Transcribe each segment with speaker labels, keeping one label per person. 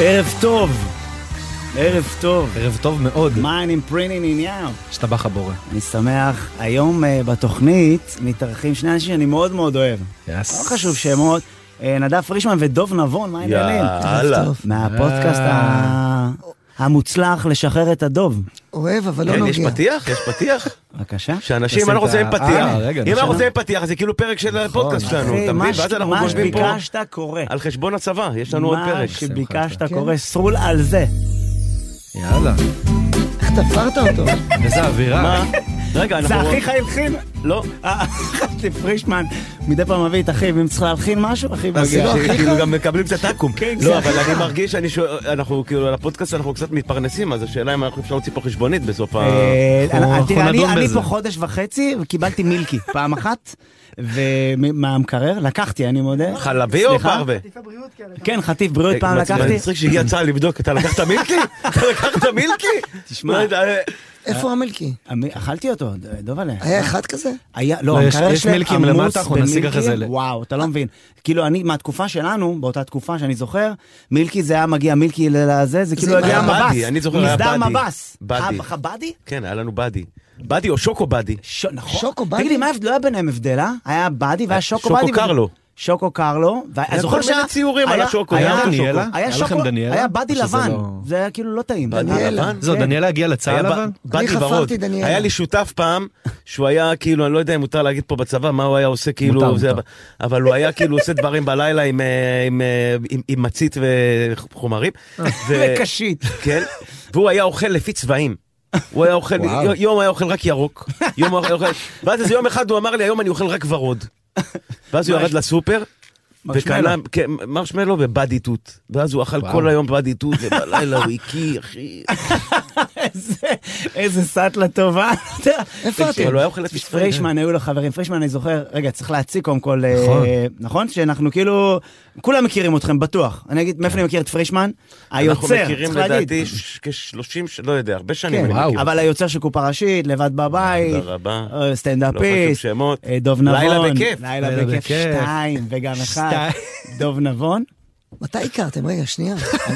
Speaker 1: ערב טוב, ערב טוב.
Speaker 2: ערב טוב מאוד,
Speaker 1: מיין אימפרינין עניין.
Speaker 2: השתבח הבורא.
Speaker 1: אני שמח, היום אה, בתוכנית מתארחים שני אנשים שאני מאוד מאוד אוהב. לא חשוב שמות. אה, נדב פרישמן ודוב נבון, מה העניינים?
Speaker 3: יאללה.
Speaker 1: מהפודקאסט ה- המוצלח לשחרר את הדוב.
Speaker 4: אוהב, אבל לא
Speaker 3: כן, יש
Speaker 4: נוגע.
Speaker 3: פתיח? יש פתיח?
Speaker 1: בבקשה.
Speaker 3: שאנשים, אם
Speaker 2: נשים
Speaker 3: אנחנו
Speaker 2: את ה-
Speaker 3: רוצים פתיח,
Speaker 2: אה, רגע,
Speaker 3: אם
Speaker 2: נשאר.
Speaker 3: אנחנו רוצים פתיח, זה כאילו פרק של הפודקאסט שלנו,
Speaker 1: נכון. אחי,
Speaker 3: אתה
Speaker 1: מה
Speaker 3: מבין?
Speaker 1: ש-
Speaker 3: ואז אנחנו
Speaker 1: מה
Speaker 3: חושבים פה
Speaker 1: שביקשת קורה.
Speaker 3: על חשבון הצבא, יש לנו עוד פרק. כן.
Speaker 1: מה שביקשת קורה, סרול על זה.
Speaker 2: יאללה,
Speaker 4: איך תפרת אותו?
Speaker 2: איזה אווירה.
Speaker 3: מה? רגע,
Speaker 1: זה
Speaker 3: אנחנו...
Speaker 1: אחיך הלחין?
Speaker 3: לא,
Speaker 1: אה, חשבתי, פרישמן מדי פעם מביא את אחיו, אם צריך להלחין משהו, אחיו
Speaker 3: אז
Speaker 1: מגיע.
Speaker 2: לא.
Speaker 3: ש- כאילו גם מקבלים קצת עכו"ם.
Speaker 1: זה
Speaker 3: לא, אבל אני מרגיש שאני שואל, אנחנו כאילו על הפודקאסט אנחנו קצת מתפרנסים, אז השאלה אם אנחנו אפשר להוציא פה חשבונית בסוף ה...
Speaker 1: אה,
Speaker 2: אנחנו-
Speaker 1: אני-
Speaker 2: אנחנו
Speaker 1: אני
Speaker 2: נדון
Speaker 1: אני
Speaker 2: בזה.
Speaker 1: פה חודש וחצי וקיבלתי מילקי פעם אחת ומהמקרר לקחתי אני מודה.
Speaker 3: חלבי או
Speaker 1: סליחה?
Speaker 3: פרווה?
Speaker 1: כן חטיף בריאות פעם לקחתי.
Speaker 3: מצחיק שהגיע צה"ל לבדוק, אתה לקחת מילקי? אתה לקחת מילקי?
Speaker 1: תשמע.
Speaker 3: לא יודע, אה,
Speaker 4: איפה המילקי?
Speaker 1: אמי- אמ, אכלתי אותו ד- דובלה.
Speaker 4: היה אחד כזה?
Speaker 1: היה לא
Speaker 2: לא, יש-
Speaker 1: המקרר
Speaker 2: יש
Speaker 1: שלהם
Speaker 2: מילקים
Speaker 1: עמוס
Speaker 2: למטה, אנחנו נשיג
Speaker 1: במילקים.
Speaker 2: אחרי זה ל-
Speaker 1: וואו אתה לא מבין. כאילו אני מהתקופה שלנו באותה תקופה שאני זוכר מילקי זה היה מגיע מילקי ל- לזה זה כאילו
Speaker 4: היה
Speaker 1: היה
Speaker 3: באדי,
Speaker 1: מבס.
Speaker 3: אני זוכר, היה
Speaker 1: מסדר
Speaker 3: באדי.
Speaker 1: מבס.
Speaker 3: באדי.
Speaker 1: אה, באדי?
Speaker 3: כן, היה לנו באדי. באדי או שוקו באדי.
Speaker 1: ש- נכון.
Speaker 4: שוקו באדי?
Speaker 1: תגידי, מה ההבדל? לא היה ביניהם הבדל, אה? היה באדי והיה שוקו
Speaker 3: שוקו
Speaker 1: באדי. וזה-
Speaker 3: קרלו.
Speaker 1: שוקו קרלו. ואני
Speaker 3: היה
Speaker 1: זוכר
Speaker 3: כל מיני
Speaker 1: שהיה-
Speaker 3: ציורים על
Speaker 1: היה-
Speaker 3: השוקו.
Speaker 1: היה
Speaker 3: היה
Speaker 2: דניאלה?
Speaker 1: היה
Speaker 2: היה לכם
Speaker 1: שוקו,
Speaker 2: דניאלה?
Speaker 1: היה באדי
Speaker 2: או שזה
Speaker 1: לבן.
Speaker 2: לא-
Speaker 1: זה היה כאילו לא טעים.
Speaker 3: באדי
Speaker 4: דניאלה.
Speaker 3: לבן?
Speaker 2: זהו,
Speaker 1: כן.
Speaker 2: דניאלה הגיעה לצה"ל
Speaker 3: היה
Speaker 2: אבל?
Speaker 3: ב- באדי
Speaker 4: אני חפרתי
Speaker 3: ורוד.
Speaker 4: דניאל.
Speaker 3: היה לי שותף פעם, שהוא היה כאילו, אני לא יודע אם מותר להגיד פה בצבא, מה הוא היה עושה כאילו,
Speaker 2: מותר,
Speaker 3: זה,
Speaker 2: מותר.
Speaker 3: אבל- אבל הוא היה כאילו עושה דברים בלילה עם, אה, עם, אה, עם, עם מצית וחומרים.
Speaker 4: אה.
Speaker 3: ו-
Speaker 1: וקשית.
Speaker 3: כן, והוא היה אוכל לפי צבעים. הוא היה אוכל,
Speaker 2: וואו.
Speaker 3: יום היה אוכל רק ירוק, יום היה אוכל, ואז איזה יום אחד הוא אמר לי, היום אני אוכל רק ורוד. ואז הוא
Speaker 1: מה
Speaker 3: ירד
Speaker 1: יש-
Speaker 3: לסופר,
Speaker 1: מרשמלו.
Speaker 3: וקנה כן, מרשמלו ובאדי תות. ואז הוא אכל
Speaker 2: וואו.
Speaker 3: כל היום באדי תות, ובלילה הוא הקיא, אחי.
Speaker 1: איזה- איזה סאטלה טובה. אתה יודע.
Speaker 4: איפה אתם?
Speaker 3: אבל לא, הוא היה אוכל לפי צבעים.
Speaker 1: פרישמן היו לו חברים, פרישמן אני זוכר, רגע צריך להציג קודם כל, אה,
Speaker 2: נכון.
Speaker 1: נכון? שאנחנו כאילו, כולם מכירים אתכם בטוח, אני אגיד מאיפה אני מכיר את פרישמן?
Speaker 3: אנחנו
Speaker 1: היוצר,
Speaker 3: מכירים
Speaker 1: צריך להגיד,
Speaker 3: לדעתי ש- כ-30, ש- לא יודע, הרבה שנים
Speaker 1: כן,
Speaker 3: אני
Speaker 2: וואו.
Speaker 3: מכיר.
Speaker 1: אבל היוצר של קופה ראשית, לבד בבית,
Speaker 3: תודה רבה.
Speaker 1: אה,
Speaker 3: לא
Speaker 1: סטנדאפיסט,
Speaker 3: חשוב שמות.
Speaker 1: אה, דוב נבון,
Speaker 3: לילה בכיף.
Speaker 1: לילה
Speaker 2: לילה
Speaker 1: בכיף
Speaker 2: בכיף.
Speaker 1: שתיים, וגם אחד,
Speaker 2: שתיים.
Speaker 1: דוב נבון.
Speaker 4: מתי הכרתם? רגע, שנייה.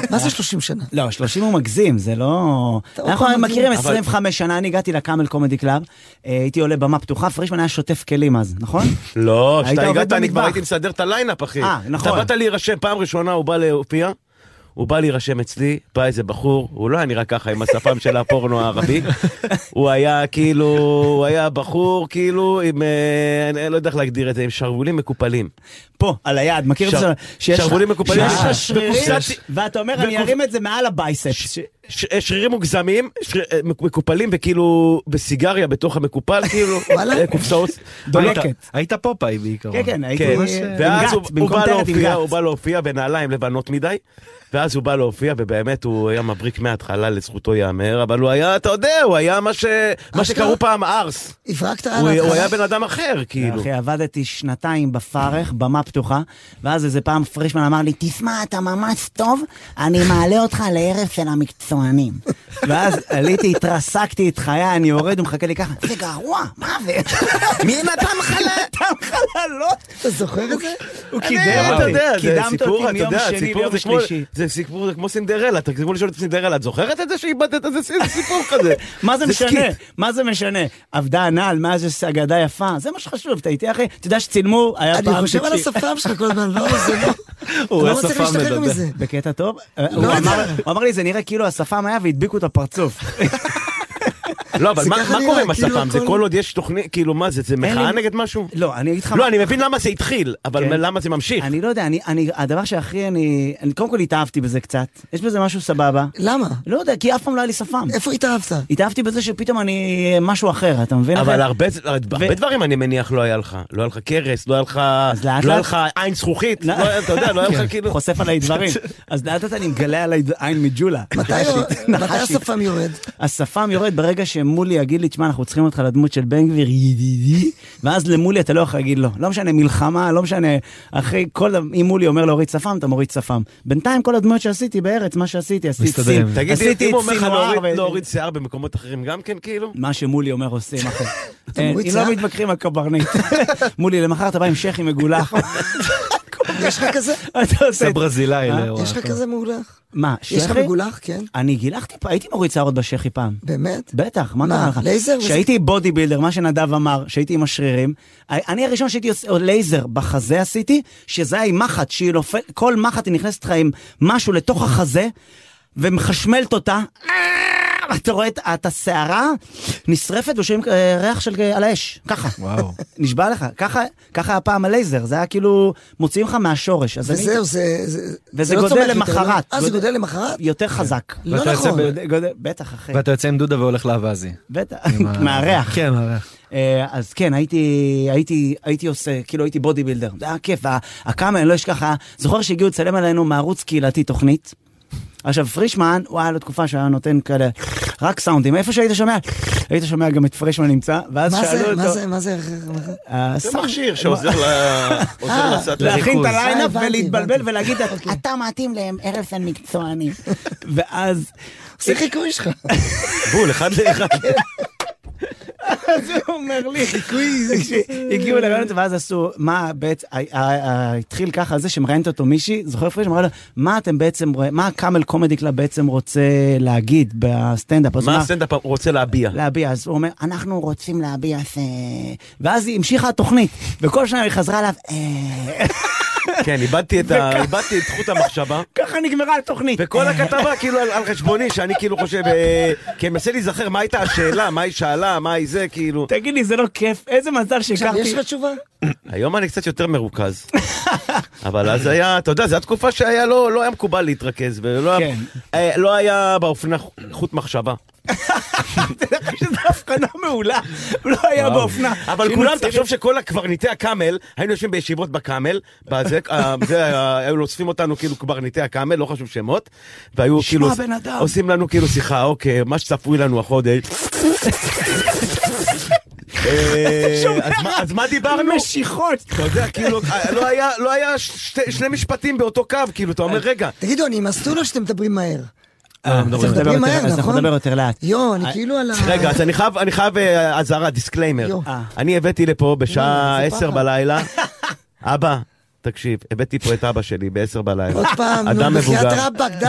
Speaker 4: מה זה 30 שנה?
Speaker 1: לא, 30 הוא מגזים, זה לא...
Speaker 4: טוב,
Speaker 1: אנחנו
Speaker 4: מגזים.
Speaker 1: מכירים
Speaker 3: אבל-
Speaker 1: 25 שנה, אני הגעתי לקאמל קומדי קלאב, אה, הייתי עולה במה פתוחה, פרישמן היה שוטף כלים אז, נכון?
Speaker 3: לא,
Speaker 1: היית
Speaker 3: כשאתה
Speaker 1: עובד
Speaker 3: הגעת אני כבר
Speaker 1: במטבח.
Speaker 3: הייתי מסדר את הליינאפ, אחי.
Speaker 1: אה, נכון.
Speaker 3: אתה באת להירשם, פעם ראשונה הוא בא להופיע, הוא בא להירשם אצלי, בא איזה בחור, הוא לא היה נראה ככה עם השפם של הפורנו הערבי, הוא היה כאילו, הוא היה בחור כאילו עם, אה, אני לא יודע איך להגדיר את זה, עם שרוולים מקופלים.
Speaker 1: פה, על היד, מכיר את
Speaker 3: שר-
Speaker 1: זה? שיש לך-
Speaker 3: שרוולים מקופלים.
Speaker 1: שיש לך
Speaker 3: אה,
Speaker 1: שרירים,
Speaker 3: בקופסת-
Speaker 1: ואתה אומר, אני
Speaker 3: בקופ-
Speaker 1: ארים את זה מעל הבייספס.
Speaker 3: ש- אה, שרירים מוגזמים, שר- אה, מק- מקופלים וכאילו בסיגריה בתוך המקופל, כאילו,
Speaker 4: וואלה.
Speaker 3: אה, קופסאות.
Speaker 1: דולקת.
Speaker 2: היית- היית פופאי בעיקרון.
Speaker 1: כן, כן, הייתי...
Speaker 3: כן,
Speaker 1: עם
Speaker 3: ואז
Speaker 1: גת,
Speaker 3: הוא- הוא
Speaker 1: במקום
Speaker 3: בא
Speaker 1: טרת עם
Speaker 3: להופיע,
Speaker 1: גת.
Speaker 3: הוא בא להופיע בנעליים לבנות מדי, ואז הוא בא להופיע, ובאמת הוא היה מבריק מההתחלה, לזכותו ייאמר, אבל הוא היה, אתה יודע, הוא היה מה ש-
Speaker 1: אה,
Speaker 3: מה שקראו פעם ארס.
Speaker 4: הברקת על
Speaker 3: הוא הוא היה
Speaker 4: ההתחלה?
Speaker 3: בן אדם
Speaker 1: אה,
Speaker 3: אחר, כאילו.
Speaker 1: אחי, עבדתי שנתיים בפרך, במה פתוחה, ואז איזה פעם פרישמן אמר לי, תשמע, אתה ממש טוב, אני מעלה אותך לערב של המקצוענים. ואז עליתי, התרסקתי את חיי, אני יורד, הוא מחכה לי ככה, זה גרוע, מה זה? מי נתן חלל? נתן חללות?
Speaker 4: אתה זוכר את זה?
Speaker 1: הוא
Speaker 3: אה,
Speaker 1: קידם
Speaker 3: אתה
Speaker 1: אותי,
Speaker 3: יודע, זה
Speaker 1: לא? קידמת
Speaker 3: סיפור,
Speaker 1: אותי
Speaker 3: אתה
Speaker 1: מיום
Speaker 3: יודע,
Speaker 1: שני
Speaker 3: סיפור
Speaker 1: ליום
Speaker 3: זה כמו-
Speaker 1: שלישי.
Speaker 3: זה סיפור זה כמו סינדרלה, תקשיבו לשאול את סינדרלה, את זוכרת את זה שאיבדת את זה? זה סיפור כזה.
Speaker 1: מה זה משנה?
Speaker 3: סקיט.
Speaker 1: מה זה משנה? עבדה הנעל, מאז יש אגדה יפה, זה מה שחשוב, אתה איתי אחי? אתה יודע שצילמו, היה פעם...
Speaker 4: אני חושב על
Speaker 1: תקשיב.
Speaker 4: השפם שלך כל הזמן, לא, זה לא...
Speaker 2: הוא
Speaker 4: אתה לא
Speaker 2: היה
Speaker 4: מצליח
Speaker 2: שפם
Speaker 4: להשתחרר
Speaker 2: מדבר.
Speaker 4: מזה.
Speaker 1: בקטע טוב?
Speaker 3: לא
Speaker 1: הוא אמר- הוא אמר לי, זה נראה כאילו השפם היה והדביקו את הפרצוף.
Speaker 3: לא, אבל
Speaker 4: זה
Speaker 3: מה
Speaker 4: ככה
Speaker 3: מה
Speaker 4: נראה,
Speaker 3: קורה עם
Speaker 4: כאילו
Speaker 3: השפם? זה
Speaker 4: הכל-
Speaker 3: כל עוד יש תוכנית, כאילו מה זה, זה מחאה
Speaker 1: לי-
Speaker 3: נגד משהו?
Speaker 1: לא, אני אגיד לך...
Speaker 3: לא,
Speaker 1: מה-
Speaker 3: אני מבין למה זה התחיל, אבל
Speaker 1: כן.
Speaker 3: למה זה ממשיך?
Speaker 1: אני לא יודע, אני, אני, הדבר שהכי אני, אני, קודם כל התאהבתי בזה קצת, יש בזה משהו סבבה.
Speaker 4: למה?
Speaker 1: לא יודע, כי אף פעם לא היה לי שפם.
Speaker 4: איפה התאהבת?
Speaker 1: התאהבתי בזה שפתאום אני משהו אחר, אתה מבין?
Speaker 3: אבל
Speaker 1: אחי?
Speaker 3: הרבה, הרבה
Speaker 1: ו-
Speaker 3: דברים אני מניח לא היה לך. לא היה לך קרס, לא היה לך...
Speaker 1: אז לאט
Speaker 3: לא היה
Speaker 1: לאט-
Speaker 3: לך עין זכוכית, לא היה- אתה יודע, לא היה לך כאילו...
Speaker 1: כן. חושף עליי דברים. אז לאט לאט אני מגלה עליי עין מג'ולה.
Speaker 4: מתי
Speaker 1: נחשית,
Speaker 4: מתי
Speaker 1: נחשית.
Speaker 4: השפם יורד?
Speaker 1: השפם יורד ברגע שמולי יגיד לי, תשמע, אנחנו צריכים אותך לדמות של בן גביר, ידידי, ואז למולי אתה לא יכול להגיד לא. לא משנה מלחמה, לא משנה, אחרי כל, אם מולי אומר להוריד שפם, אתה מוריד שפם. בינתיים כל הדמויות שעשיתי בארץ, מה שעשיתי, עשיתי את
Speaker 2: מסתדרים.
Speaker 1: סין,
Speaker 3: תגיד לי,
Speaker 1: עשיתי
Speaker 3: אם הוא
Speaker 1: את
Speaker 3: אומר לך
Speaker 1: סינואר,
Speaker 3: להוריד-
Speaker 1: ו-
Speaker 3: להוריד שיער במקומות אחרים גם כן, כאילו?
Speaker 1: מה שמולי אומר עושים, אחי. אין,
Speaker 4: מוריד
Speaker 3: אה?
Speaker 1: אם לא
Speaker 4: שיער?
Speaker 1: מתווכחים הקברניט. מולי, למחר אתה בא עם שכי מגולח. הכל
Speaker 4: יש לך כזה?
Speaker 1: אתה עושה
Speaker 2: זה
Speaker 1: את זה.
Speaker 2: ברזילאי.
Speaker 1: אה?
Speaker 2: לאירוע.
Speaker 4: יש לך כזה מהולך?
Speaker 1: מה,
Speaker 4: יש לך
Speaker 1: שכי?
Speaker 4: מגולח, כן?
Speaker 1: אני גילחתי פה, הייתי מוריד שערות בשכי פעם.
Speaker 4: באמת?
Speaker 1: בטח, מה
Speaker 4: מה,
Speaker 1: קרה לך?
Speaker 4: לייזר?
Speaker 1: כשהייתי בודי בילדר, מה שנדב אמר, שהייתי עם השרירים, אני הראשון שהייתי עושה או לייזר בחזה עשיתי, שזה היה עם מחט, שהיא נופלת, כל מחט היא נכנסת לך עם משהו לתוך החזה, ומחשמלת אותה, אה, אתה רואה את- את השערה נשרפת ושומעים אה, ריח של אה, על האש, ככה.
Speaker 2: וואו.
Speaker 1: נשבע לך, ככה, ככה היה פעם הלייזר, זה היה כאילו, מוציאים לך מהשורש. אז אני-
Speaker 4: וזהו, זה... זה-
Speaker 1: וזה
Speaker 4: זה לא
Speaker 1: גודל
Speaker 4: צומח יותר,
Speaker 1: למחרת.
Speaker 4: לא? אה, זה
Speaker 1: גודל-
Speaker 4: גודל למחרת?
Speaker 1: יותר חזק.
Speaker 4: לא
Speaker 2: ואתה יוצא
Speaker 4: נכון.
Speaker 2: ב-
Speaker 1: גודל- גודל- בטח, אחי,
Speaker 2: ואתה יוצא עם דודה והולך לאווזי.
Speaker 1: בטח,
Speaker 2: עם ה-
Speaker 1: מהריח.
Speaker 2: כן, מהריח.
Speaker 1: אה, אז כן, הייתי, הייתי, הייתי עושה, כאילו הייתי בודי בילדר, זה היה כיף, וה- הקאמל, אני לא אשכח, ה- זוכר שהגיעו לצלם עלינו מערוץ קהילתי תוכנית. עכשיו פרישמן, הוא היה לו תקופה שהיה נותן כאלה רק סאונדים, איפה שהיית שומע, היית שומע גם את פרישמן נמצא, ואז
Speaker 4: מה
Speaker 1: שאלו
Speaker 4: זה?
Speaker 1: אותו,
Speaker 4: מה זה? מה זה?
Speaker 1: אה,
Speaker 3: זה
Speaker 1: סאונד- אה,
Speaker 3: מכשיר שעוזר ל- עוזר לסטלה.
Speaker 1: להכין
Speaker 2: לריכוז.
Speaker 1: את הליינאפ
Speaker 4: אה, הבנתי,
Speaker 1: ולהתבלבל
Speaker 4: הבנתי.
Speaker 1: ולהגיד, אתה מתאים לארפן מקצועני. ואז
Speaker 4: זה חיקוי שלך.
Speaker 3: בול, אחד לאחד.
Speaker 1: אז הוא אומר לי, הגיעו לרעיון הזה, ואז עשו, מה בעצם, ה- ה- ה- התחיל ככה זה שמראיינת אותו מישהי, זוכר פריש, אמרה לו, מה אתם בעצם, רואה- מה הקאמל קומדי קלאב בעצם רוצה להגיד בסטנדאפ? אז הוא
Speaker 3: מה
Speaker 1: אמר,
Speaker 3: הסטנדאפ רוצה להביע?
Speaker 1: להביע, אז הוא אומר, אנחנו רוצים להביע ש... ואז היא המשיכה התוכנית, וכל שנה היא חזרה אליו, "אה."
Speaker 3: כן, איבדתי את ה- איבדתי את חוט המחשבה.
Speaker 1: ככה נגמרה התוכנית.
Speaker 3: וכל
Speaker 1: "אה."
Speaker 3: הכתבה כאילו על, על חשבוני, שאני כאילו חושב, אה, כי אני מנסה להיזכר מה הייתה השאלה, מה היא שאלה, מה היא זה, כאילו.
Speaker 1: תגיד לי, זה לא כיף? איזה מזל
Speaker 4: עכשיו,
Speaker 1: שהכרתי.
Speaker 4: יש לך תשובה?
Speaker 3: היום אני קצת יותר מרוכז. אבל אז היה, אתה יודע, זו התקופה שהיה, לא, לא היה מקובל להתרכז, ולא היה,
Speaker 1: כן.
Speaker 3: אה, לא היה באופנה חוט מחשבה.
Speaker 1: תדע לך שזו הבחנה מעולה, לא היה
Speaker 2: וואו.
Speaker 1: באופנה.
Speaker 3: אבל
Speaker 1: שהיינו
Speaker 3: כולם,
Speaker 1: צעירים.
Speaker 3: תחשוב שכל הקברניטי הקאמל, היינו יושבים בישיבות בקאמל, בזה, אה, זה, אה, היו אוספים אותנו כאילו קברניטי הקאמל, לא חשוב שמות, והיו
Speaker 1: נשמע
Speaker 3: כאילו,
Speaker 1: בן אדם.
Speaker 3: עושים לנו כאילו שיחה, אוקיי, מה שצפוי לנו החודש. אה,
Speaker 1: שומע
Speaker 3: אז מה- אז מה דיברנו?
Speaker 1: משיכות.
Speaker 3: אתה יודע, כאילו, אה, לא היה- לא היה שתי- שני משפטים באותו קו, כאילו, אתה
Speaker 1: אה,
Speaker 3: אומר, רגע,
Speaker 4: תגידו, אני מסטול או שאתם מדברים מהר?
Speaker 1: צריך
Speaker 4: מדברים
Speaker 1: לדבר
Speaker 4: מהר,
Speaker 1: יותר- אז אנחנו
Speaker 4: נכון?
Speaker 1: נדבר יותר לאט.
Speaker 4: יו, אני כאילו על ה...
Speaker 3: אה, רגע, אז אני חייב, אני חייב אה, אזהרה, דיסקליימר.
Speaker 4: יו.
Speaker 1: אה.
Speaker 3: אני הבאתי לפה בשעה
Speaker 4: יואו, זה
Speaker 3: 10
Speaker 4: פחד.
Speaker 3: בלילה. אבא, תקשיב, הבאתי פה את אבא שלי ב-10 בלילה.
Speaker 4: עוד פעם,
Speaker 3: אדם
Speaker 4: נו,
Speaker 3: מבוגר.
Speaker 4: בחייאת רבאק, די.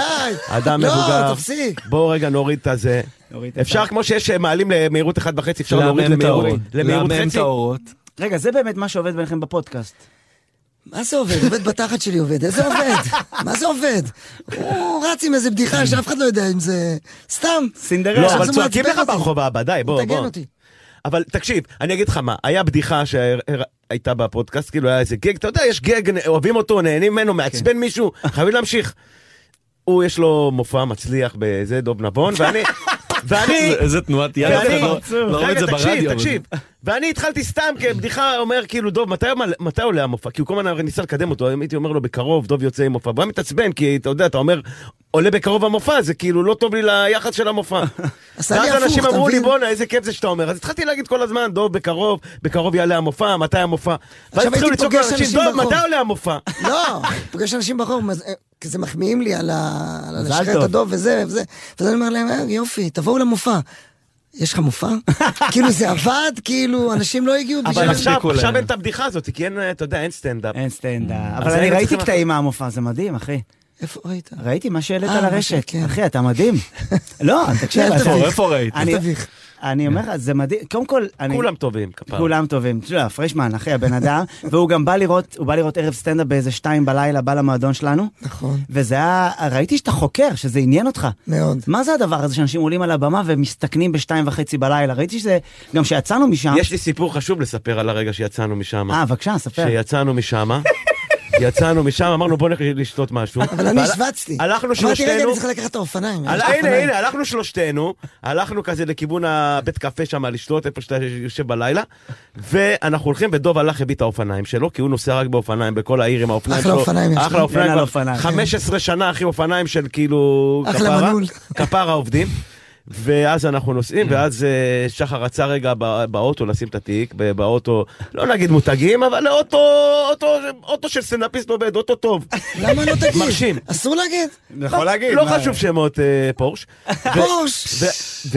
Speaker 3: אדם
Speaker 4: לא,
Speaker 3: מבוגר.
Speaker 4: תפסיק.
Speaker 3: בואו רגע נוריד את הזה.
Speaker 1: נוריד את
Speaker 3: אפשר,
Speaker 1: ה-
Speaker 3: כמו שיש אה, מעלים למהירות 1.5,
Speaker 1: לא
Speaker 3: אפשר להוריד
Speaker 2: לעמם את
Speaker 3: למהירות
Speaker 2: האורות.
Speaker 3: למהירות
Speaker 2: לעמם את
Speaker 3: חצי?
Speaker 2: האורות.
Speaker 1: רגע, זה באמת מה שעובד ביניכם בפודקאסט.
Speaker 4: מה זה עובד? עובד בתחת שלי עובד. איזה עובד? מה זה עובד? הוא רץ עם איזה בדיחה שאף אחד לא יודע אם זה... סתם.
Speaker 1: סינדרלה.
Speaker 3: לא,
Speaker 4: עכשיו
Speaker 3: אבל
Speaker 4: זה
Speaker 3: צועקים
Speaker 4: מעצבן
Speaker 3: לך
Speaker 4: אותי.
Speaker 3: ברחוב האבא, די, בוא,
Speaker 4: תגן
Speaker 3: בוא.
Speaker 4: אותי.
Speaker 3: אבל תקשיב, אני אגיד לך מה, היה בדיחה שהייתה בפודקאסט, כאילו היה איזה גג, אתה יודע, יש גג, אוהבים אותו, נהנים ממנו, מעצבן מישהו, חייבים להמשיך. הוא, יש לו מופע מצליח בזה, דוב נבון, ואני... ואני...
Speaker 2: זה- איזה תנועת יד, אף אחד
Speaker 3: ואני-
Speaker 2: לא- לא רואה את זה
Speaker 3: רגע,
Speaker 2: ברדיו.
Speaker 3: תקשיב,
Speaker 2: אבל-
Speaker 3: תקשיב. ואני התחלתי סתם כבדיחה, אומר כאילו, דוב, מתי- מתי עולה המופע? כי הוא כל הזמן הרי ניסה לקדם אותו, היום הייתי אומר לו, בקרוב, דוב יוצא עם מופע. והוא היה מתעצבן, כי אתה יודע, אתה אומר, עולה בקרוב המופע, זה כאילו לא טוב לי ליחס של המופע.
Speaker 4: עשה לי
Speaker 3: ואז
Speaker 4: הפוך,
Speaker 3: אנשים
Speaker 4: אתה
Speaker 3: אמרו לי,
Speaker 4: מבין?
Speaker 3: בואנה, איזה כיף זה שאתה אומר. אז התחלתי להגיד כל הזמן, דוב, בקרוב, בקרוב יעלה המופע, מתי המופע? ואז
Speaker 4: עכשיו
Speaker 3: התחילו
Speaker 4: הייתי
Speaker 3: לצעוק
Speaker 4: פוגש
Speaker 3: לאנשים,
Speaker 4: אנשים
Speaker 3: דוב,
Speaker 4: ברחוב."
Speaker 3: מתי עולה המופע?
Speaker 4: לא, פוגש אנשים ברחוב, מז- אה, כי זה מחמיאים לי על ה- על
Speaker 1: מזל
Speaker 4: לשחרר את
Speaker 1: טוב.
Speaker 4: הדוב וזה וזה. ואז אני אומר להם, "אה, יופי, תבואו למופע. יש לך מופע? כאילו זה עבד, כאילו אנשים לא הגיעו
Speaker 3: אבל
Speaker 4: בשביל...
Speaker 3: עכשיו
Speaker 2: יספיקו
Speaker 3: עכשיו
Speaker 2: להם.
Speaker 3: אין את הבדיחה הזאת, כי אין, אתה יודע, אין סטנדאפ.
Speaker 1: אין סטנדאפ.
Speaker 3: אז
Speaker 1: אבל אני
Speaker 3: היינו
Speaker 1: ראיתי
Speaker 3: צריכים-
Speaker 1: קטעים מהמופע, זה מדהים, אחי.
Speaker 4: איפה ראית?
Speaker 1: ראיתי מה שהעלית
Speaker 4: אה, מה
Speaker 1: לרשת.
Speaker 4: שכן.
Speaker 1: אחי, אתה מדהים. לא, תקשיב.
Speaker 4: אל
Speaker 1: אתה-
Speaker 4: תביך.
Speaker 2: איפה ראית?
Speaker 1: אני-
Speaker 4: אל תביך.
Speaker 1: אני אומר לך, זה מדהים. קודם כל, אני...
Speaker 3: כולם טובים, כפר.
Speaker 1: כולם טובים. תשמע, פרישמן, אחי, הבן אדם. והוא גם בא לראות, הוא בא לראות ערב סטנדאפ באיזה שתיים בלילה, בא למועדון שלנו.
Speaker 4: נכון.
Speaker 1: וזה היה, ראיתי שאתה חוקר, שזה עניין אותך.
Speaker 4: מאוד.
Speaker 1: מה זה הדבר הזה שאנשים עולים על הבמה ומסתכנים בשתיים וחצי בלילה? ראיתי שזה, גם שיצאנו משם.
Speaker 3: יש לי סיפור חשוב לספר על הרגע שיצאנו משם.
Speaker 1: אה, בבקשה, ספר.
Speaker 3: שיצאנו משם, יצאנו משם, אמרנו בוא נלך לשתות משהו.
Speaker 4: אבל אני
Speaker 3: והל-
Speaker 4: השבצתי.
Speaker 3: הלכנו
Speaker 4: אמרתי, רגע,
Speaker 3: שלושתנו,
Speaker 4: אני צריך לקחת את האופניים.
Speaker 3: על-
Speaker 4: יש לי
Speaker 3: הנה,
Speaker 4: אופניים.
Speaker 3: הנה, הלכנו שלושתנו, הלכנו כזה לכיוון הבית קפה שם לשתות, איפה שאתה יושב בלילה, ואנחנו הולכים, ודוב הלך הביא את האופניים שלו, כי הוא נוסע רק באופניים בכל העיר עם האופניים
Speaker 4: אחלה
Speaker 3: שלו.
Speaker 4: אופניים יש לו.
Speaker 3: אחלה
Speaker 1: אין על
Speaker 3: אופניים.
Speaker 1: אופניים.
Speaker 3: 15 שנה, אחי, אופניים של כאילו...
Speaker 4: אחלה
Speaker 3: כפרה,
Speaker 4: מנעול.
Speaker 3: כפרה עובדים. ואז אנחנו נוסעים, ואז אה, שחר רצה רגע בא- באוטו לשים את התיק, ב- באוטו, לא נגיד מותגים, אבל אוטו, אוטו, אוטו של סטנדאפיסט עובד, אוטו טוב.
Speaker 4: למה לא תגיד?
Speaker 3: מרשים.
Speaker 4: אסור להגיד?
Speaker 5: יכול להגיד.
Speaker 3: לא
Speaker 5: מה-
Speaker 3: חשוב שמות אה, פורש.
Speaker 4: פורש!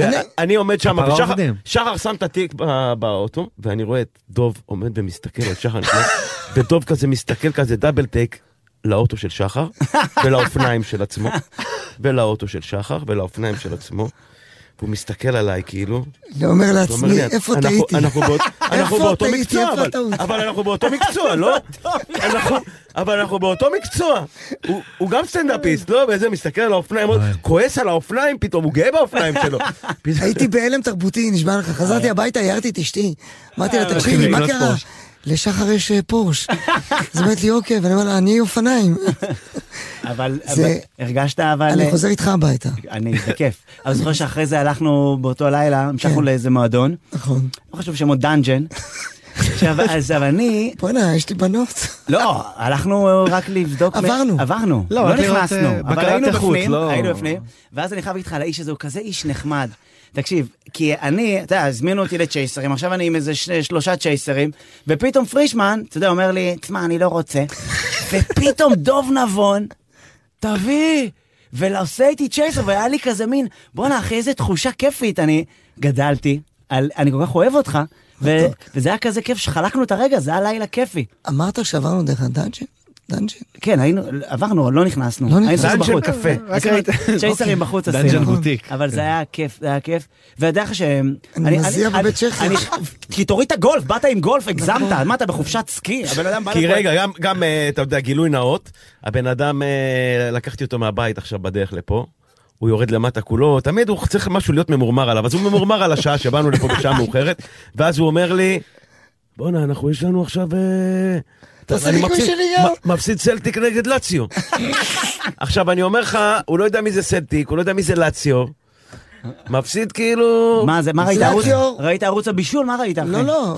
Speaker 4: אני-
Speaker 3: ואני עומד שם,
Speaker 5: לא
Speaker 2: הפרה
Speaker 3: ושחר
Speaker 2: עובדים.
Speaker 3: שחר שם את התיק ב- באוטו, ואני רואה את דוב עומד ומסתכל על שחר, נכנס, ודוב כזה מסתכל כזה דאבל טייק לאוטו של שחר, ולאופניים של עצמו, ולאוטו של שחר, ולאופניים של עצמו. והוא מסתכל עליי כאילו,
Speaker 4: אני אומר
Speaker 3: הוא אומר
Speaker 4: לעצמי,
Speaker 3: לי,
Speaker 4: איפה
Speaker 3: "אנחנו-
Speaker 4: טעיתי?
Speaker 3: אנחנו באות- אנחנו
Speaker 4: איפה
Speaker 3: באותו
Speaker 4: טעיתי?
Speaker 3: מקצוע,
Speaker 4: איפה
Speaker 3: אבל-
Speaker 4: הטעות?
Speaker 3: אבל אנחנו באותו מקצוע, לא? אנחנו- אבל אנחנו באותו מקצוע. הוא- הוא גם סטנדאפיסט, לא? וזה מסתכל על האופניים, עוד כועס על האופניים פתאום, הוא גאה באופניים שלו. פתאום-
Speaker 4: הייתי בהלם תרבותי, נשבע לך. חזרתי הביתה, הערתי את אשתי. אמרתי לה, תקשיבי, מה
Speaker 2: לקנות
Speaker 4: קרה?
Speaker 2: פורש."
Speaker 4: לשחר יש אה, פורש. אז אומרת לי, אוקיי, ואני אומר לה, אני אופניים.
Speaker 1: אבל
Speaker 4: זה-
Speaker 1: אבל- הרגשת אבל...
Speaker 4: אני חוזר איתך הביתה.
Speaker 1: אני, זה כיף. אבל זוכר שאחרי זה הלכנו באותו לילה, המשכנו
Speaker 4: כן.
Speaker 1: לאיזה מועדון,
Speaker 4: נכון.
Speaker 1: לא חשוב שמות דאנג'ן. עכשיו, אז אבל אני,
Speaker 4: בוא'נה, יש לי בנות.
Speaker 1: לא, הלכנו רק לבדוק. מ-
Speaker 4: עברנו.
Speaker 1: עברנו,
Speaker 2: לא,
Speaker 1: לא
Speaker 2: רק לראות,
Speaker 1: נכנסנו.
Speaker 2: אה,
Speaker 1: אבל
Speaker 2: בקרת
Speaker 1: היינו
Speaker 2: איכות,
Speaker 1: בפנים,
Speaker 2: לא-
Speaker 1: היינו בפנים. ואז אני חייב להגיד לך על האיש הזה, הוא כזה איש נחמד. תקשיב, כי אני, אתה יודע, הזמינו אותי לצ'ייסרים, עכשיו אני עם איזה שני, שלושה צ'ייסרים, ופתאום פרישמן, אתה יודע, אומר לי, תשמע, אני לא רוצה. ופתאום דוב נבון, תביא! ועושה איתי צ'ייסר, והיה לי כזה מין, בואנה אחי, איזה תחושה כיפית, אני גדלתי, על, אני כל כך אוהב אותך, ו- וזה היה כזה כיף שחלקנו את הרגע, זה היה לילה כיפי.
Speaker 4: אמרת שעברנו דרך הדאנג'ן? דאנג'ן?
Speaker 1: כן, היינו, עברנו, לא נכנסנו.
Speaker 4: לא
Speaker 1: היינו
Speaker 4: נכנסנו.
Speaker 1: בחוץ.
Speaker 3: דאנג'ן קפה.
Speaker 1: רק ראית-
Speaker 4: אוקיי.
Speaker 1: צ'ייסרים בחוץ עשינו.
Speaker 2: דאנג'ן בוטיק.
Speaker 1: אבל זה היה כיף, זה היה כיף. ואתה יודע לך ש... אני-
Speaker 4: כן. מזיע
Speaker 1: אני-
Speaker 4: בבית נכון. צ'כי.
Speaker 1: אני- כי תוריד את הגולף, באת עם גולף, הגזמת, מה אתה בחופשת סקי? הבן אדם בא...
Speaker 3: כי
Speaker 1: לפה-
Speaker 3: רגע, גם- גם, אה, אתה יודע, גילוי נאות, הבן אדם, אה, לקחתי אותו מהבית עכשיו בדרך לפה. הוא יורד למטה כולו, תמיד הוא צריך משהו להיות ממורמר עליו, אז הוא ממורמר על השעה שבאנו לפה בשעה מאוחרת, ואז הוא אומר לי, בואנה, אנחנו, יש לנו עכשיו... אה,
Speaker 4: תעשה
Speaker 3: אני
Speaker 4: לי כמו
Speaker 3: מפסיד-
Speaker 4: שלי גם."
Speaker 3: מ- מפסיד סלטיק נגד לאציו. עכשיו, אני אומר לך, הוא לא יודע מי זה סלטיק, הוא לא יודע מי זה לאציו. מפסיד כאילו...
Speaker 1: מה זה, מה ראית?
Speaker 4: זה
Speaker 1: ערוץ-
Speaker 4: הציור.
Speaker 1: ראית ערוץ הבישול? מה ראית? אחי?
Speaker 4: לא, לא,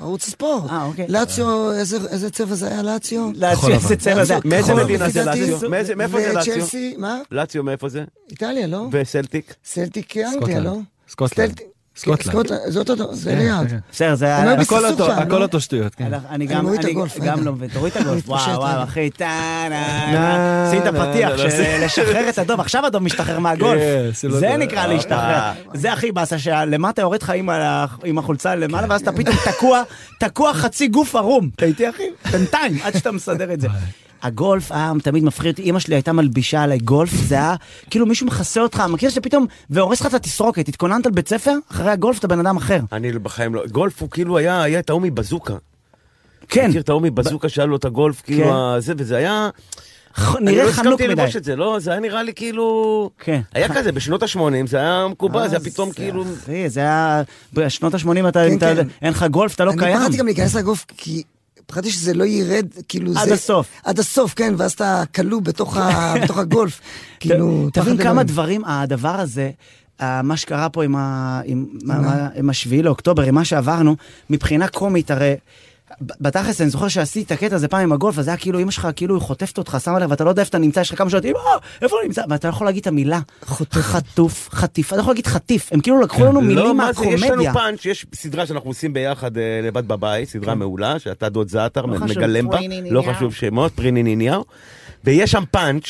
Speaker 4: ערוץ הספורט.
Speaker 1: אוקיי. אה, אוקיי.
Speaker 4: לאציו, איזה- איזה צבע זה היה לאציו?
Speaker 1: לאציו, איזה צבע זה?
Speaker 3: לא, מאיזה
Speaker 1: כחול
Speaker 3: מדינה
Speaker 1: לבן.
Speaker 3: זה
Speaker 4: לפי דעתי-
Speaker 3: לאציו? מאיזה- מאיפה זה לאציו?
Speaker 4: וצ'לסי, מה?
Speaker 3: לאציו מאיפה זה?
Speaker 4: איטליה, לא?
Speaker 3: וסלטיק?
Speaker 4: סלטיק אנגליה, לא?
Speaker 2: סקוטלנד.
Speaker 4: סלטיק-
Speaker 2: סקוטלנד.
Speaker 4: סקוטלנד, כן, זה אותו דבר, זה ליד.
Speaker 1: בסדר, זה
Speaker 4: אומר
Speaker 1: היה...
Speaker 4: בסוף
Speaker 2: הכל
Speaker 4: שם,
Speaker 2: אותו,
Speaker 4: לא?
Speaker 2: הכל אותו שטויות. כן.
Speaker 1: אני
Speaker 4: אני
Speaker 1: גם,
Speaker 4: מוריד את
Speaker 1: אני
Speaker 4: הגולף,
Speaker 1: גם
Speaker 4: רגע.
Speaker 1: לא מבין, תוריד את הגולף,
Speaker 4: מתפשט,
Speaker 1: וואו וואו
Speaker 4: רגע.
Speaker 1: אחי, טה נה
Speaker 2: נה,
Speaker 1: נה, שים את
Speaker 2: נה,
Speaker 1: הפתיח
Speaker 2: נה,
Speaker 1: של לשחרר את הדוב, עכשיו הדוב משתחרר מהגולף,
Speaker 2: כן, שים לו
Speaker 1: זה
Speaker 2: את זה.
Speaker 1: נקרא להשתחרר, זה הכי באסה, שלמטה יורד לך עם ה- עם החולצה למעלה, ואז אתה פתאום תקוע, תקוע חצי גוף ערום, אתה איתי אחי? בינתיים, עד שאתה מסדר את זה. הגולף היה תמיד מפחיד אותי, אמא שלי הייתה מלבישה עליי גולף, זה היה כאילו מישהו מכסה אותך, מכיר שפתאום, והורס לך את התסרוקת, התכוננת לבית ספר, אחרי הגולף אתה בן אדם אחר.
Speaker 3: אני בחיים לא... גולף הוא כאילו היה, היה את ההוא מבזוקה.
Speaker 1: כן,
Speaker 3: מכיר את ההוא מבזוקה שהיה לו את הגולף, כאילו,
Speaker 1: כן.
Speaker 3: הזה, וזה היה...
Speaker 1: נראה
Speaker 3: אני לא
Speaker 1: חנוק
Speaker 3: הסכמתי
Speaker 1: מדי.
Speaker 3: ללבוש את זה, לא? זה היה נראה לי כאילו...
Speaker 1: כן.
Speaker 3: היה כזה, בשנות ה-80 זה היה מקובל, זה היה פתאום
Speaker 1: אז,
Speaker 3: כאילו...
Speaker 1: לא, אחי, זה היה... בשנות ה-80 אתה... אם אתה-
Speaker 4: כן.
Speaker 1: אין לך גולף, אתה לא
Speaker 4: אני
Speaker 1: קיים.
Speaker 4: פחדתי גם להיכנס לגוף, כי פחדתי שזה לא ירד, כאילו זה...
Speaker 1: עד הסוף.
Speaker 4: עד הסוף, כן, ואז אתה כלוא בתוך ה- בתוך הגולף. כאילו,
Speaker 1: ת- תבין
Speaker 4: פחד
Speaker 1: כמה
Speaker 4: אלוהים.
Speaker 1: דברים, הדבר הזה, אה, מה שקרה פה עם ה- עם- מה- מה- עם השביעי לאוקטובר, עם מה שעברנו, מבחינה קומית, הרי... ב- בתכלס אני זוכר שעשיתי את הקטע הזה פעם עם הגולף, אז זה היה כאילו אמא שלך כאילו היא חוטפת אותך, שמה לב, ואתה לא יודע איפה אתה נמצא, יש לך כמה שעות, אמא, איפה אני נמצא? ואתה לא יכול להגיד את המילה. חטוף, חטיף, אתה לא יכול להגיד חטיף, הם כאילו לקחו לנו
Speaker 3: לא,
Speaker 1: מילים
Speaker 3: מה זה, יש לנו
Speaker 1: מהקומדיה.
Speaker 3: פאנץ', יש סדרה שאנחנו עושים ביחד אה, לבד בבית, סדרה מעולה, שאתה דוד זעתר
Speaker 1: כן. לא חשוב,
Speaker 3: מגלם בה, לא חשוב שמות, פריני ניניהו, ויש שם פאנץ',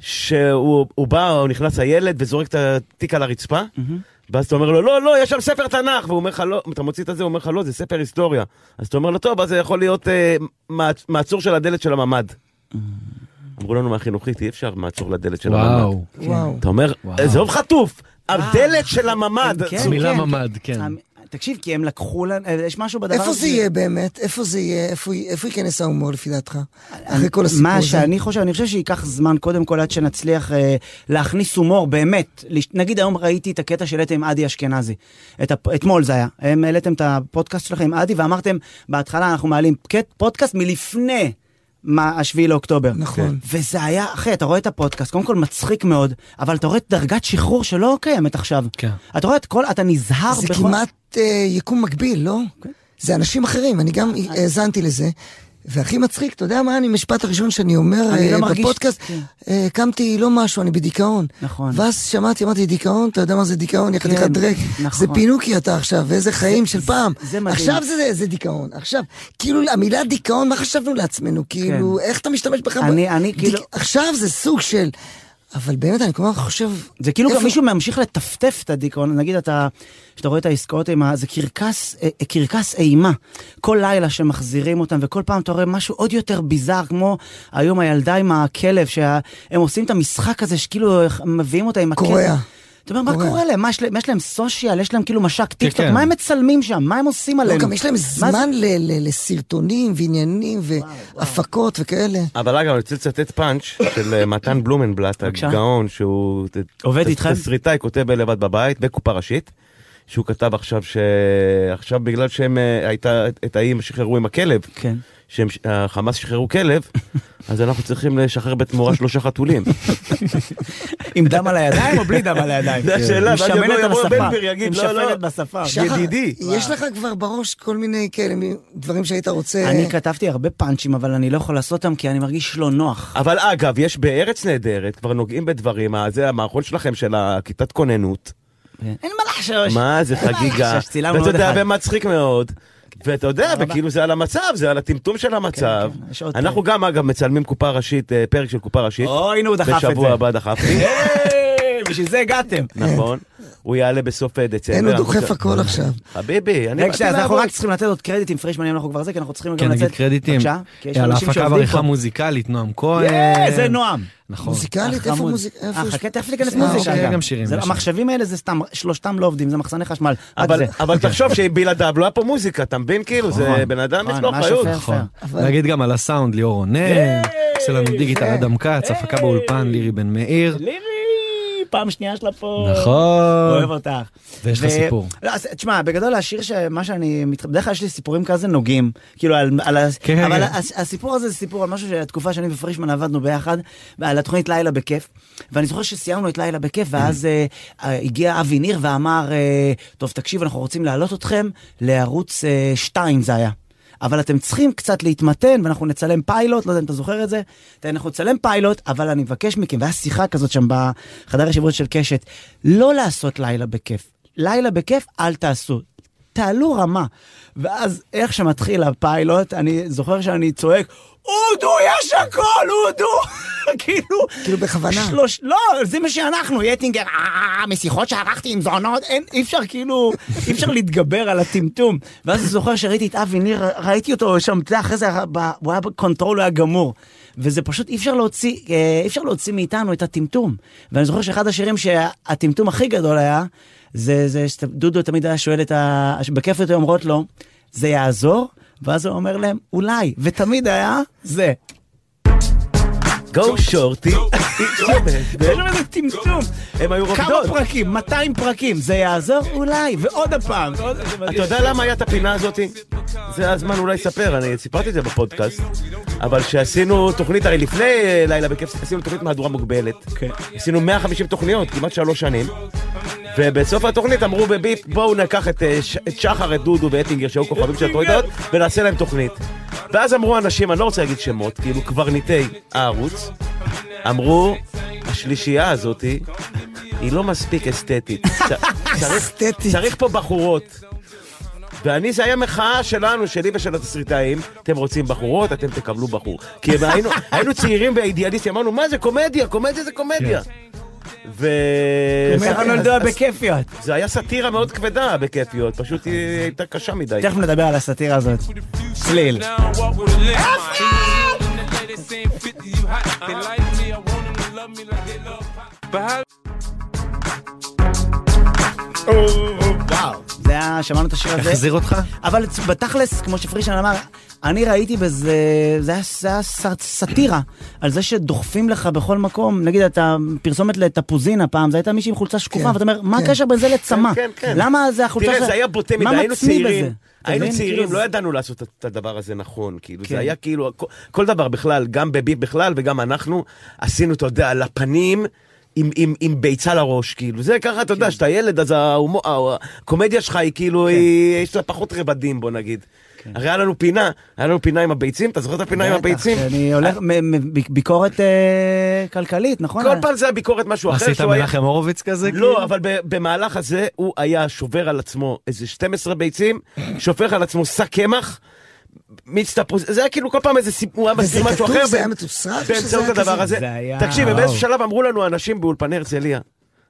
Speaker 3: שהוא הוא בא, הוא נכנס הילד וזורק את התיק על הרצפה, ואז אתה אומר לו, לא, לא, יש שם ספר תנ"ך, והוא אומר לך, לא, אתה מוציא את הזה, הוא אומר לך, לא, זה ספר היסטוריה. אז אתה אומר לו, טוב, אז זה יכול להיות אה, מעצ- מעצור של הדלת של הממ"ד. אמרו לנו מהחינוכית, אי אפשר מעצור לדלת של הממ"ד.
Speaker 2: וואו.
Speaker 4: וואו.
Speaker 3: אתה אומר,
Speaker 2: וואו.
Speaker 3: עזוב חטוף, הדלת של הממ"ד.
Speaker 1: כן,
Speaker 2: זו מילה
Speaker 1: כן.
Speaker 2: ממ"ד, כן.
Speaker 1: המ- תקשיב, כי הם לקחו לנו, אה, יש משהו בדבר
Speaker 4: איפה
Speaker 1: הזה.
Speaker 4: זה יהיה באמת? איפה זה יהיה? איפה איפה ייכנס ההומור לפי דעתך? אחרי כל הסיפור
Speaker 1: מה
Speaker 4: הזה.
Speaker 1: שאני חושב, אני חושב שייקח זמן קודם כל עד שנצליח אה, להכניס הומור באמת. לש- נגיד היום ראיתי את הקטע שהעליתם עם עדי אשכנזי. את הפ... אתמול זה היה. הם העליתם את הפודקאסט שלכם עם עדי ואמרתם, בהתחלה אנחנו מעלים קט... פודקאסט מלפני. מה, השביעי לאוקטובר.
Speaker 4: נכון.
Speaker 1: וזה היה, אחי, אתה רואה את הפודקאסט, קודם כל מצחיק מאוד, אבל אתה רואה את דרגת שחרור שלא קיימת עכשיו.
Speaker 2: כן.
Speaker 1: אתה רואה את כל, אתה נזהר
Speaker 4: זה
Speaker 1: בכל... כן. אה.
Speaker 4: כמעט אה, יקום מקביל, לא? זה אנשים אחרים, אני גם האזנתי לזה. והכי מצחיק, אתה יודע מה, אני, משפט הראשון שאני אומר
Speaker 1: אני
Speaker 4: אה,
Speaker 1: לא מרגיש-
Speaker 4: בפודקאסט,
Speaker 1: כן.
Speaker 4: אה, קמתי לא משהו, אני בדיכאון.
Speaker 1: נכון.
Speaker 4: ואז שמעתי, אמרתי, דיכאון, אתה יודע מה זה דיכאון, יא חתיכת דרק.
Speaker 1: נכון.
Speaker 4: זה פינוקי אתה עכשיו, ואיזה חיים של פעם.
Speaker 1: זה מדהים.
Speaker 4: עכשיו זה- זה דיכאון, עכשיו. כאילו, המילה דיכאון, מה חשבנו לעצמנו? כאילו, איך אתה משתמש בך?
Speaker 1: כן. אני- אני
Speaker 4: דיכ-
Speaker 1: כאילו-
Speaker 4: עכשיו זה סוג של... אבל באמת, אני כל הזמן חושב...
Speaker 1: זה כאילו גם
Speaker 4: איפה-
Speaker 1: מישהו ממשיך לטפטף את הדיכאון, נגיד אתה, כשאתה רואה את העסקאות עם ה... זה קרקס, אה, אה, קרקס אימה. כל לילה שמחזירים אותם, וכל פעם אתה רואה משהו עוד יותר ביזאר, כמו היום הילדה עם הכלב, שהם עושים את המשחק הזה, שכאילו איך- מביאים אותה עם הכלב.
Speaker 4: קוריאה.
Speaker 1: אתה אומר, מה
Speaker 4: קוריאה.
Speaker 1: קורה להם? מה יש להם- יש להם סושיאל? יש להם כאילו משק טיקטוק?
Speaker 2: כן.
Speaker 1: מה הם מצלמים שם? מה הם עושים
Speaker 4: לא,
Speaker 1: עלינו?
Speaker 4: גם יש להם
Speaker 1: מה זה-
Speaker 4: זמן ל- ל- לסרטונים ועניינים והפקות וכאלה.
Speaker 3: אבל אגב, אני רוצה לצטט פאנץ' של אה, מתן בלומנבלט,
Speaker 1: בבקשה.
Speaker 3: הגאון, שהוא... ת-
Speaker 1: עובד
Speaker 3: תס-
Speaker 1: איתכם?
Speaker 3: תסריטאי, כותב בלבד בבית, בקופה ראשית, שהוא כתב עכשיו ש... עכשיו בגלל שהם אה, הייתה... את האיים שחררו עם הכלב,
Speaker 1: כן.
Speaker 3: שהם- החמאס שחררו כלב, אז אנחנו צריכים לשחרר בתמורה שלושה חתולים.
Speaker 1: עם דם על הידיים או בלי דם על הידיים?
Speaker 3: זה השאלה, ואז
Speaker 1: משמנת
Speaker 3: יבוא-
Speaker 1: על
Speaker 3: יבוא
Speaker 1: השפה.
Speaker 3: בן גביר, יגיד,
Speaker 1: עם
Speaker 3: "לא, לא."
Speaker 1: שפנת בשפה.
Speaker 4: שחר,
Speaker 3: ידידי.
Speaker 4: יש לך כבר בראש כל מיני כאלה מ- דברים שהיית רוצה...
Speaker 2: אה.
Speaker 1: אני כתבתי הרבה פאנצ'ים, אבל אני לא יכול לעשות אותם כי אני מרגיש לא נוח.
Speaker 3: אבל אגב, יש בארץ נהדרת, כבר נוגעים בדברים, ה- זה המערכון שלכם של הכיתת כוננות.
Speaker 1: אין מה לחשוש.
Speaker 3: מה זה חגיגה,
Speaker 1: שצילמנו
Speaker 3: ואתה
Speaker 1: עוד
Speaker 3: יודע,
Speaker 1: אחד.
Speaker 3: ומצחיק מאוד. ואתה יודע, וכאילו זה על המצב, זה על הטמטום של המצב.
Speaker 1: כן, יש עוד
Speaker 3: אנחנו גם, אגב, מצלמים קופה ראשית, אה, פרק של קופה ראשית.
Speaker 1: אוי, הנה הוא דחף את זה.
Speaker 3: בשבוע הבא דחפתי,
Speaker 1: היי, בשביל זה הגעתם.
Speaker 3: נכון. הוא יעלה בסוף אה, דצמבר.
Speaker 4: אין, הוא
Speaker 3: אנחנו-
Speaker 4: דוחף הכל עכשיו.
Speaker 3: חביבי, אני
Speaker 1: רגע,
Speaker 3: באתי
Speaker 1: שנייה, אז אנחנו
Speaker 3: לעבוד.
Speaker 1: רק צריכים לתת עוד קרדיטים, פרישמנים אנחנו כבר זה, כי אנחנו צריכים גם
Speaker 2: כן,
Speaker 1: לא לצאת.
Speaker 2: נגיד קרדיטים.
Speaker 1: בבקשה, כי יש
Speaker 2: על
Speaker 1: אנשים
Speaker 2: ההפקה
Speaker 1: שעובדים
Speaker 2: ועריכה
Speaker 1: פה.
Speaker 2: מוזיקלית, נועם כהן.
Speaker 1: יאה, זה נועם.
Speaker 2: נכון.
Speaker 4: מוזיקלית? איפה
Speaker 1: חמוד.
Speaker 4: מוזיקה?
Speaker 1: אה, חכה, תכף ניכנס
Speaker 4: אה,
Speaker 1: מוזיקה.
Speaker 2: אוקיי, גם שירים,
Speaker 1: זה-
Speaker 2: יש.
Speaker 1: המחשבים האלה זה סתם, שלושתם לא עובדים, זה מחסני חשמל. רק
Speaker 3: אבל-
Speaker 1: זה. אוקיי.
Speaker 3: אבל תחשוב שבלעדיו לא היה פה מוזיקה, אתה מבין? כאילו, זה בן אדם, יש לו
Speaker 1: נכון, ממש
Speaker 3: אחריות.
Speaker 1: יפה, יפה.
Speaker 2: נכון. נגיד גם על הסאונד, ליאור רונן, עושה לנו דיגיטל אדם כץ, הפקה באולפן, לירי בן מאיר.
Speaker 1: לירי, פעם שנייה שלה פה. אוהב
Speaker 2: נכון.
Speaker 1: אותך.
Speaker 2: ויש לך
Speaker 1: ו-
Speaker 2: סיפור.
Speaker 1: לא, אז תשמע, בגדול השיר שמה שאני, מת- בדרך כלל יש לי סיפורים כזה נוגעים, כאילו על, על ה-
Speaker 2: כן,
Speaker 1: אבל
Speaker 2: כן.
Speaker 1: הס- הסיפור הזה זה סיפור על משהו שהתקופה שאני ופרישמן עבדנו ביחד, על התוכנית לילה בכיף, ואני זוכר שסיימנו את לילה בכיף, ואז אה, אה, הגיע אבי ניר ואמר, אה, טוב תקשיב, אנחנו רוצים להעלות אתכם לערוץ 2 זה היה. אבל אתם צריכים קצת להתמתן, ואנחנו נצלם פיילוט, לא יודע אם אתה זוכר את זה, אנחנו נצלם פיילוט, אבל אני מבקש מכם, והיה שיחה כזאת שם בחדר הישיבות של קשת, לא לעשות לילה בכיף. לילה בכיף, אל תעשו. תעלו רמה. ואז איך שמתחיל הפיילוט, אני זוכר שאני צועק, אודו, יש הכל, אודו! כאילו...
Speaker 4: כאילו בכוונה.
Speaker 1: שלוש... לא, זה מה שאנחנו, יטינגר, "אה, משיחות שערכתי עם זונות, אין, אי אפשר כאילו, אי אפשר להתגבר על הטמטום. ואז אני זוכר שראיתי את אבי ניר, ראיתי אותו שם, אתה יודע, אחרי זה, ב- הוא היה בקונטרול, הוא היה גמור. וזה פשוט, אי אפשר להוציא, אה, אי אפשר להוציא מאיתנו את הטמטום. ואני זוכר שאחד השירים שהטמטום הכי גדול היה, זה, זה שדודו תמיד היה שואל את ה... בכיף היו אומרות לו, זה יעזור? ואז הוא אומר להם, אולי, ותמיד היה זה.
Speaker 3: גו שורטי.
Speaker 1: יש שם איזה טמטום.
Speaker 3: הם היו
Speaker 1: כמה
Speaker 3: רוקדות.
Speaker 1: פרקים? 200 פרקים. זה יעזור? אולי. ועוד הפעם. ועוד- זה מדהים.
Speaker 3: אתה יודע למה היה את הפינה הזאתי? זה הזמן אולי לספר, אני סיפרתי את זה בפודקאסט. אבל שעשינו תוכנית, הרי לפני אה, לילה בכיף, עשינו תוכנית מהדורה מוגבלת.
Speaker 1: כן.
Speaker 3: עשינו 150 תוכניות, כמעט שלוש שנים. ובסוף התוכנית אמרו בביפ, בואו ניקח את, אה, ש- את שחר, את דודו ואטינגר, שהיו כוכבים של התוכנית הזאת, ונעשה להם תוכנית. ואז אמרו אנשים, אני לא רוצה להגיד שמות, כאילו קברניטי הערוץ, אמרו, השלישייה הזאתי, היא לא מספיק אסתטית. צ- צריך-
Speaker 4: אסתטית.
Speaker 3: צריך פה בחורות. ואני, זה היה מחאה שלנו, שלי ושל התסריטאים. אתם רוצים בחורות, אתם תקבלו בחור. כי הם היינו, היינו צעירים ואידיאליסטים, אמרנו, מה זה קומדיה? קומדיה זה קומדיה. ו...
Speaker 1: ככה נולדו בכיפיות.
Speaker 3: זה היה סאטירה מאוד כבדה בכיפיות, פשוט היא הייתה קשה מדי.
Speaker 1: תכף נדבר על הסאטירה הזאת. צליל.
Speaker 5: Now walk with a limp. And the ladies saying 50, you hot. They like me, I want 'em to love me like they love pop. But how
Speaker 1: וואו. זה היה, שמענו את השיר הזה.
Speaker 2: החזיר אותך?
Speaker 1: אבל צ- בתכלס, כמו שפרישן אמר, אני ראיתי בזה, זה היה, זה היה ס- סאטירה, על זה שדוחפים לך בכל מקום, נגיד אתה, פרסומת לתפוזינה פעם, זה הייתה מישהי עם חולצה שקופה,
Speaker 4: כן,
Speaker 1: ואתה אומר, מה
Speaker 4: כן.
Speaker 1: הקשר בין זה לצמא?
Speaker 3: כן, כן.
Speaker 1: למה זה החולצה
Speaker 3: תראה,
Speaker 1: של-
Speaker 3: זה היה בוטה
Speaker 1: מה
Speaker 3: מדי, היינו
Speaker 1: מצמיא
Speaker 3: צעירים.
Speaker 1: בזה? אתה
Speaker 3: היינו
Speaker 1: מבין?
Speaker 3: צעירים,
Speaker 1: כאילו,
Speaker 3: לא
Speaker 1: זה-
Speaker 3: ידענו לעשות את- את הדבר הזה נכון, כאילו,
Speaker 1: כן.
Speaker 3: זה היה כאילו, הכ- כל דבר בכלל, גם בביפ בכלל וגם אנחנו, עשינו, אתה יודע, על הפנים. עם, עם, עם ביצה לראש, כאילו, זה ככה, אתה
Speaker 1: כן.
Speaker 3: יודע, שאתה ילד, אז ההומו- ה- הקומדיה שלך היא כאילו, היא, יש לה פחות רבדים, בוא נגיד.
Speaker 1: כן.
Speaker 3: הרי היה לנו פינה, היה לנו פינה עם הביצים, אתה זוכר את הפינה עם הביצים?
Speaker 1: אני הולך, מ- מ- ב- ביקורת אה, כלכלית, נכון?
Speaker 3: כל פעם זה היה ביקורת משהו אחר.
Speaker 2: עשית
Speaker 3: שהוא היה-
Speaker 2: מנחם הורוביץ כזה? כאילו?
Speaker 3: לא, אבל ב- במהלך הזה הוא היה שובר על עצמו איזה 12 ביצים, שופך על עצמו שק קמח, מיץ תפוז, זה היה כאילו כל פעם איזה סיפור, הוא היה
Speaker 4: וזה
Speaker 3: מסביר משהו
Speaker 4: כתוב,
Speaker 3: אחר.
Speaker 4: זה היה
Speaker 3: ב-
Speaker 4: מתוסרט?
Speaker 3: באמצעות הדבר הזה.
Speaker 1: זה היה-
Speaker 3: תקשיב,
Speaker 1: וואו.
Speaker 3: באיזשהו שלב אמרו לנו אנשים באולפני הרצליה.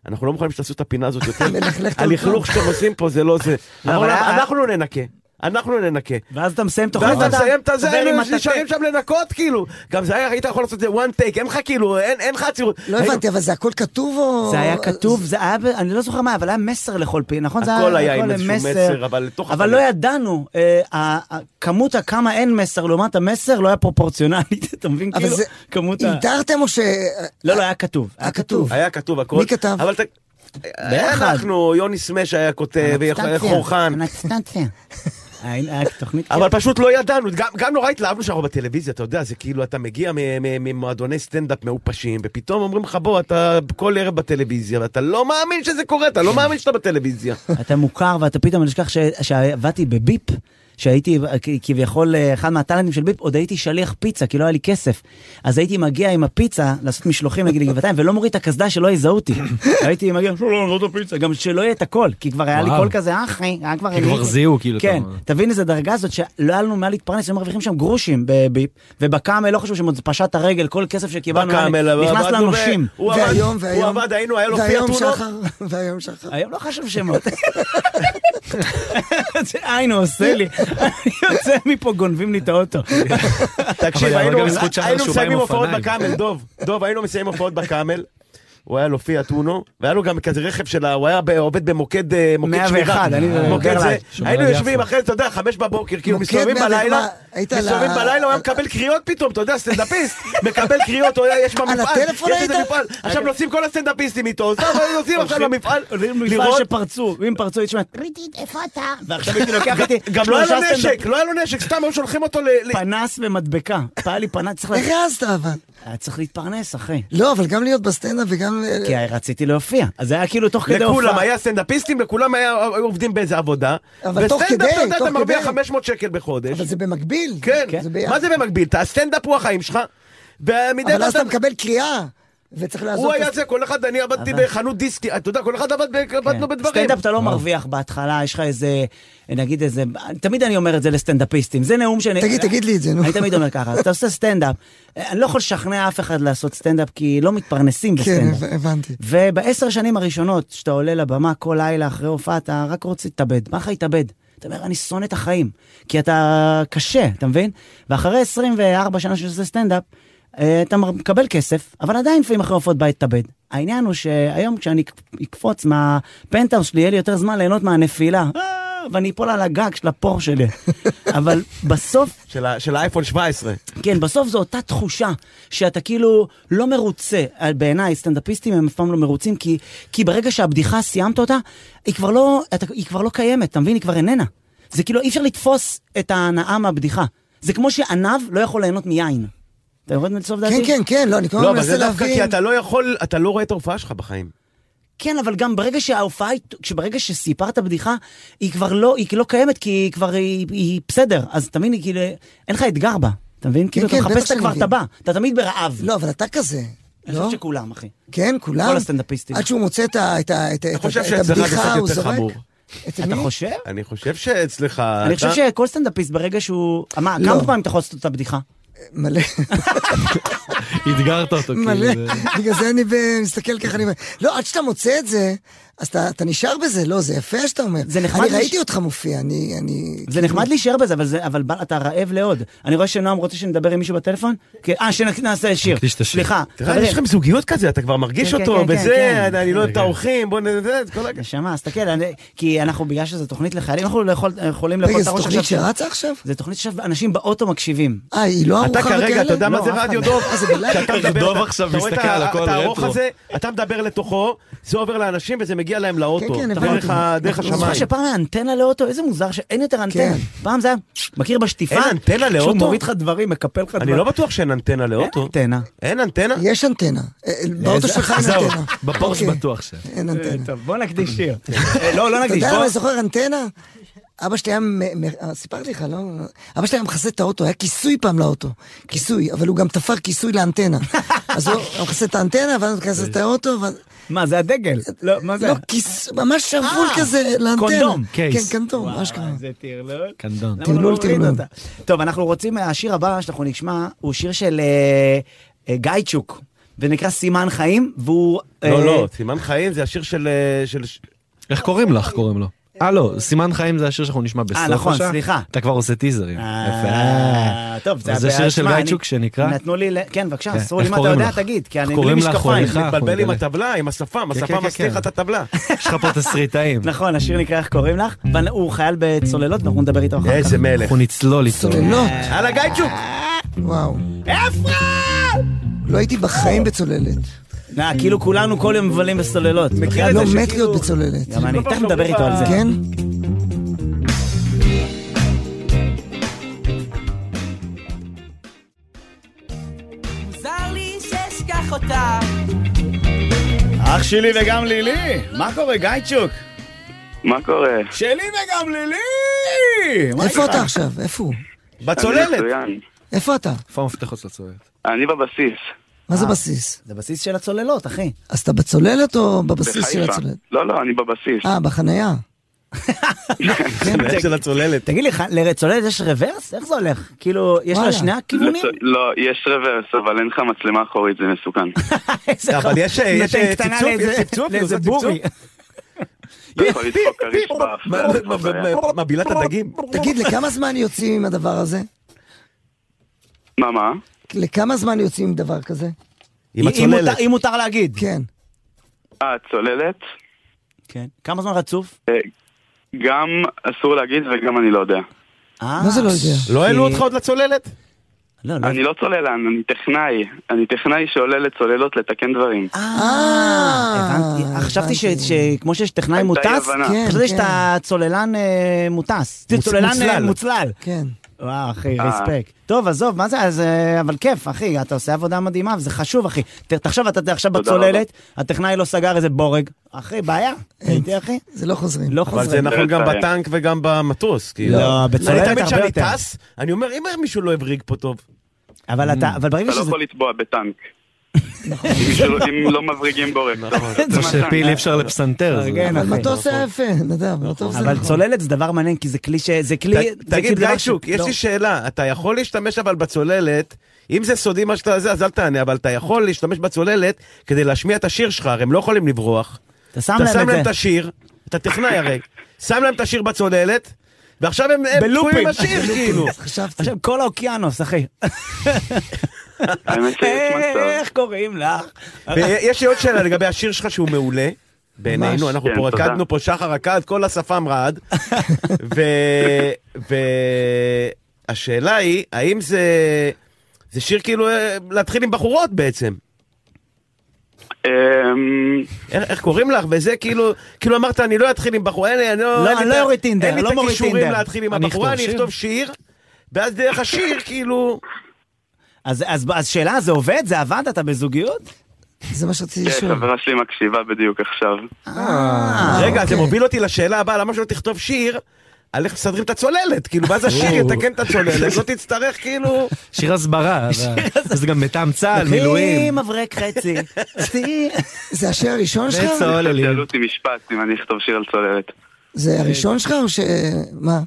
Speaker 3: אנחנו לא מוכנים שתעשו את הפינה הזאת יותר.
Speaker 4: מלכלך את
Speaker 3: הלכלוך שאתם עושים פה זה לא זה.
Speaker 1: לא,
Speaker 3: אמרנו
Speaker 1: אבל
Speaker 3: להם,
Speaker 1: היה-
Speaker 3: אנחנו ננקה, אנחנו ננקה.
Speaker 1: ואז אתה מסיים תוכנית,
Speaker 3: ואז אתה מסיים את הזה,
Speaker 1: מדבר עם
Speaker 3: היינו
Speaker 1: הטאטא.
Speaker 3: נשארים שם לנקות כאילו. גם זה היה, היית יכול לעשות את זה one take, אין לך כאילו, אין אין לך עצירות.
Speaker 4: לא
Speaker 3: היינו-
Speaker 4: הבנתי, אבל זה הכל כתוב או...
Speaker 1: זה היה כתוב, זה היה, ב- אני לא זוכר מה, אבל היה מסר לכל פי, נכון? זה
Speaker 3: הכל היה עם איזשהו מסר, אבל לתוך
Speaker 1: אבל
Speaker 3: הפנים.
Speaker 1: לא ידענו, אה, ה- ה- כמות הכמה אין מסר לעומת המסר לא היה פרופורציונלית, אתה מבין?
Speaker 4: אבל
Speaker 1: כאילו,
Speaker 4: זה...
Speaker 1: כמות ה...
Speaker 4: הגדרתם או ש...
Speaker 1: לא, לא, היה כתוב. היה
Speaker 4: היה
Speaker 1: כתוב.
Speaker 4: כתוב.
Speaker 3: היה כתוב הכל.
Speaker 4: מי כתב?
Speaker 3: אבל ת...
Speaker 1: ביחד.
Speaker 3: אנחנו, יוני סמש היה כותב,
Speaker 4: כן.
Speaker 3: חורחן.
Speaker 1: אנסטנציה. היה היה תוכנית...
Speaker 3: אבל פשוט לא ידענו, גם, גם נורא התלהבנו שאנחנו בטלוויזיה, אתה יודע, זה כאילו אתה מגיע מ- מ- ממועדוני סטנדאפ מעופשים, ופתאום אומרים לך, בוא, אתה כל ערב בטלוויזיה, ואתה לא מאמין שזה קורה,
Speaker 4: כן.
Speaker 3: אתה לא מאמין שאתה בטלוויזיה.
Speaker 1: אתה מוכר ואתה פתאום, אני אשכח ש- שעבדתי בביפ, שהייתי אה, כ- כביכול אה, אחד מהטאלנטים של ביפ, עוד הייתי שליח פיצה, כי לא היה לי כסף. אז הייתי מגיע עם הפיצה לעשות משלוחים נגיד לגבעתיים, ולא מוריד את הקסדה שלא יזהו אותי. הייתי מגיע, שלום, זאת הפיצה, גם שלא יהיה את הקול, כי כבר היה לי
Speaker 2: וואו.
Speaker 1: קול כזה, אחי, היה כבר...
Speaker 2: כי כבר זיהו, כאילו,
Speaker 1: כן,
Speaker 2: אתה-
Speaker 1: תבין איזה דרגה זאת, שלא היה לנו מה להתפרנס, היו מרוויחים שם גרושים בביפ, ובקאמל לא חשוב שם, עוד פשט הרגל, כל כסף שקיבלנו, היה
Speaker 3: בקאמל, אבל
Speaker 1: נכנס
Speaker 3: עבדנו ב-
Speaker 1: לנושים.
Speaker 3: הוא עבד-
Speaker 4: והיום, והיום...
Speaker 3: הוא עבד, היינו, היה לו פיאט
Speaker 4: והיום
Speaker 3: אונו.
Speaker 4: שחר, והיום שחר.
Speaker 1: היום לא חשוב שמות. זה עין הוא עושה לי, אני יוצא מפה גונבים לי את האוטו.
Speaker 3: תקשיב,
Speaker 2: אבל
Speaker 3: היינו
Speaker 2: גם זכות שחר
Speaker 3: היינו
Speaker 2: שהוא בא
Speaker 3: מסיימים
Speaker 2: עם
Speaker 3: הופעות
Speaker 2: אופניים.
Speaker 3: בקאמל, דוב, דוב, היינו מסיימים הופעות בקאמל. הוא היה לו פיאט אונו, והיה לו גם כזה רכב של ה... הוא היה ב- עובד במוקד אה, מוקד
Speaker 1: 101,
Speaker 3: שמירה.
Speaker 1: אני מדבר
Speaker 3: מוקד
Speaker 1: עליי.
Speaker 3: זה.
Speaker 2: שומר
Speaker 3: היינו
Speaker 2: על
Speaker 3: יושבים
Speaker 2: יפו.
Speaker 3: אחרי, אתה יודע, חמש בבוקר, כאילו
Speaker 4: מוקד
Speaker 3: מסתובבים
Speaker 4: 101,
Speaker 3: בלילה,
Speaker 4: היית על ה-
Speaker 3: מסתובבים בלילה, הוא היה מקבל קריאות פתאום, אתה יודע, סטנדאפיסט, מקבל קריאות, הוא היה- יש במפעל,
Speaker 4: הטלפון
Speaker 3: יש איזה
Speaker 4: היית?
Speaker 3: מפעל. עכשיו נוסעים כל הסטנדאפיסטים איתו, עזוב,
Speaker 1: אוקיי.
Speaker 3: נוסעים עכשיו למפעל,
Speaker 1: מפעל
Speaker 3: לראות.
Speaker 1: שפרצו, אם פרצו, הייתי שומע, ריטית, איפה אתה? ועכשיו הייתי לוקח איתי
Speaker 3: גם לא היה לו
Speaker 1: שלושה סטנדאפ-
Speaker 3: נשק, לא היה לו נשק, סתם היו שולחים אותו ל... ל-
Speaker 1: פנס ומדבקה. היה לי פנס, צריך לה-
Speaker 4: איך העזת אבל?
Speaker 1: היה צריך להתפרנס, אחי.
Speaker 4: לא, אבל גם להיות בסטנדאפ וגם...
Speaker 1: כי רציתי להופיע, אז זה היה כאילו תוך כדי הופעה.
Speaker 3: לכולם, היה סטנדאפיסטים, לכולם היה- היו עובדים באיזה עבודה.
Speaker 4: אבל תוך
Speaker 3: וסטנדאפ,
Speaker 4: כדי,
Speaker 3: אתה יודע,
Speaker 4: תוך
Speaker 3: אתה מרוויח
Speaker 4: כדי.
Speaker 3: 500 שקל בחודש.
Speaker 4: אבל זה במקביל.
Speaker 3: כן,
Speaker 4: זה
Speaker 3: מה
Speaker 4: ביחד.
Speaker 3: זה במקביל? אתה- הסטנדאפ הוא החיים שלך. ומדי
Speaker 4: אבל אז
Speaker 3: פעם
Speaker 4: אתה מקבל קריאה, וצריך לעזוב.
Speaker 3: הוא
Speaker 4: את
Speaker 3: היה
Speaker 4: הס-
Speaker 3: זה, כל אחד, אני עבדתי בחנות דיסקי, אתה יודע, כל אחד עבד, ב-
Speaker 1: כן.
Speaker 3: עבדנו בדברים.
Speaker 1: סטנדאפ
Speaker 4: אה.
Speaker 1: אתה לא מרוויח בהתחלה, יש לך איזה, נגיד איזה, תמיד אני אומר את זה לסטנדאפיסטים, זה נאום שאני...
Speaker 4: תגיד, תגיד לי את זה, נו.
Speaker 1: אני תמיד אומר ככה, אז אתה עושה סטנדאפ, אני לא יכול לשכנע אף אחד לעשות סטנדאפ כי לא מתפרנסים
Speaker 4: כן,
Speaker 1: בסטנדאפ.
Speaker 4: הבנתי.
Speaker 1: ובעשר שנים הראשונות, שאתה עולה לבמה כל לילה אחרי הופעה, אתה רק רוצה להתאבד. מה לך להתאבד? אתה אומר, אני שונא את החיים, כי אתה קשה, אתה מבין? ואחרי 24 שנה שעושה סטנדאפ, אה, אתה מר- מקבל כסף, אבל עדיין לפעמים אחרי הופעות בית תתאבד. העניין הוא שהיום כשאני אקפוץ מהפנטהאוס שלי, יהיה לי יותר זמן ליהנות מהנפילה. אה, ואני אפול על הגג של הפור שלי. אבל בסוף
Speaker 3: של ה- של האייפון
Speaker 4: לא,
Speaker 3: 17.
Speaker 1: כן, בסוף זו אותה תחושה שאתה כאילו לא מרוצה. בעיניי, סטנדאפיסטים הם אף פעם לא מרוצים, כי, כי ברגע שהבדיחה, סיימת אותה, היא כבר, לא, אתה, היא כבר לא קיימת, אתה מבין? היא כבר איננה. זה כאילו, אי אפשר לתפוס את ההנאה מהבדיחה. זה כמו שענב לא יכול ליהנות מיין. אתה יורד לסוף
Speaker 4: כן,
Speaker 1: דעתי?
Speaker 4: כן, כן, לא, אני כל
Speaker 3: לא,
Speaker 4: הזמן
Speaker 3: אבל
Speaker 4: מנסה
Speaker 3: זה דווקא
Speaker 4: להבין.
Speaker 3: כי אתה לא יכול, אתה לא רואה את ההופעה שלך בחיים.
Speaker 1: כן, אבל גם ברגע שההופעה, היא- שברגע שסיפרת בדיחה, היא כבר לא, היא לא קיימת, כי היא כבר, היא, היא בסדר. אז אתה מבין, היא כאילו, אין לך אתגר בה. אתה מבין? כאילו, אתה
Speaker 4: כן, בטח
Speaker 1: מחפש את
Speaker 4: שאני
Speaker 1: כבר
Speaker 4: מבין.
Speaker 1: את הבא. אתה תמיד ברעב.
Speaker 4: לא, אבל אתה כזה.
Speaker 1: אני חושב
Speaker 4: לא?
Speaker 1: שכולם, אחי.
Speaker 4: כן, כולם.
Speaker 1: כל הסטנדאפיסטים.
Speaker 4: עד שהוא מוצא את ה- את ה- את ה- את
Speaker 3: חושב
Speaker 4: ה- את
Speaker 3: שאצלך זה
Speaker 4: הבדיחה,
Speaker 3: קצת
Speaker 4: הוא
Speaker 3: יותר
Speaker 4: זורק.
Speaker 3: חמור.
Speaker 4: את
Speaker 1: אתה
Speaker 4: מי?
Speaker 1: חושב?
Speaker 3: אני חושב שאצלך...
Speaker 1: אני
Speaker 3: אתה-
Speaker 1: חושב שכל סטנדאפיסט ברגע שהוא... מה,
Speaker 4: לא.
Speaker 1: כמה פעמים אתה יכול לעשות את הבדיחה?
Speaker 4: מלא,
Speaker 2: אתגרת אותו,
Speaker 4: מלא.
Speaker 2: כאילו. זה-
Speaker 4: בגלל זה אני ב- מסתכל ככה, אני אומר, לא, עד שאתה מוצא את זה, אז אתה אתה נשאר בזה, לא, זה יפה שאתה אומר.
Speaker 1: זה נחמד
Speaker 4: אני
Speaker 1: לש-
Speaker 4: ראיתי אותך מופיע, אני... אני-
Speaker 1: זה נחמד להישאר בזה, אבל, זה, אבל בל, אתה רעב לעוד. אני רואה שנועם רוצה שנדבר עם מישהו בטלפון? כן, אה, שנעשה שיר.
Speaker 2: נקדיש את השיר.
Speaker 1: סליחה,
Speaker 3: תראה, יש
Speaker 1: חברים.
Speaker 3: לכם זוגיות כזה, אתה כבר מרגיש
Speaker 1: כן, כן,
Speaker 3: אותו,
Speaker 1: כן,
Speaker 3: וזה,
Speaker 1: כן,
Speaker 3: אני- אני לא אוהב את האורחים, בוא נ... זה, את כל הכ-
Speaker 1: נשמה, אז תסתכל, אני- כי אנחנו, בגלל שזו תוכנית לחיילים, אנחנו לא יכול- יכולים לאכול
Speaker 4: כאילו, רגע,
Speaker 1: את
Speaker 4: זו
Speaker 1: הראש
Speaker 4: תוכנית
Speaker 1: עכשיו.
Speaker 4: שרצה עכשיו?
Speaker 1: זו תוכנית שעכשיו אנשים באוטו מקשיבים.
Speaker 4: אה, היא לא ארוחה
Speaker 3: אתה
Speaker 4: וכאלה?
Speaker 3: כרגע, אתה יודע מה
Speaker 1: לא,
Speaker 3: זה
Speaker 1: אף אחד
Speaker 3: רדיו
Speaker 1: לא.
Speaker 3: דוב?
Speaker 4: אה, זה בלייב?
Speaker 3: כשאתה
Speaker 2: רגע,
Speaker 3: מדבר,
Speaker 2: דוב
Speaker 3: אתה-
Speaker 2: עכשיו
Speaker 3: אתה רואה את
Speaker 2: מסתכל על
Speaker 3: ה-
Speaker 2: הכל
Speaker 3: את הארוך
Speaker 2: רטרו.
Speaker 3: הזה, אתה מדבר לתוכו, זה עובר לאנשים וזה מגיע להם לאוטו.
Speaker 4: כן, כן,
Speaker 3: אתה
Speaker 4: הבנתי.
Speaker 3: דרך ה- דרך
Speaker 1: אני זוכר
Speaker 3: השמיים.
Speaker 1: שפעם היה אנטנה לאוטו, איזה מוזר שאין יותר אנטנה. פעם זה היה, מכיר בשטיפה?
Speaker 3: כן. אין אנטנה
Speaker 1: שהוא
Speaker 3: לאוטו?
Speaker 1: מוריד לך דברים, מקפל לך
Speaker 3: אני
Speaker 1: דברים.
Speaker 3: לא בטוח שאין אנטנה לאוטו.
Speaker 1: אנטנה.
Speaker 3: אין אנטנה?
Speaker 4: יש אנטנה. אה, באוטו שלך אין
Speaker 2: זהו,
Speaker 4: אנטנה.
Speaker 2: בפורש
Speaker 4: אוקיי,
Speaker 2: בטוח ש...
Speaker 4: אין אנטנה.
Speaker 1: טוב, בוא אה, נקדיש שיר. לא, לא
Speaker 4: אתה
Speaker 1: נקדיש.
Speaker 4: יודע
Speaker 1: בוא-
Speaker 4: למה אני זוכר אנטנה? אבא שלי היה, מ- מ- סיפרתי לך, לא? אבא שלי היה מכסה את האוטו, היה כיסוי פעם לאוטו. כיסוי, אבל הוא גם תפר כיסוי לאנטנה. אז הוא היה מכסה את האנטנה, ואז הוא מכסה את האוטו, ואז...
Speaker 1: מה, זה הדגל? לא, מה זה?
Speaker 4: לא, כיס, ממש שרוול כזה לאנטנה.
Speaker 1: קונדום,
Speaker 2: קייס.
Speaker 4: כן, קונדום,
Speaker 1: וואו,
Speaker 4: אשכרה.
Speaker 1: איזה טרלול.
Speaker 2: קנדון.
Speaker 1: למה לא
Speaker 4: טרלול,
Speaker 1: מוריד
Speaker 4: טרלול.
Speaker 1: אותה? טוב, אנחנו רוצים, השיר הבא שאנחנו נשמע הוא שיר של אה, אה, גייצ'וק, ונקרא סימן חיים, והוא... אה,
Speaker 3: לא, לא, סימן חיים זה השיר של... אה, של ש-
Speaker 2: איך קוראים לך? קוראים לו. אה לא, סימן חיים זה השיר שאנחנו נשמע בסוף השעה.
Speaker 1: נכון, סליחה.
Speaker 2: אתה כבר עושה טיזרים.
Speaker 1: אה,
Speaker 2: יפה. אה.
Speaker 1: טוב,
Speaker 2: אז זה
Speaker 1: הבעיה,
Speaker 2: שיר של
Speaker 1: שמע, אני-
Speaker 2: גייצ'וק שנקרא?
Speaker 1: נתנו לי, ל- כן, בבקשה,
Speaker 2: כן,
Speaker 1: אסור לי
Speaker 2: איך
Speaker 1: מה אתה
Speaker 2: קוראים
Speaker 1: יודע,
Speaker 2: לך?
Speaker 1: תגיד, כי אני בלי
Speaker 2: קוראים לך,
Speaker 1: משקפיים.
Speaker 2: הולך? אנחנו
Speaker 3: מתבלבל עם
Speaker 2: נגלה.
Speaker 3: הטבלה, עם השפם,
Speaker 2: כן, כן,
Speaker 3: השפם מסתיר לך
Speaker 2: כן.
Speaker 3: את הטבלה.
Speaker 2: יש לך פה תסריטאים.
Speaker 1: נכון, השיר נקרא איך קוראים לך, אבל הוא חייל בצוללות, ואנחנו נדבר איתו אחר כך.
Speaker 3: איזה מלך.
Speaker 2: אנחנו נצלול איתו. לא.
Speaker 4: צוללות,
Speaker 3: הלאה גייצ'וק!
Speaker 4: וואו. לא הייתי בחיים בצוללת.
Speaker 1: אה, כאילו כולנו כל יום מבלים בצוללות.
Speaker 3: מכיר את
Speaker 4: לא
Speaker 3: זה
Speaker 4: מת
Speaker 3: שכאילו-
Speaker 4: להיות בצוללת.
Speaker 1: גם אני,
Speaker 3: כל פעם
Speaker 1: תכף נדבר
Speaker 3: שאומרים
Speaker 1: איתו על זה.
Speaker 4: כן?
Speaker 6: מוזר לי שאשכח אותה.
Speaker 1: אח שלי וגם לילי, מה קורה, גייצ'וק?
Speaker 7: מה קורה?
Speaker 1: שלי וגם לילי! מה
Speaker 4: איפה
Speaker 1: איתך?
Speaker 4: אתה עכשיו? איפה הוא?
Speaker 7: אני
Speaker 3: בצוללת.
Speaker 7: מצוין.
Speaker 4: איפה אתה?
Speaker 2: איפה המפתחות של הצוללת?
Speaker 7: אני בבסיס.
Speaker 4: מה
Speaker 7: אה.
Speaker 4: זה בסיס?
Speaker 1: זה בסיס של הצוללות, אחי.
Speaker 4: אז אתה בצוללת או בבסיס של
Speaker 7: בחיפה.
Speaker 4: הצוללת?
Speaker 7: לא, לא, אני בבסיס.
Speaker 4: אה, בחנייה.
Speaker 3: מלך של הצוללת.
Speaker 1: תגיד לי, ח- לצוללת יש רוורס? איך זה הולך? כאילו, יש לה
Speaker 4: וואלה.
Speaker 1: שני הכיוונים?
Speaker 7: לצ- לא, יש רוורס, אבל אין לך מצלמה אחורית, זה מסוכן.
Speaker 1: איזה
Speaker 3: לא, אבל
Speaker 1: חמוד.
Speaker 3: יש- אה, יש
Speaker 1: נותן קטנה
Speaker 3: צפצוף, יש
Speaker 1: לאיזה-
Speaker 3: צפצוף, היא
Speaker 1: לאיזה
Speaker 3: עושה צפצוף.
Speaker 1: בורי.
Speaker 7: אתה יכול לדפוק כריש באף.
Speaker 3: מה- מה- מה- מה- מבילה את הדגים.
Speaker 4: תגיד, לכמה זמן יוצאים עם הדבר הזה?
Speaker 7: מה, מה?
Speaker 4: לכמה זמן יוצאים עם דבר כזה?
Speaker 3: עם
Speaker 1: אם
Speaker 3: הצוללת.
Speaker 1: מותר- אם מותר להגיד.
Speaker 4: כן.
Speaker 7: אה, צוללת?
Speaker 1: כן. כמה זמן רצוף?
Speaker 7: אה, גם אסור להגיד וגם אני לא יודע.
Speaker 4: מה זה לא יודע?
Speaker 3: לא העלו אותך עוד לצוללת?
Speaker 1: אה, לא, לא.
Speaker 7: אני לא צוללן, אני טכנאי. אני טכנאי שעולה לצוללות לתקן דברים.
Speaker 4: אה,
Speaker 1: אה, הבנתי. חשבתי ש- שכמו שיש טכנאי
Speaker 7: הייתה
Speaker 1: מוטס,
Speaker 7: אי-הבנה.
Speaker 4: כן,
Speaker 1: חשבתי
Speaker 4: כן.
Speaker 1: שאתה צוללן אה, מוטס. צוללן אה,
Speaker 3: מוצלל.
Speaker 1: מוצלל.
Speaker 4: כן.
Speaker 1: וואו, אחי,
Speaker 7: אה.
Speaker 1: רספקט. טוב, עזוב, מה זה, אז, אה, אבל כיף, אחי, אתה עושה עבודה מדהימה, וזה חשוב, אחי. ת- תחשוב, אתה עכשיו
Speaker 7: תודה
Speaker 1: בצוללת, הטכנאי לא סגר איזה בורג. אחי, בעיה. הייתי, אחי.
Speaker 4: זה לא חוזרים.
Speaker 1: לא
Speaker 3: אבל זה
Speaker 1: חוזרים.
Speaker 3: נכון גם
Speaker 7: לצערי.
Speaker 3: בטנק וגם במטוס. כאילו.
Speaker 1: לא, בצוללת
Speaker 3: אני תמיד
Speaker 1: הרבה
Speaker 3: כשאני
Speaker 1: יותר.
Speaker 3: טס, אני אומר, אם מישהו לא הבריג פה טוב.
Speaker 1: אבל אתה, אבל ברגע
Speaker 7: אתה לא
Speaker 1: שזה...
Speaker 7: יכול לטבוע בטנק. אם מישהו- אם לא מבריגים בורג.
Speaker 2: זה שפיל אי אפשר לפסנתר. זה-
Speaker 1: כן,
Speaker 4: אבל
Speaker 1: אחי.
Speaker 4: מטוס
Speaker 7: לא
Speaker 4: היה יפה, נדב, מטוס זה
Speaker 1: אבל
Speaker 4: נכון.
Speaker 1: צוללת זה דבר מעניין, כי זה כלי ש... זה כלי...
Speaker 3: ת-
Speaker 1: זה
Speaker 3: תגיד,
Speaker 1: כלי דבר
Speaker 3: גייצ'וק,
Speaker 1: ש-
Speaker 3: יש
Speaker 1: לא.
Speaker 3: לי שאלה. אתה יכול להשתמש אבל בצוללת, אם זה סודי מה שאתה זה, אז אל תענה, אבל אתה יכול להשתמש בצוללת כדי להשמיע את השיר שלך, הרי הם לא יכולים לברוח.
Speaker 1: אתה שם
Speaker 3: אתה
Speaker 1: להם
Speaker 3: שם להם
Speaker 1: את
Speaker 3: את
Speaker 1: זה.
Speaker 3: השיר, אתה טכנאי הרי, שם להם את השיר בצוללת, ועכשיו הם הם
Speaker 1: בלופים.
Speaker 3: תקועים עם השיר, כאילו.
Speaker 4: חשבתי.
Speaker 1: עכשיו, כל האוקיינוס, אחי.
Speaker 7: האמת שיש מצב.
Speaker 1: איך קוראים לך?
Speaker 3: ויש לי עוד שאלה לגבי השיר שלך שהוא מעולה. בעינינו,
Speaker 4: ממש.
Speaker 3: אנחנו
Speaker 7: כן,
Speaker 3: פה
Speaker 7: תודה.
Speaker 3: רקדנו פה, שחר רקד, כל השפם רעד. והשאלה היא, האם זה... זה שיר כאילו אה, להתחיל עם בחורות בעצם.
Speaker 7: אמ,
Speaker 3: איך, איך קוראים לך? וזה כאילו, כאילו אמרת, אני לא אתחיל עם בחורה, אין לי, אני לא...
Speaker 1: לא,
Speaker 3: אין
Speaker 1: אני
Speaker 3: לי את
Speaker 1: לא
Speaker 3: ה-
Speaker 1: יורד טינדר,
Speaker 3: אין לי
Speaker 1: לא
Speaker 3: את
Speaker 1: מוריד
Speaker 3: הכישורים
Speaker 1: טינדר.
Speaker 3: להתחיל עם
Speaker 2: אני
Speaker 3: הבחורה,
Speaker 2: אכתוב
Speaker 3: אני
Speaker 2: שיר.
Speaker 3: אכתוב שיר, ואז דרך השיר, כאילו...
Speaker 1: אז- אז אז שאלה, זה עובד? זה עבד? אתה בזוגיות?
Speaker 4: זה מה שרציתי
Speaker 7: כן,
Speaker 4: לשאול.
Speaker 7: חברה שלי מקשיבה בדיוק עכשיו.
Speaker 3: רגע, זה
Speaker 4: אוקיי.
Speaker 3: מוביל אותי לשאלה הבאה, למה שלא תכתוב שיר? על איך מסדרים את הצוללת, כאילו, ואז השיר יתקן את הצוללת, לא תצטרך כאילו...
Speaker 2: שיר הסברה. אבל- זה גם מטעם צה"ל,
Speaker 1: אחי,
Speaker 2: מילואים.
Speaker 1: מברק חצי. אחי.
Speaker 4: זה השיר הראשון שלך?
Speaker 2: וצוללים.
Speaker 7: שאלו אותי משפט אם אני אכתוב שיר על צוללת.
Speaker 4: זה הראשון שלך או ש... מה?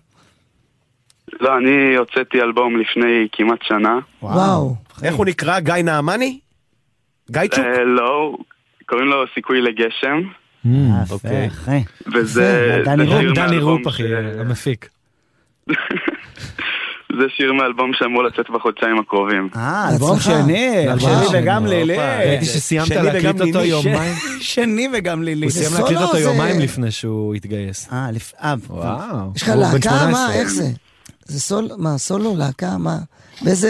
Speaker 7: לא, אני הוצאתי אלבום לפני כמעט שנה.
Speaker 4: וואו.
Speaker 3: איך הוא נקרא? גיא נעמני? גייצ'וק?
Speaker 7: אה, לא, קוראים לו סיכוי לגשם,
Speaker 1: יפה, אחי.
Speaker 7: וזה זה
Speaker 1: יפה, דני
Speaker 7: שיר
Speaker 1: רופ,
Speaker 2: דני
Speaker 7: מהאלבום
Speaker 2: רופ, אחי,
Speaker 7: ש-
Speaker 2: המפיק.
Speaker 7: זה שיר מאלבום שאמור לצאת בחודשיים הקרובים.
Speaker 1: אה, אלבום
Speaker 4: בהצלחה.
Speaker 1: שני,
Speaker 2: אלבום
Speaker 1: שלי
Speaker 2: נכון. שני.
Speaker 1: וגם לילי.
Speaker 2: ראיתי שסיימת
Speaker 3: שני וגם
Speaker 2: להקליט אותו
Speaker 3: ניני,
Speaker 2: יומיים.
Speaker 1: שני וגם לילי.
Speaker 2: הוא סיים
Speaker 4: זה
Speaker 2: להקליט
Speaker 4: סולו
Speaker 2: אותו
Speaker 4: או זה-
Speaker 2: יומיים לפני שהוא התגייס.
Speaker 1: אה, לפ- אה,
Speaker 2: וואו.
Speaker 4: יש לך
Speaker 2: הוא בן
Speaker 4: להקה?
Speaker 2: 18.
Speaker 4: מה? איך זה? זה סול... מה? סולו? להקה? מה? באיזה...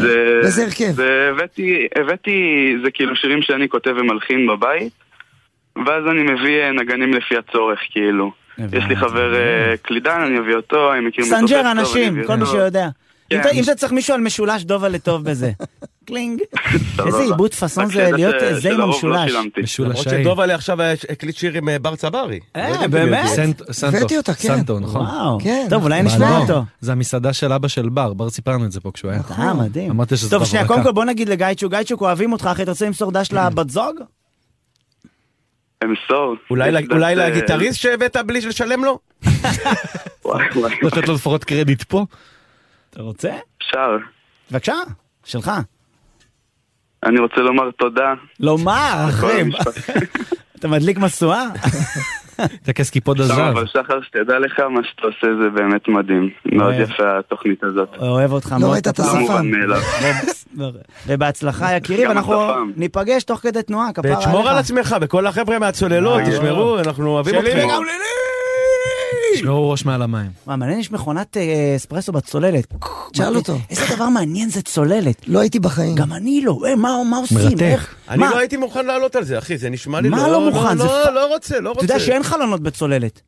Speaker 7: זה-
Speaker 4: באיזה הרכב?
Speaker 7: זה הבאתי, הבאתי, זה כאילו שירים שאני כותב ומלחין בבית, ואז אני מביא אה, נגנים לפי הצורך, כאילו. יש לי חבר אה, קלידן, אני אביא אותו, אני מכיר מזופף
Speaker 1: סנג'ר
Speaker 7: טוב, אני
Speaker 1: אנשים,
Speaker 7: אביא לא,
Speaker 1: כל מי
Speaker 7: אותו.
Speaker 1: שיודע. אם
Speaker 7: כן.
Speaker 1: אתה- אם אתה צריך מישהו על משולש, דובה לטוב בזה. קלינג.
Speaker 7: סבבה.
Speaker 1: איזה עיבוד פאסון
Speaker 7: לא, רק
Speaker 1: זה
Speaker 7: שידע
Speaker 1: להיות אה,
Speaker 7: ש-
Speaker 1: זה עם
Speaker 7: שלרוב לא
Speaker 1: המשולש.
Speaker 7: שילמתי.
Speaker 3: למרות
Speaker 2: משולשיים.
Speaker 3: שדובלה עכשיו היה- הקליט שיר עם אה, בר צברי.
Speaker 1: אה,
Speaker 3: לא יודע אם אתם יודעים.
Speaker 1: באמת?
Speaker 2: סנט- סנטו,
Speaker 4: הבאתי אותה, כן.
Speaker 2: סנטו, נכון.
Speaker 1: וואו.
Speaker 4: כן.
Speaker 1: טוב, אולי נשמע
Speaker 2: באלבום.
Speaker 1: אותו.
Speaker 2: זה המסעדה של אבא של בר, בר סיפרנו את זה פה כשהוא היה.
Speaker 1: אה, מדהים.
Speaker 2: אמרת שזה
Speaker 1: טוב,
Speaker 2: דבר
Speaker 1: שנייה,
Speaker 2: רכה.
Speaker 1: קודם כל בוא נגיד לגייצ'וק, גייצ'וק אוהבים אותך, אחי, אתה רוצה למסור דש לבת זוג?
Speaker 7: אמסור.
Speaker 3: אולי
Speaker 7: יש
Speaker 3: ל-
Speaker 7: קצת,
Speaker 3: אולי
Speaker 7: אה,
Speaker 3: לגיטריסט שהבאת בלי לשלם לו?
Speaker 7: וואי, וואי,
Speaker 2: לתת לו לפחות קרדיט פה.
Speaker 1: אתה רוצה?
Speaker 7: אפשר.
Speaker 1: בבקשה, שלך.
Speaker 7: אני רוצה לומר תודה.
Speaker 1: לא, מה,
Speaker 7: לכל
Speaker 1: אחי? מה-
Speaker 7: המשפחה.
Speaker 1: אתה מדליק משואה?
Speaker 2: טקס קיפוד
Speaker 7: סתם,
Speaker 2: הזהב.
Speaker 7: אבל שחר, שתדע לך, מה שאתה עושה זה באמת מדהים. מאוד יפה התוכנית הזאת.
Speaker 1: אוהב אותך מאוד.
Speaker 4: לא ראית את
Speaker 1: כפרה.
Speaker 7: לא מובן
Speaker 4: השפם.
Speaker 7: מאליו.
Speaker 1: ובהצלחה יקירי,
Speaker 7: גם
Speaker 1: ואנחנו
Speaker 7: השפם.
Speaker 1: ניפגש תוך כדי תנועה, כפרה עליך.
Speaker 3: תשמור על עצמך וכל החבר'ה מהצוללות,
Speaker 1: אה,
Speaker 3: תשמרו, אנחנו אוהבים
Speaker 7: שלי
Speaker 3: אתכם.
Speaker 7: וגם
Speaker 2: תשמעו ראש מעל המים.
Speaker 1: מה, מעניין יש מכונת אה, אספרסו בצוללת.
Speaker 4: שאל
Speaker 1: מה-
Speaker 4: אותו.
Speaker 1: איזה דבר מעניין זה צוללת.
Speaker 4: לא הייתי בחיים.
Speaker 1: גם אני לא, אה, מה מה עושים?
Speaker 2: מרתק.
Speaker 1: איך?
Speaker 3: אני
Speaker 1: מה?
Speaker 3: לא הייתי מוכן לעלות על זה, אחי, זה נשמע לי לא...
Speaker 1: מה לא מוכן? זה פ-
Speaker 3: לא, לא רוצה, לא
Speaker 1: אתה
Speaker 3: רוצה.
Speaker 1: יודע שאין חלונות בצוללת.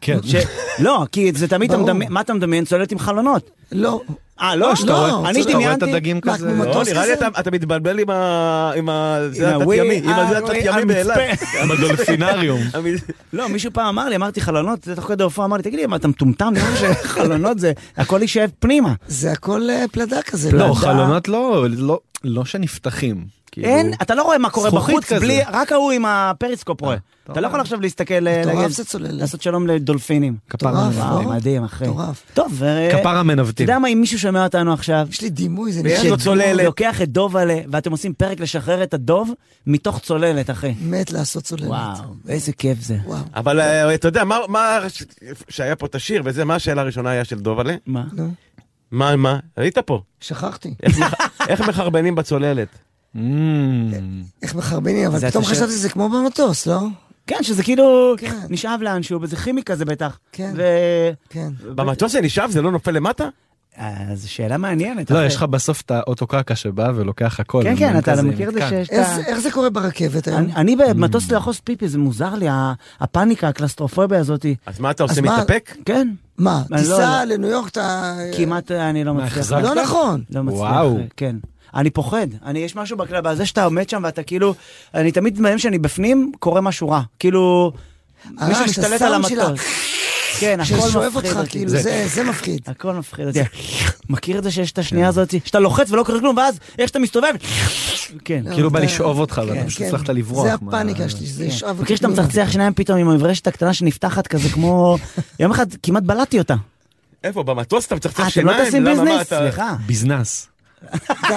Speaker 2: כן.
Speaker 1: ש- לא, כי זה תמיד, אתה
Speaker 4: ברור.
Speaker 1: מדמיין- מה אתה מדמיין? צוללת עם חלונות.
Speaker 4: לא.
Speaker 1: אה, לא?
Speaker 4: שאתה רואה-
Speaker 1: אני
Speaker 4: אתה
Speaker 2: אתה רואה את
Speaker 1: דמיינתי...
Speaker 2: הדגים
Speaker 4: מה,
Speaker 2: כזה?
Speaker 4: כמו
Speaker 3: לא,
Speaker 4: מטוס
Speaker 3: נראה לי
Speaker 4: כזה?
Speaker 3: אתה- אתה מתבלבל עם ה... עם ה...
Speaker 1: עם אה,
Speaker 3: זה התת-ימי,
Speaker 1: ה-we
Speaker 3: עם הזה
Speaker 1: are
Speaker 3: התת-ימי
Speaker 1: on
Speaker 3: באילת.
Speaker 1: מצפה.
Speaker 2: עם הדולפינריום.
Speaker 1: לא, מישהו פעם אמר לי, אמרתי חלונות, זה תוך כדי הופעה, אמר לי, תגיד לי, מה, אתה מטומטם? אני חושב שחלונות זה, הכל יישאב פנימה.
Speaker 4: זה הכל אה, פלדה כזה.
Speaker 2: לא,
Speaker 1: אתה-
Speaker 2: חלונות לא, לא- לא שנפתחים. כאילו-
Speaker 1: אין, אתה לא רואה מה קורה
Speaker 2: זכוכית
Speaker 1: בחוץ,
Speaker 2: כזה.
Speaker 1: בלי, רק ההוא עם הפריסקופ רואה. אתה לא יכול עכשיו להסתכל, אה,
Speaker 4: מטורף
Speaker 1: להגיד-
Speaker 4: זה צוללת.
Speaker 1: לעשות שלום לדולפינים.
Speaker 2: כפרה
Speaker 4: מטורף,
Speaker 1: וואו,
Speaker 2: מנווטים.
Speaker 4: לא?
Speaker 1: מדהים, אחי.
Speaker 4: מטורף.
Speaker 1: טוב, אה,
Speaker 2: כאילו, כפרה
Speaker 1: אתה
Speaker 2: מנווטים.
Speaker 1: יודע מה, אם מישהו שומע אותנו עכשיו,
Speaker 4: יש לי דימוי, זה
Speaker 3: ויש
Speaker 4: נראה
Speaker 1: שדוב
Speaker 3: לו צוללת.
Speaker 1: לוקח את דובלה, ואתם עושים פרק לשחרר את הדוב מתוך צוללת, אחי.
Speaker 4: מת לעשות צוללת.
Speaker 1: וואו, איזה כיף זה.
Speaker 4: וואו.
Speaker 3: אבל אה, אתה יודע, מה- מה... ש- שהיה פה את השיר וזה, מה השאלה הראשונה היה של דובלה?
Speaker 1: מה?
Speaker 4: נו,
Speaker 3: מה, מה? היית פה.
Speaker 4: שכחתי.
Speaker 3: איך מח- איך מחרבנים בצוללת?
Speaker 2: Mm.
Speaker 4: איך מחרבנים,
Speaker 1: זה
Speaker 4: אבל פתאום
Speaker 1: אתה ש-
Speaker 4: חשבתי שזה כמו במטוס, לא?
Speaker 1: כן, שזה כאילו
Speaker 4: כן.
Speaker 1: נשאב לאנשהו, וזה כימי כזה בטח.
Speaker 4: כן.
Speaker 1: ו-
Speaker 4: כן.
Speaker 3: במטוס זה נשאב, זה לא נופל למטה?
Speaker 1: אה, זו שאלה מעניינת.
Speaker 2: לא,
Speaker 1: אחי.
Speaker 2: יש לך בסוף את האוטו קרקע שבא ולוקח הכל.
Speaker 1: כן,
Speaker 2: הם
Speaker 1: כן,
Speaker 2: באים
Speaker 1: אתה
Speaker 2: כזה עם
Speaker 1: מכיר את זה
Speaker 2: מתקן.
Speaker 1: שיש את ה...
Speaker 4: איך זה- איך זה קורה ברכבת היום?
Speaker 1: אני- אני במטוס לא יכול לעשות פיפי, זה מוזר לי, ה- הפאניקה, הקלסטרופוביה הזאת.
Speaker 3: אז מה אתה עושה,
Speaker 4: מה-
Speaker 3: מתאפק?
Speaker 1: כן,
Speaker 4: מה,
Speaker 1: אני לא-
Speaker 4: טיסה לניו יורק, אתה...
Speaker 1: כמעט אה, אני לא
Speaker 2: מה,
Speaker 1: מצליח.
Speaker 2: החזקת?
Speaker 4: לא נכון.
Speaker 1: לא מצליח.
Speaker 2: וואו.
Speaker 1: אה, כן. אני פוחד, אני, יש משהו בכלל, בזה שאתה עומד שם ואתה כאילו, אני תמיד מאמין שאני בפנים, קורה משהו רע. כאילו, מישהו
Speaker 4: הרעש,
Speaker 1: משתלט על
Speaker 4: אה, הסאונד שלה.
Speaker 1: המטוס. כן, הכל
Speaker 4: ששואב
Speaker 1: מפחיד
Speaker 4: אותך,
Speaker 1: אותי. אה,
Speaker 4: כאילו, זה זה מפחיד.
Speaker 1: הכל מפחיד אותי. מכיר את זה שיש את
Speaker 2: כן.
Speaker 1: השנייה הזאת, שאתה לוחץ ולא קורה כלום, ואז איך שאתה מסתובב, כן.
Speaker 2: כאילו בא
Speaker 4: אתה-
Speaker 2: לשאוב אותך, ואתה
Speaker 4: כן,
Speaker 2: פשוט
Speaker 4: כן.
Speaker 2: הצלחת לברוח.
Speaker 4: זה
Speaker 2: מה-
Speaker 4: הפאניקה שלי,
Speaker 1: כן.
Speaker 4: שזה ישאב אותי.
Speaker 1: מכיר שאתה
Speaker 4: פנימה.
Speaker 1: מצחצח שיניים פתאום עם המברשת הקטנה שנפתחת כזה כמו... יום אחד כמעט בלעתי אותה.
Speaker 3: איפה, במטוס אתה מצחצח
Speaker 1: אה, אתם לא
Speaker 3: שיניים?
Speaker 1: טסים
Speaker 3: למה, מה
Speaker 1: ביזנס?
Speaker 3: אתה-
Speaker 1: סליחה.
Speaker 2: ביזנס.
Speaker 4: די,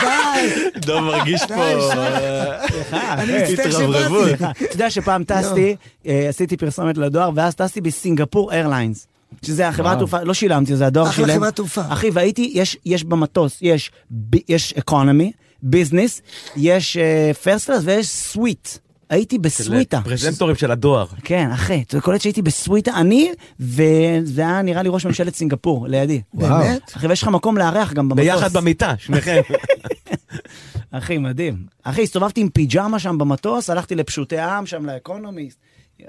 Speaker 4: די.
Speaker 2: דב מרגיש פה... אה,
Speaker 1: אני
Speaker 4: מצטער התרברבות. שבאתי.
Speaker 1: אתה יודע שפעם טסתי, אה, עשיתי פרסומת לדואר, ואז טסתי בסינגפור איירליינס. שזה החברת
Speaker 2: וואו.
Speaker 1: תעופה, לא שילמתי, זה הדואר
Speaker 4: אחלה
Speaker 1: שילם.
Speaker 4: חברת תעופה.
Speaker 1: אחי, והייתי, יש- יש במטוס, יש ב- יש אקונומי, ביזנס, יש פרסט קלאס ויש סוויט. הייתי בסוויטה.
Speaker 3: פרזנטורים של הדואר.
Speaker 1: כן, אחי, אתה קולט שהייתי בסוויטה, אני, וזה היה נראה לי ראש ממשלת סינגפור, לידי.
Speaker 4: באמת?
Speaker 1: אחי, ויש לך מקום לארח גם במטוס.
Speaker 3: ביחד במיטה, שניכם.
Speaker 1: אחי, מדהים. אחי, הסתובבתי עם פיג'מה שם במטוס, הלכתי לפשוטי העם שם, לאקונומיסט.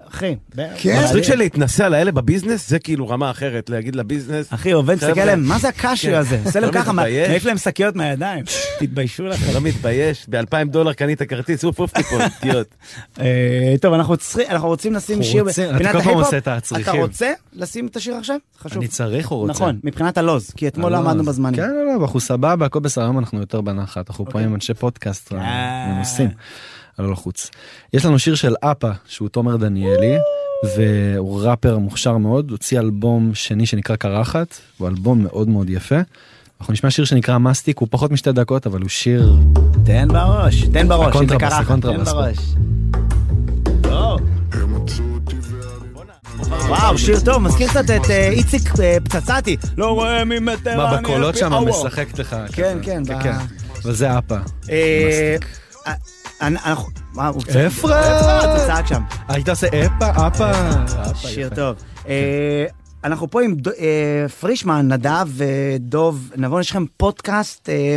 Speaker 1: אחי, ב-
Speaker 4: כן?
Speaker 1: מדהים.
Speaker 3: מצחיק שלהתנסה לאלה בביזנס, זה כאילו רמה אחרת, להגיד לביזנס.
Speaker 1: אחי, עובד, מסתכל
Speaker 3: חבר'ה.
Speaker 1: עליהם, מה זה
Speaker 2: כן.
Speaker 1: הקשיו הזה? עושה להם
Speaker 3: לא
Speaker 1: ככה, מה-
Speaker 3: מתבייש.
Speaker 1: מעיף להם שקיות מהידיים. תתביישו לכם.
Speaker 3: אתה לא מתבייש, ב-2,000 דולר קנית כרטיס, אוף אוף טיפול, אידיוט.
Speaker 1: אה, טוב, אנחנו צריכים, אנחנו רוצים לשים
Speaker 2: אנחנו
Speaker 1: שיר
Speaker 2: רוצים, אתה
Speaker 1: בפינת
Speaker 2: כל פעם
Speaker 1: ההיפ-הופ.
Speaker 2: עושה את
Speaker 1: אתה
Speaker 2: הצריכים.
Speaker 1: רוצה לשים את השיר עכשיו? חשוב.
Speaker 2: אני צריך או רוצה?
Speaker 1: נכון, מבחינת הלוז, כי אתמול לא
Speaker 2: לא,
Speaker 1: עמדנו
Speaker 2: אז-
Speaker 1: בזמנים.
Speaker 2: כן, לא, לא, אנחנו סבבה, הכל בסדר, היום אנחנו יותר בנחת, אנחנו פה
Speaker 1: אוקיי.
Speaker 2: עם אנשי פודקאסט
Speaker 1: אה.
Speaker 2: מנוסים, אבל לא לחוץ. יש לנו שיר של אפה, שהוא תומר דניאלי, והוא ראפר מוכשר מאוד, הוציא אלבום שני שנקרא קרחת, הוא אלבום מאוד מאוד יפה. אנחנו נשמע שיר שנקרא מסטיק, הוא פחות משתי דקות, אבל הוא שיר...
Speaker 1: תן בראש, תן בראש, אם זה
Speaker 2: הקונטרבאס,
Speaker 1: קרה, תן
Speaker 2: הקונטרבאס,
Speaker 1: בראש. לא. וואו, שיר טוב, מזכיר קצת את אה, איציק אה, פצצתי. לא רואה ממטר אני... אה,
Speaker 2: מה, בקולות
Speaker 1: על
Speaker 2: שם
Speaker 1: פי- אוו.
Speaker 2: משחקת לך.
Speaker 1: כן,
Speaker 2: כזה.
Speaker 1: כן, ב-
Speaker 2: אבל זה אפה.
Speaker 1: אה, אה, אנחנו... מה, הוא צעק-
Speaker 2: אפרת!
Speaker 1: אפרת, הוא צעק שם.
Speaker 2: היית עושה אפה, אפה.
Speaker 1: שיר טוב. אה, אנחנו פה עם דו- אה, פרישמן, נדב ודוב נבון, יש לכם פודקאסט. אה,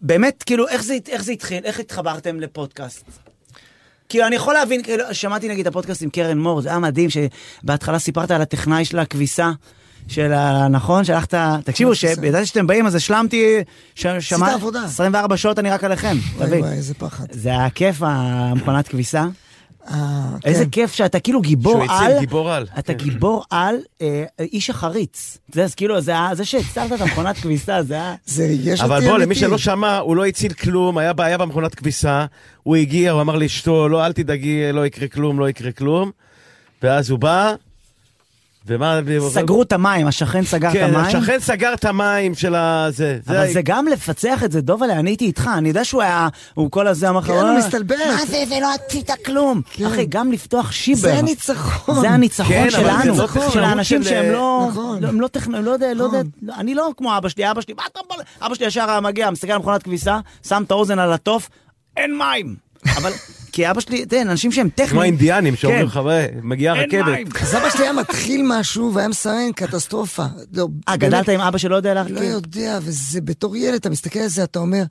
Speaker 1: באמת, כאילו, איך זה איך זה התחיל? איך התחברתם לפודקאסט? כאילו, אני יכול להבין, כאילו, שמעתי נגיד הפודקאסט עם קרן מור, זה היה מדהים שבהתחלה סיפרת על הטכנאי של הכביסה. של ה... נכון? שלחת... תקשיבו,
Speaker 4: ממש בסדר.
Speaker 1: שידעתי שאתם באים, אז השלמתי... ש- שמע-
Speaker 4: עבודה.
Speaker 1: 24 שעות אני רק עליכם,
Speaker 4: וואי
Speaker 1: תבין.
Speaker 4: וואי, איזה פחד.
Speaker 1: זה היה כיף, המכונת כביסה.
Speaker 4: אה,
Speaker 1: איזה
Speaker 4: כן.
Speaker 1: כיף שאתה כאילו גיבור
Speaker 3: שהוא
Speaker 1: על...
Speaker 3: הציל גיבור על. כן.
Speaker 1: אתה גיבור על אה, איש החריץ. זה אז כאילו, זה ה- זה שהצלת את המכונת כביסה, זה היה...
Speaker 4: זה ריגש אותי
Speaker 3: אבל בוא, למי
Speaker 4: אמיתי.
Speaker 3: שלא שמע, הוא לא הציל כלום, היה בעיה במכונת כביסה, הוא הגיע, הוא אמר לאשתו, לא, אל תדאגי, לא יקרה כלום, לא יקרה כלום. ואז הוא בא, ומה...
Speaker 1: סגרו את המים, השכן סגר את
Speaker 3: כן,
Speaker 1: המים.
Speaker 3: השכן סגר את המים של הזה.
Speaker 1: אבל זה גם לפצח את זה, דוב, אבל אני הייתי איתך, אני יודע שהוא היה, הוא כל הזה אמר לך,
Speaker 4: כן,
Speaker 1: "אה,
Speaker 4: הוא מסתלבט.
Speaker 1: מה זה, זה לא עשית כלום. אחי, גם לפתוח שיבר.
Speaker 4: זה הניצחון.
Speaker 1: זה
Speaker 3: כן,
Speaker 1: הניצחון
Speaker 3: אבל זה
Speaker 1: שלנו,
Speaker 3: לא נכון.
Speaker 1: של האנשים
Speaker 3: של-
Speaker 1: שהם לא,
Speaker 4: נכון.
Speaker 1: לא- הם לא טכנולוגיה, לא יודע, לא יודע, לא- אני לא כמו אבא שלי, אבא שלי, מה אתה בא, ל-?" אבא שלי ישר היה מגיע, מסתכל על מכונת כביסה, שם את האוזן על התוף, אין מים. אבל, כי אבא שלי, תראה, אנשים שהם טכניים.
Speaker 3: כמו האינדיאנים שאומרים
Speaker 1: כן.
Speaker 3: לך, "וואי, מגיעה
Speaker 1: אין
Speaker 3: רכבת.
Speaker 1: מים.
Speaker 4: אז אבא שלי היה מתחיל משהו והיה מסיים, קטסטרופה. לא,
Speaker 1: אה,
Speaker 4: באמת,
Speaker 1: גדלת עם אוקיי. אבא שלא יודע להרכיב?
Speaker 4: לא יודע, וזה בתור ילד, אתה מסתכל על זה, אתה אומר,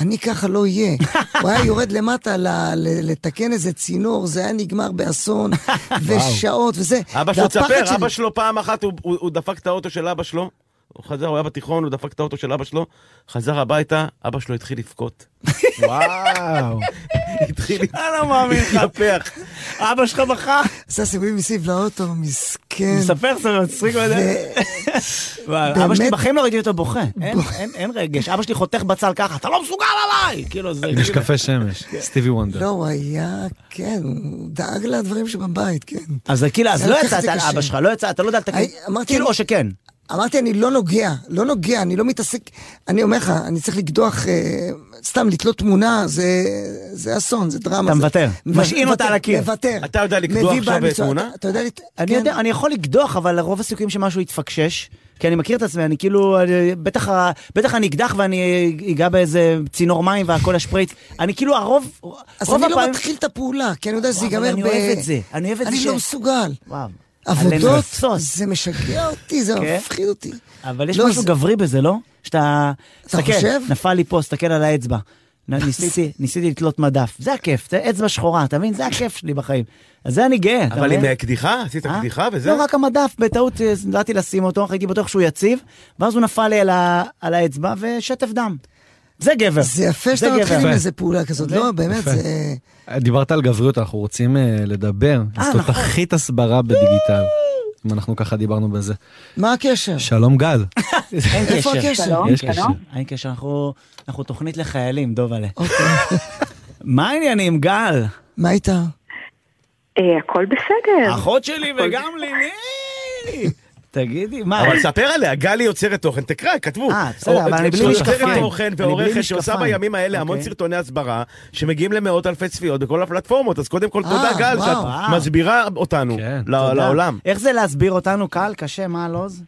Speaker 4: אני ככה לא אהיה. הוא היה יורד למטה ל- ל- לתקן איזה צינור, זה היה נגמר באסון, ושעות וזה.
Speaker 3: אבא שלו,
Speaker 4: והפחד
Speaker 3: תספר,
Speaker 4: שלי-
Speaker 3: אבא שלו פעם אחת, הוא- הוא הוא דפק את האוטו של אבא שלו, הוא חזר, הוא היה בתיכון, הוא דפק את האוטו של אבא שלו, חזר הביתה, אבא שלו התחיל לבכות.
Speaker 2: וואו.
Speaker 3: התחיל
Speaker 1: אני לא מאמין לך.
Speaker 3: להתנפח.
Speaker 1: אבא שלך בכה?
Speaker 4: עשה סיבובים מסביב לאוטו, מסכן.
Speaker 1: מספר, זה מצחיק. לא יודע. וואי, אבא שלי
Speaker 4: באמת?
Speaker 1: בחיים לא ראיתי אותו בוכה. אין- אין- אין רגש. אבא שלי חותך בצל ככה, אתה לא מסוגל עליי! כאילו זה...
Speaker 2: עם משקפי שמש, סטיבי וונדר.
Speaker 4: לא, הוא היה, כן, הוא דאג לדברים שבבית, כן.
Speaker 1: אז זה כאילו, אז
Speaker 4: זה
Speaker 1: לא
Speaker 4: לקח
Speaker 1: יצאת
Speaker 4: לי
Speaker 1: על
Speaker 4: קשה.
Speaker 1: אבא שלך, לא יצאת, אתה לא יודע לתקן.
Speaker 4: הי- אמרתי,
Speaker 1: כאילו,
Speaker 4: אני-
Speaker 1: או שכן.
Speaker 4: אמרתי, אני לא נוגע, לא נוגע, אני לא מתעסק, אני אומר לך, אני צריך לקדוח, אה, סתם לתלות תמונה, זה, זה אסון, זה דרמה.
Speaker 1: אתה
Speaker 4: זה-
Speaker 1: מוותר.
Speaker 4: מ-
Speaker 1: משעין אותה על הקיר.
Speaker 4: מוותר.
Speaker 3: אתה יודע לקדוח
Speaker 4: מביא
Speaker 3: עכשיו
Speaker 4: בעל מקצוע,
Speaker 3: תמונה?
Speaker 4: אתה- אתה יודע, לת-
Speaker 1: אני
Speaker 4: כן.
Speaker 1: יודע, אני יכול לקדוח, אבל רוב הסיכויים שמשהו יתפקשש. כי אני מכיר את עצמי, אני כאילו, אני- בטח ה- בטח אני אקדח ואני אגע באיזה צינור מים והכל ישפריץ. אני כאילו, הרוב, רוב
Speaker 4: אז אני לא
Speaker 1: הפעמים-
Speaker 4: מתחיל את הפעולה, כי אני יודע שזה
Speaker 1: אבל
Speaker 4: ייגמר ב...
Speaker 1: אני אוהב את זה, אני אוהב את זה
Speaker 4: אני
Speaker 1: ש-
Speaker 4: לא מסוגל.
Speaker 1: וואו.
Speaker 4: עבודות,
Speaker 1: לנסות.
Speaker 4: זה משגע אותי, זה
Speaker 1: כן?
Speaker 4: מפחיד אותי.
Speaker 1: אבל יש
Speaker 4: לא,
Speaker 1: משהו
Speaker 4: זה-
Speaker 1: גברי בזה, לא? שאתה...
Speaker 4: אתה
Speaker 1: תסתכל,
Speaker 4: חושב?
Speaker 1: נפל לי פה, תסתכל על האצבע. נ- ניסיתי, ניסיתי לתלות מדף, זה הכיף, זה אצבע שחורה, אתה מבין? זה הכיף שלי בחיים. אז זה אני גאה. אתה
Speaker 3: אבל
Speaker 1: מבין?
Speaker 3: עם קדיחה? עשית
Speaker 1: אה?
Speaker 3: קדיחה וזה?
Speaker 1: לא, רק המדף, בטעות אה, ידעתי לשים אותו, הייתי בטוח שהוא יציב, ואז הוא נפל לי על ה- על האצבע ושטף דם. זה גבר.
Speaker 4: זה יפה
Speaker 1: זה
Speaker 4: שאתה מתחיל
Speaker 1: גבר.
Speaker 4: עם איזה פעולה כזאת, לא, באמת,
Speaker 2: יפה.
Speaker 4: זה...
Speaker 2: אה, דיברת על גבריות, אנחנו רוצים אה, לדבר על
Speaker 1: אה, נכון.
Speaker 2: תותחית הסברה בדיגיטל. אם אנחנו ככה דיברנו בזה.
Speaker 4: מה הקשר?
Speaker 2: שלום גל.
Speaker 1: אין
Speaker 4: איפה
Speaker 1: קשר.
Speaker 4: הקשר?
Speaker 8: שלום,
Speaker 2: יש קשר.
Speaker 8: שלום.
Speaker 1: אין קשר, אנחנו- אנחנו תוכנית לחיילים, דובלה.
Speaker 4: אוקיי.
Speaker 1: מה העניינים, גל?
Speaker 4: מה איתה?
Speaker 8: אה, הכל בסדר.
Speaker 1: אחות שלי וגם לי. תגידי, מה?
Speaker 3: אבל ספר עליה, גלי יוצרת תוכן, תקרא, כתבו.
Speaker 1: אה, בסדר, אבל אני בלי
Speaker 3: יוצרת
Speaker 1: משקפיים.
Speaker 3: תוכן
Speaker 1: אני בלי
Speaker 3: ועורכת שעושה
Speaker 1: משקפיים.
Speaker 3: בימים האלה המון
Speaker 1: אוקיי.
Speaker 3: סרטוני הסברה, שמגיעים למאות אלפי צפיות בכל הפלטפורמות, אז קודם כל תודה
Speaker 4: אה,
Speaker 3: גל, שאת
Speaker 1: וואו.
Speaker 3: מסבירה אותנו
Speaker 2: כן,
Speaker 3: ל- לעולם.
Speaker 1: איך זה להסביר אותנו קל, קשה, מה לא? הלו"ז?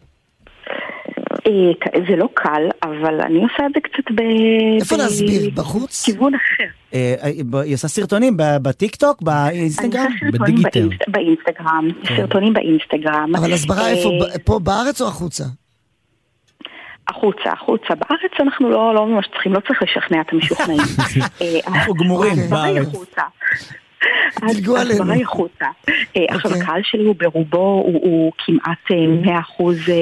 Speaker 8: אה, ק- זה לא קל, אבל אני עושה את זה קצת ב...
Speaker 4: איפה
Speaker 8: ב-
Speaker 4: להסביר? בחוץ?
Speaker 8: כיוון אחר.
Speaker 1: אה, אה, ב- היא עושה סרטונים ב- בטיקטוק,
Speaker 8: אני
Speaker 1: באינסטגרם?
Speaker 8: עושה סרטונים
Speaker 2: בדיגיטל.
Speaker 8: באינס- באינסטגרם, סרטונים באינסטגרם.
Speaker 4: כן. אבל הסברה
Speaker 8: אה,
Speaker 4: איפה? ב- פה בארץ או החוצה?
Speaker 8: החוצה, החוצה. בארץ אנחנו לא לא ממש צריכים, לא צריך לשכנע את המשוכנעים. אה,
Speaker 1: אנחנו גמורים
Speaker 8: ההסברה היא
Speaker 1: בארץ.
Speaker 8: החוצה.
Speaker 4: דילגו עלינו.
Speaker 8: ההסברה היא החוצה. אה, עכשיו,
Speaker 4: אוקיי.
Speaker 8: הקהל שלי הוא ברובו, הוא הוא כמעט אה, 100% אה,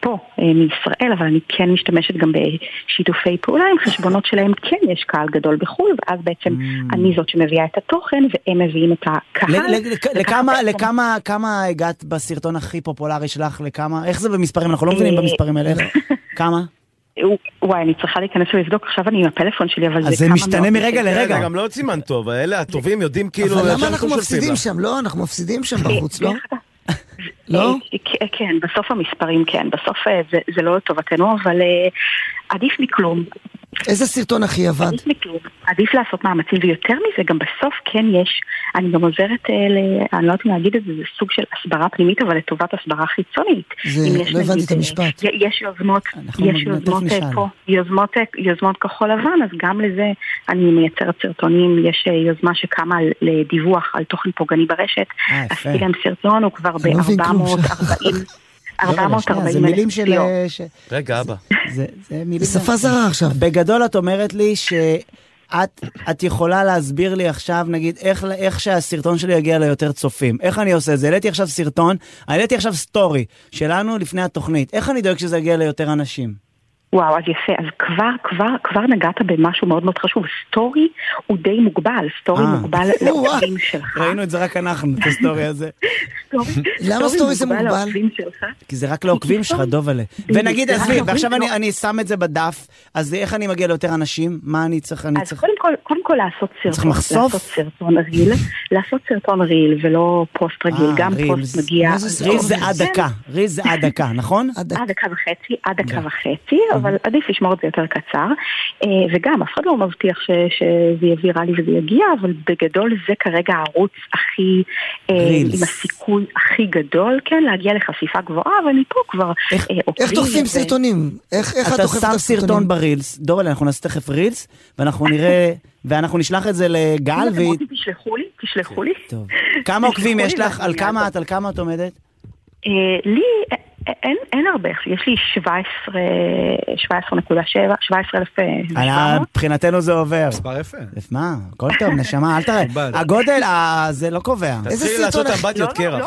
Speaker 8: פה, אה, מישראל, אבל אני כן משתמשת גם בשיתופי פעולה עם חשבונות שלהם כן יש קהל גדול בחו"ל, ואז בעצם אני זאת שמביאה את התוכן, והם מביאים את הקהל.
Speaker 1: Mm. ל- ל- לכ- לכמה,
Speaker 8: וככה-
Speaker 1: לכמה, כמה הגעת בסרטון הכי פופולרי שלך, לכמה, איך זה במספרים, אנחנו לא מבינים
Speaker 8: אה,
Speaker 1: במספרים האלה, איך- כמה?
Speaker 8: וואי, אני צריכה להיכנס ולבדוק, עכשיו אני עם הפלאפון שלי, אבל זה כמה...
Speaker 1: אז זה משתנה
Speaker 8: מאות-
Speaker 1: מרגע לרגע.
Speaker 3: אתה גם לא עוד סימן טוב, אלה הטובים יודעים כאילו...
Speaker 4: אבל
Speaker 3: ישר
Speaker 4: למה אנחנו
Speaker 3: שולפים
Speaker 4: מפסידים
Speaker 3: לך.
Speaker 4: שם? לא, אנחנו מפסידים שם
Speaker 8: אה,
Speaker 4: בחוץ, לא?
Speaker 8: דרך אגב,
Speaker 4: לא?
Speaker 8: אה, כ- כן, בסוף המספרים כן, בסוף אה, זה- זה לא לטובתנו, אבל אה, עדיף מכלום.
Speaker 4: איזה סרטון הכי עבד?
Speaker 8: עדיף מכלום. עדיף לעשות מאמצים, ויותר מזה, גם בסוף כן יש, אני גם עוזרת, אה, ל- אני לא יודעת אם להגיד את זה, זה סוג של הסברה פנימית, אבל לטובת הסברה חיצונית.
Speaker 4: זה-
Speaker 8: אם
Speaker 4: לא
Speaker 8: יש,
Speaker 4: הבנתי
Speaker 8: נגיד,
Speaker 4: את המשפט.
Speaker 8: אה, י- יש יוזמות,
Speaker 1: אנחנו
Speaker 8: יש
Speaker 1: תכף
Speaker 8: יוזמות אה,
Speaker 1: נשאל.
Speaker 8: פה, יוזמות, אה, יוזמות כחול לבן, אז גם לזה אני מייצרת סרטונים, יש אה, יוזמה שקמה על- לדיווח על תוכן פוגעני ברשת,
Speaker 1: אה, יפה.
Speaker 8: עשיתי להם סרטון, הוא כבר
Speaker 4: אני לא מבין כלום.
Speaker 8: ב-440.
Speaker 1: לא, שנייה,
Speaker 8: 440
Speaker 1: זה מילים של...
Speaker 8: צפיות.
Speaker 1: אה, ש-
Speaker 3: רגע, אבא.
Speaker 1: זה זה מילים...
Speaker 8: אה,
Speaker 4: בשפה זרה עכשיו.
Speaker 1: בגדול את אומרת לי ש... את, את יכולה להסביר לי עכשיו, נגיד, איך, איך שהסרטון שלי יגיע ליותר צופים? איך אני עושה את זה? העליתי עכשיו סרטון, העליתי עכשיו סטורי שלנו לפני התוכנית. איך אני דואג שזה יגיע ליותר אנשים?
Speaker 8: וואו, אז יפה, אז כבר, כבר, כבר נגעת במשהו מאוד מאוד חשוב. סטורי הוא די מוגבל, סטורי
Speaker 1: אה.
Speaker 8: מוגבל לעוקבים שלך.
Speaker 1: ראינו את זה רק אנחנו, את הסטורי הזה.
Speaker 4: למה סטורי זה מוגבל?
Speaker 8: לעוקבים שלך.
Speaker 1: כי זה רק לעוקבים שלך, דובלה. ונגיד,
Speaker 8: זה רק
Speaker 1: עזבי,
Speaker 8: לעוקבים
Speaker 1: ועכשיו אני-
Speaker 8: שלו.
Speaker 1: אני שם את זה בדף, אז איך אני מגיע ליותר אנשים? מה אני צריך? אני
Speaker 8: אז
Speaker 1: צריך...
Speaker 8: קודם כל, קודם כל לעשות סרטון.
Speaker 1: צריך מחשוף?
Speaker 8: לעשות סרטון רגיל. לעשות סרטון רגיל ולא פוסט רגיל,
Speaker 1: אה,
Speaker 8: גם
Speaker 1: רילס.
Speaker 8: פוסט מגיע.
Speaker 4: מה זה סרטון?
Speaker 1: ריז זה עד
Speaker 8: כן,
Speaker 1: דקה, ריז זה עד דקה, נכון?
Speaker 4: עד
Speaker 8: עד דקה וחצי, עד דקה
Speaker 4: כן.
Speaker 8: וחצי, אבל עדיף לשמור את זה יותר קצר. אה, וגם, אף אחד לא מבטיח ש- שזה יהיה ויראלי וזה יגיע, אבל בגדול זה כרגע הערוץ הכי, אה,
Speaker 1: רילס.
Speaker 8: עם הסיכוי הכי גדול, כן, להגיע לחשיפה גבוהה, ומפה כבר
Speaker 1: איך-
Speaker 8: אה, עוקבים.
Speaker 4: איך תופסים
Speaker 8: ו-
Speaker 4: סרטונים? איך איך את
Speaker 1: אתה
Speaker 4: דוחפת את
Speaker 1: שם סרטון
Speaker 4: הסרטונים?
Speaker 1: ברילס, דורל, אנחנו נעשה תכף רילס, ואנחנו נראה, ואנחנו נשלח את זה
Speaker 8: אם
Speaker 1: לגל,
Speaker 8: אתם
Speaker 1: והיא...
Speaker 8: רוצים, לא, תשלחו לי, תשלחו
Speaker 4: כן,
Speaker 8: לי.
Speaker 1: טוב. כמה עוקבים יש
Speaker 8: תשלחו לי
Speaker 1: לך? על
Speaker 8: ואני
Speaker 1: כמה
Speaker 8: אעזור.
Speaker 1: את? על כמה את עומדת?
Speaker 8: אה, לי אה, אה, אין, אין הרבה, יש לי 17, 17.7, 17 אלף
Speaker 1: אה, מבחינתנו זה עובר.
Speaker 2: מספר יפה.
Speaker 1: מה? הכל טוב, נשמה, אל תראה.
Speaker 2: מכובד.
Speaker 1: הגודל, אה, זה לא קובע.
Speaker 4: איזה
Speaker 3: תתחילי
Speaker 4: סרטון
Speaker 3: לעשות
Speaker 4: הכי-
Speaker 3: אמבטיות קרח.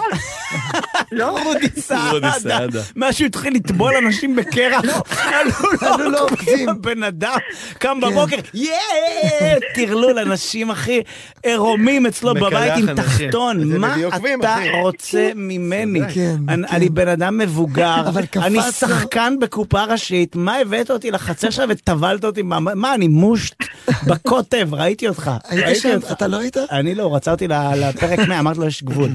Speaker 8: לא,
Speaker 1: רודי
Speaker 2: סעדה.
Speaker 1: משהו התחיל לטבול אנשים בקרח, עלו
Speaker 4: לא
Speaker 1: לא עובדים,
Speaker 4: עובדים.
Speaker 1: הבן אדם קם
Speaker 4: כן.
Speaker 1: בבוקר, יאה, טרלול אנשים אחי עירומים אצלו
Speaker 2: מקלח
Speaker 1: בבית עם
Speaker 2: אנשים.
Speaker 1: תחתון,
Speaker 9: זה
Speaker 1: מה
Speaker 9: בדיוק עוקבים,
Speaker 1: אתה
Speaker 9: אחי.
Speaker 1: רוצה ממני?
Speaker 4: כן,
Speaker 1: אני-
Speaker 4: כן.
Speaker 1: אני בן אדם מבוגר,
Speaker 4: אבל קפצת.
Speaker 1: אני שחקן בקופה ראשית, מה הבאת אותי לחצר שלך וטבלת אותי, מה- מה אני מושט בקוטב, ראיתי אותך,
Speaker 4: היית
Speaker 1: ראיתי
Speaker 4: שם?
Speaker 1: אותך.
Speaker 4: אתה לא היית?
Speaker 1: אני לא, הוא רצה אותי ל- לפרק 100, אמרתי לו, יש גבול.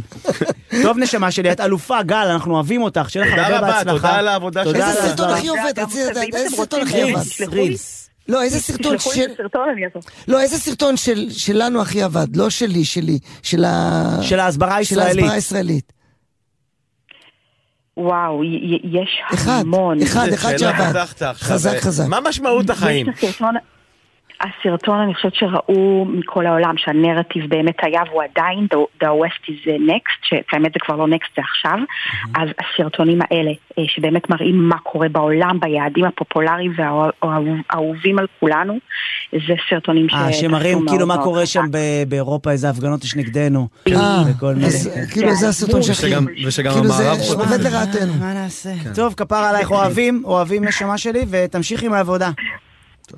Speaker 1: טוב, נשמה שלי, את אלופה, גל, אנחנו אוהבים אותך, שיהיה לך
Speaker 3: תודה
Speaker 1: הרבה
Speaker 3: רבה,
Speaker 1: בהצלחה.
Speaker 3: תודה על העבודה
Speaker 1: תודה
Speaker 3: שלך.
Speaker 1: על
Speaker 4: איזה סרטון
Speaker 1: העבודה.
Speaker 4: הכי עובד? רציתי לדעת,
Speaker 8: ואם
Speaker 4: איזה
Speaker 8: אתם
Speaker 4: סרטון
Speaker 8: רוצים,
Speaker 4: הכי עבד?
Speaker 1: רילס,
Speaker 8: תשלחו לי.
Speaker 1: רילס.
Speaker 4: לא, איזה סרטון
Speaker 8: תשלחו לי
Speaker 4: של...
Speaker 8: את הסרטון, אני אעזור.
Speaker 4: לא, איזה סרטון של- שלנו הכי עבד? לא שלי, שלי. של ה...
Speaker 1: של ההסברה
Speaker 4: של ההסברה
Speaker 1: הישראלית.
Speaker 4: הישראלית.
Speaker 8: וואו, י- י- יש
Speaker 4: אחד,
Speaker 8: המון.
Speaker 4: אחד,
Speaker 3: איזה
Speaker 4: אחד
Speaker 3: שאלה
Speaker 4: שעבד.
Speaker 3: פתחת עכשיו.
Speaker 4: חזק, חזק.
Speaker 3: מה משמעות החיים?
Speaker 8: יש את הסרטון- הסרטון, אני חושבת שראו מכל העולם שהנרטיב באמת היה והוא עדיין, The, the West is the next, שהאמת זה כבר לא next, זה עכשיו. אז הסרטונים האלה, אה, שבאמת מראים מה קורה בעולם, ביעדים הפופולריים והאהובים על כולנו, זה סרטונים ש...
Speaker 1: אה, שמראים
Speaker 8: תפסו
Speaker 1: כאילו
Speaker 8: מאוד
Speaker 1: מה
Speaker 8: מאוד
Speaker 1: קורה
Speaker 8: חזק.
Speaker 1: שם ב- באירופה, איזה הפגנות יש נגדנו.
Speaker 4: אה,
Speaker 1: וכל מיני.
Speaker 4: אז כאילו זה הסרטון
Speaker 8: זה
Speaker 4: שהכי...
Speaker 2: ושגם- ושגם
Speaker 4: כאילו זה
Speaker 2: המערב חושב.
Speaker 4: עובד לרעתנו.
Speaker 1: מה נעשה?
Speaker 3: כן.
Speaker 1: טוב, כפר עלייך, אוהבים, אוהבים נשמה שלי, ותמשיך עם העבודה.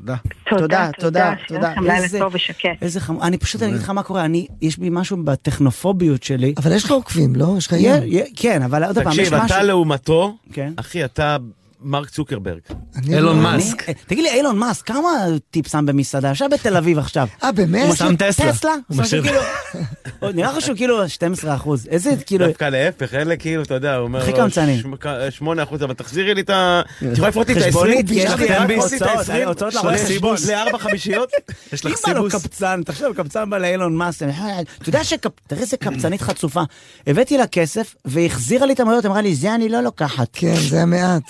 Speaker 2: תודה.
Speaker 1: תודה, תודה,
Speaker 8: שיהיה
Speaker 1: תודה.
Speaker 8: לכם לילה
Speaker 1: איזה-
Speaker 8: טוב ושקט.
Speaker 1: איזה חמור, אני פשוט, אני אגיד לך מה קורה, אני, יש בי משהו בטכנופוביות שלי.
Speaker 4: אבל יש לך עוקבים, לא? יש לך
Speaker 1: יה-
Speaker 4: עניין.
Speaker 1: יה- כן, אבל עוד פעם, יש
Speaker 3: תקשיב,
Speaker 1: משהו...
Speaker 3: אתה לא- לעומתו,
Speaker 1: כן.
Speaker 3: אחי, אתה מרק צוקרברג.
Speaker 1: כאילו-
Speaker 4: אני
Speaker 2: אילון
Speaker 4: לא-
Speaker 2: מאסק.
Speaker 1: אני- אה, תגיד לי, אילון מאסק, כמה טיפ שם במסעדה? ישב בתל אביב עכשיו.
Speaker 4: אה, באמת?
Speaker 1: הוא
Speaker 2: שם טסלה.
Speaker 1: טסלה?
Speaker 2: הוא
Speaker 1: הוא שם
Speaker 2: משאיר-
Speaker 1: כאילו... הוא- נראה לך שהוא כאילו 12 אחוז. איזה כאילו...
Speaker 3: דווקא להפך, אלה כאילו, אתה יודע, הוא אומר
Speaker 1: הכי
Speaker 3: לו,
Speaker 1: קמצנים.
Speaker 3: שמ- כ- שמונה אחוז, אבל תחזירי לי את ה... את יכולה לפרוט לי את ה-20?
Speaker 1: חשבונית, יש לי רק
Speaker 3: את
Speaker 1: הוצאות,
Speaker 3: ה-20?
Speaker 1: הוצאות לרואה חשבון.
Speaker 3: לארבע חמישיות?
Speaker 2: יש לך
Speaker 1: אם בא לו
Speaker 2: סיבוס?
Speaker 1: קבצן, תחשוב, קבצן בא לאילון מאסק, אני חושב, אתה יודע שקפ... תראה איזה קבצנית חצופה. הבאתי לה כסף, והיא החזירה לי את המעות, אמרה לי, זה אני לא לוקחת.
Speaker 4: כן, זה היה מעט.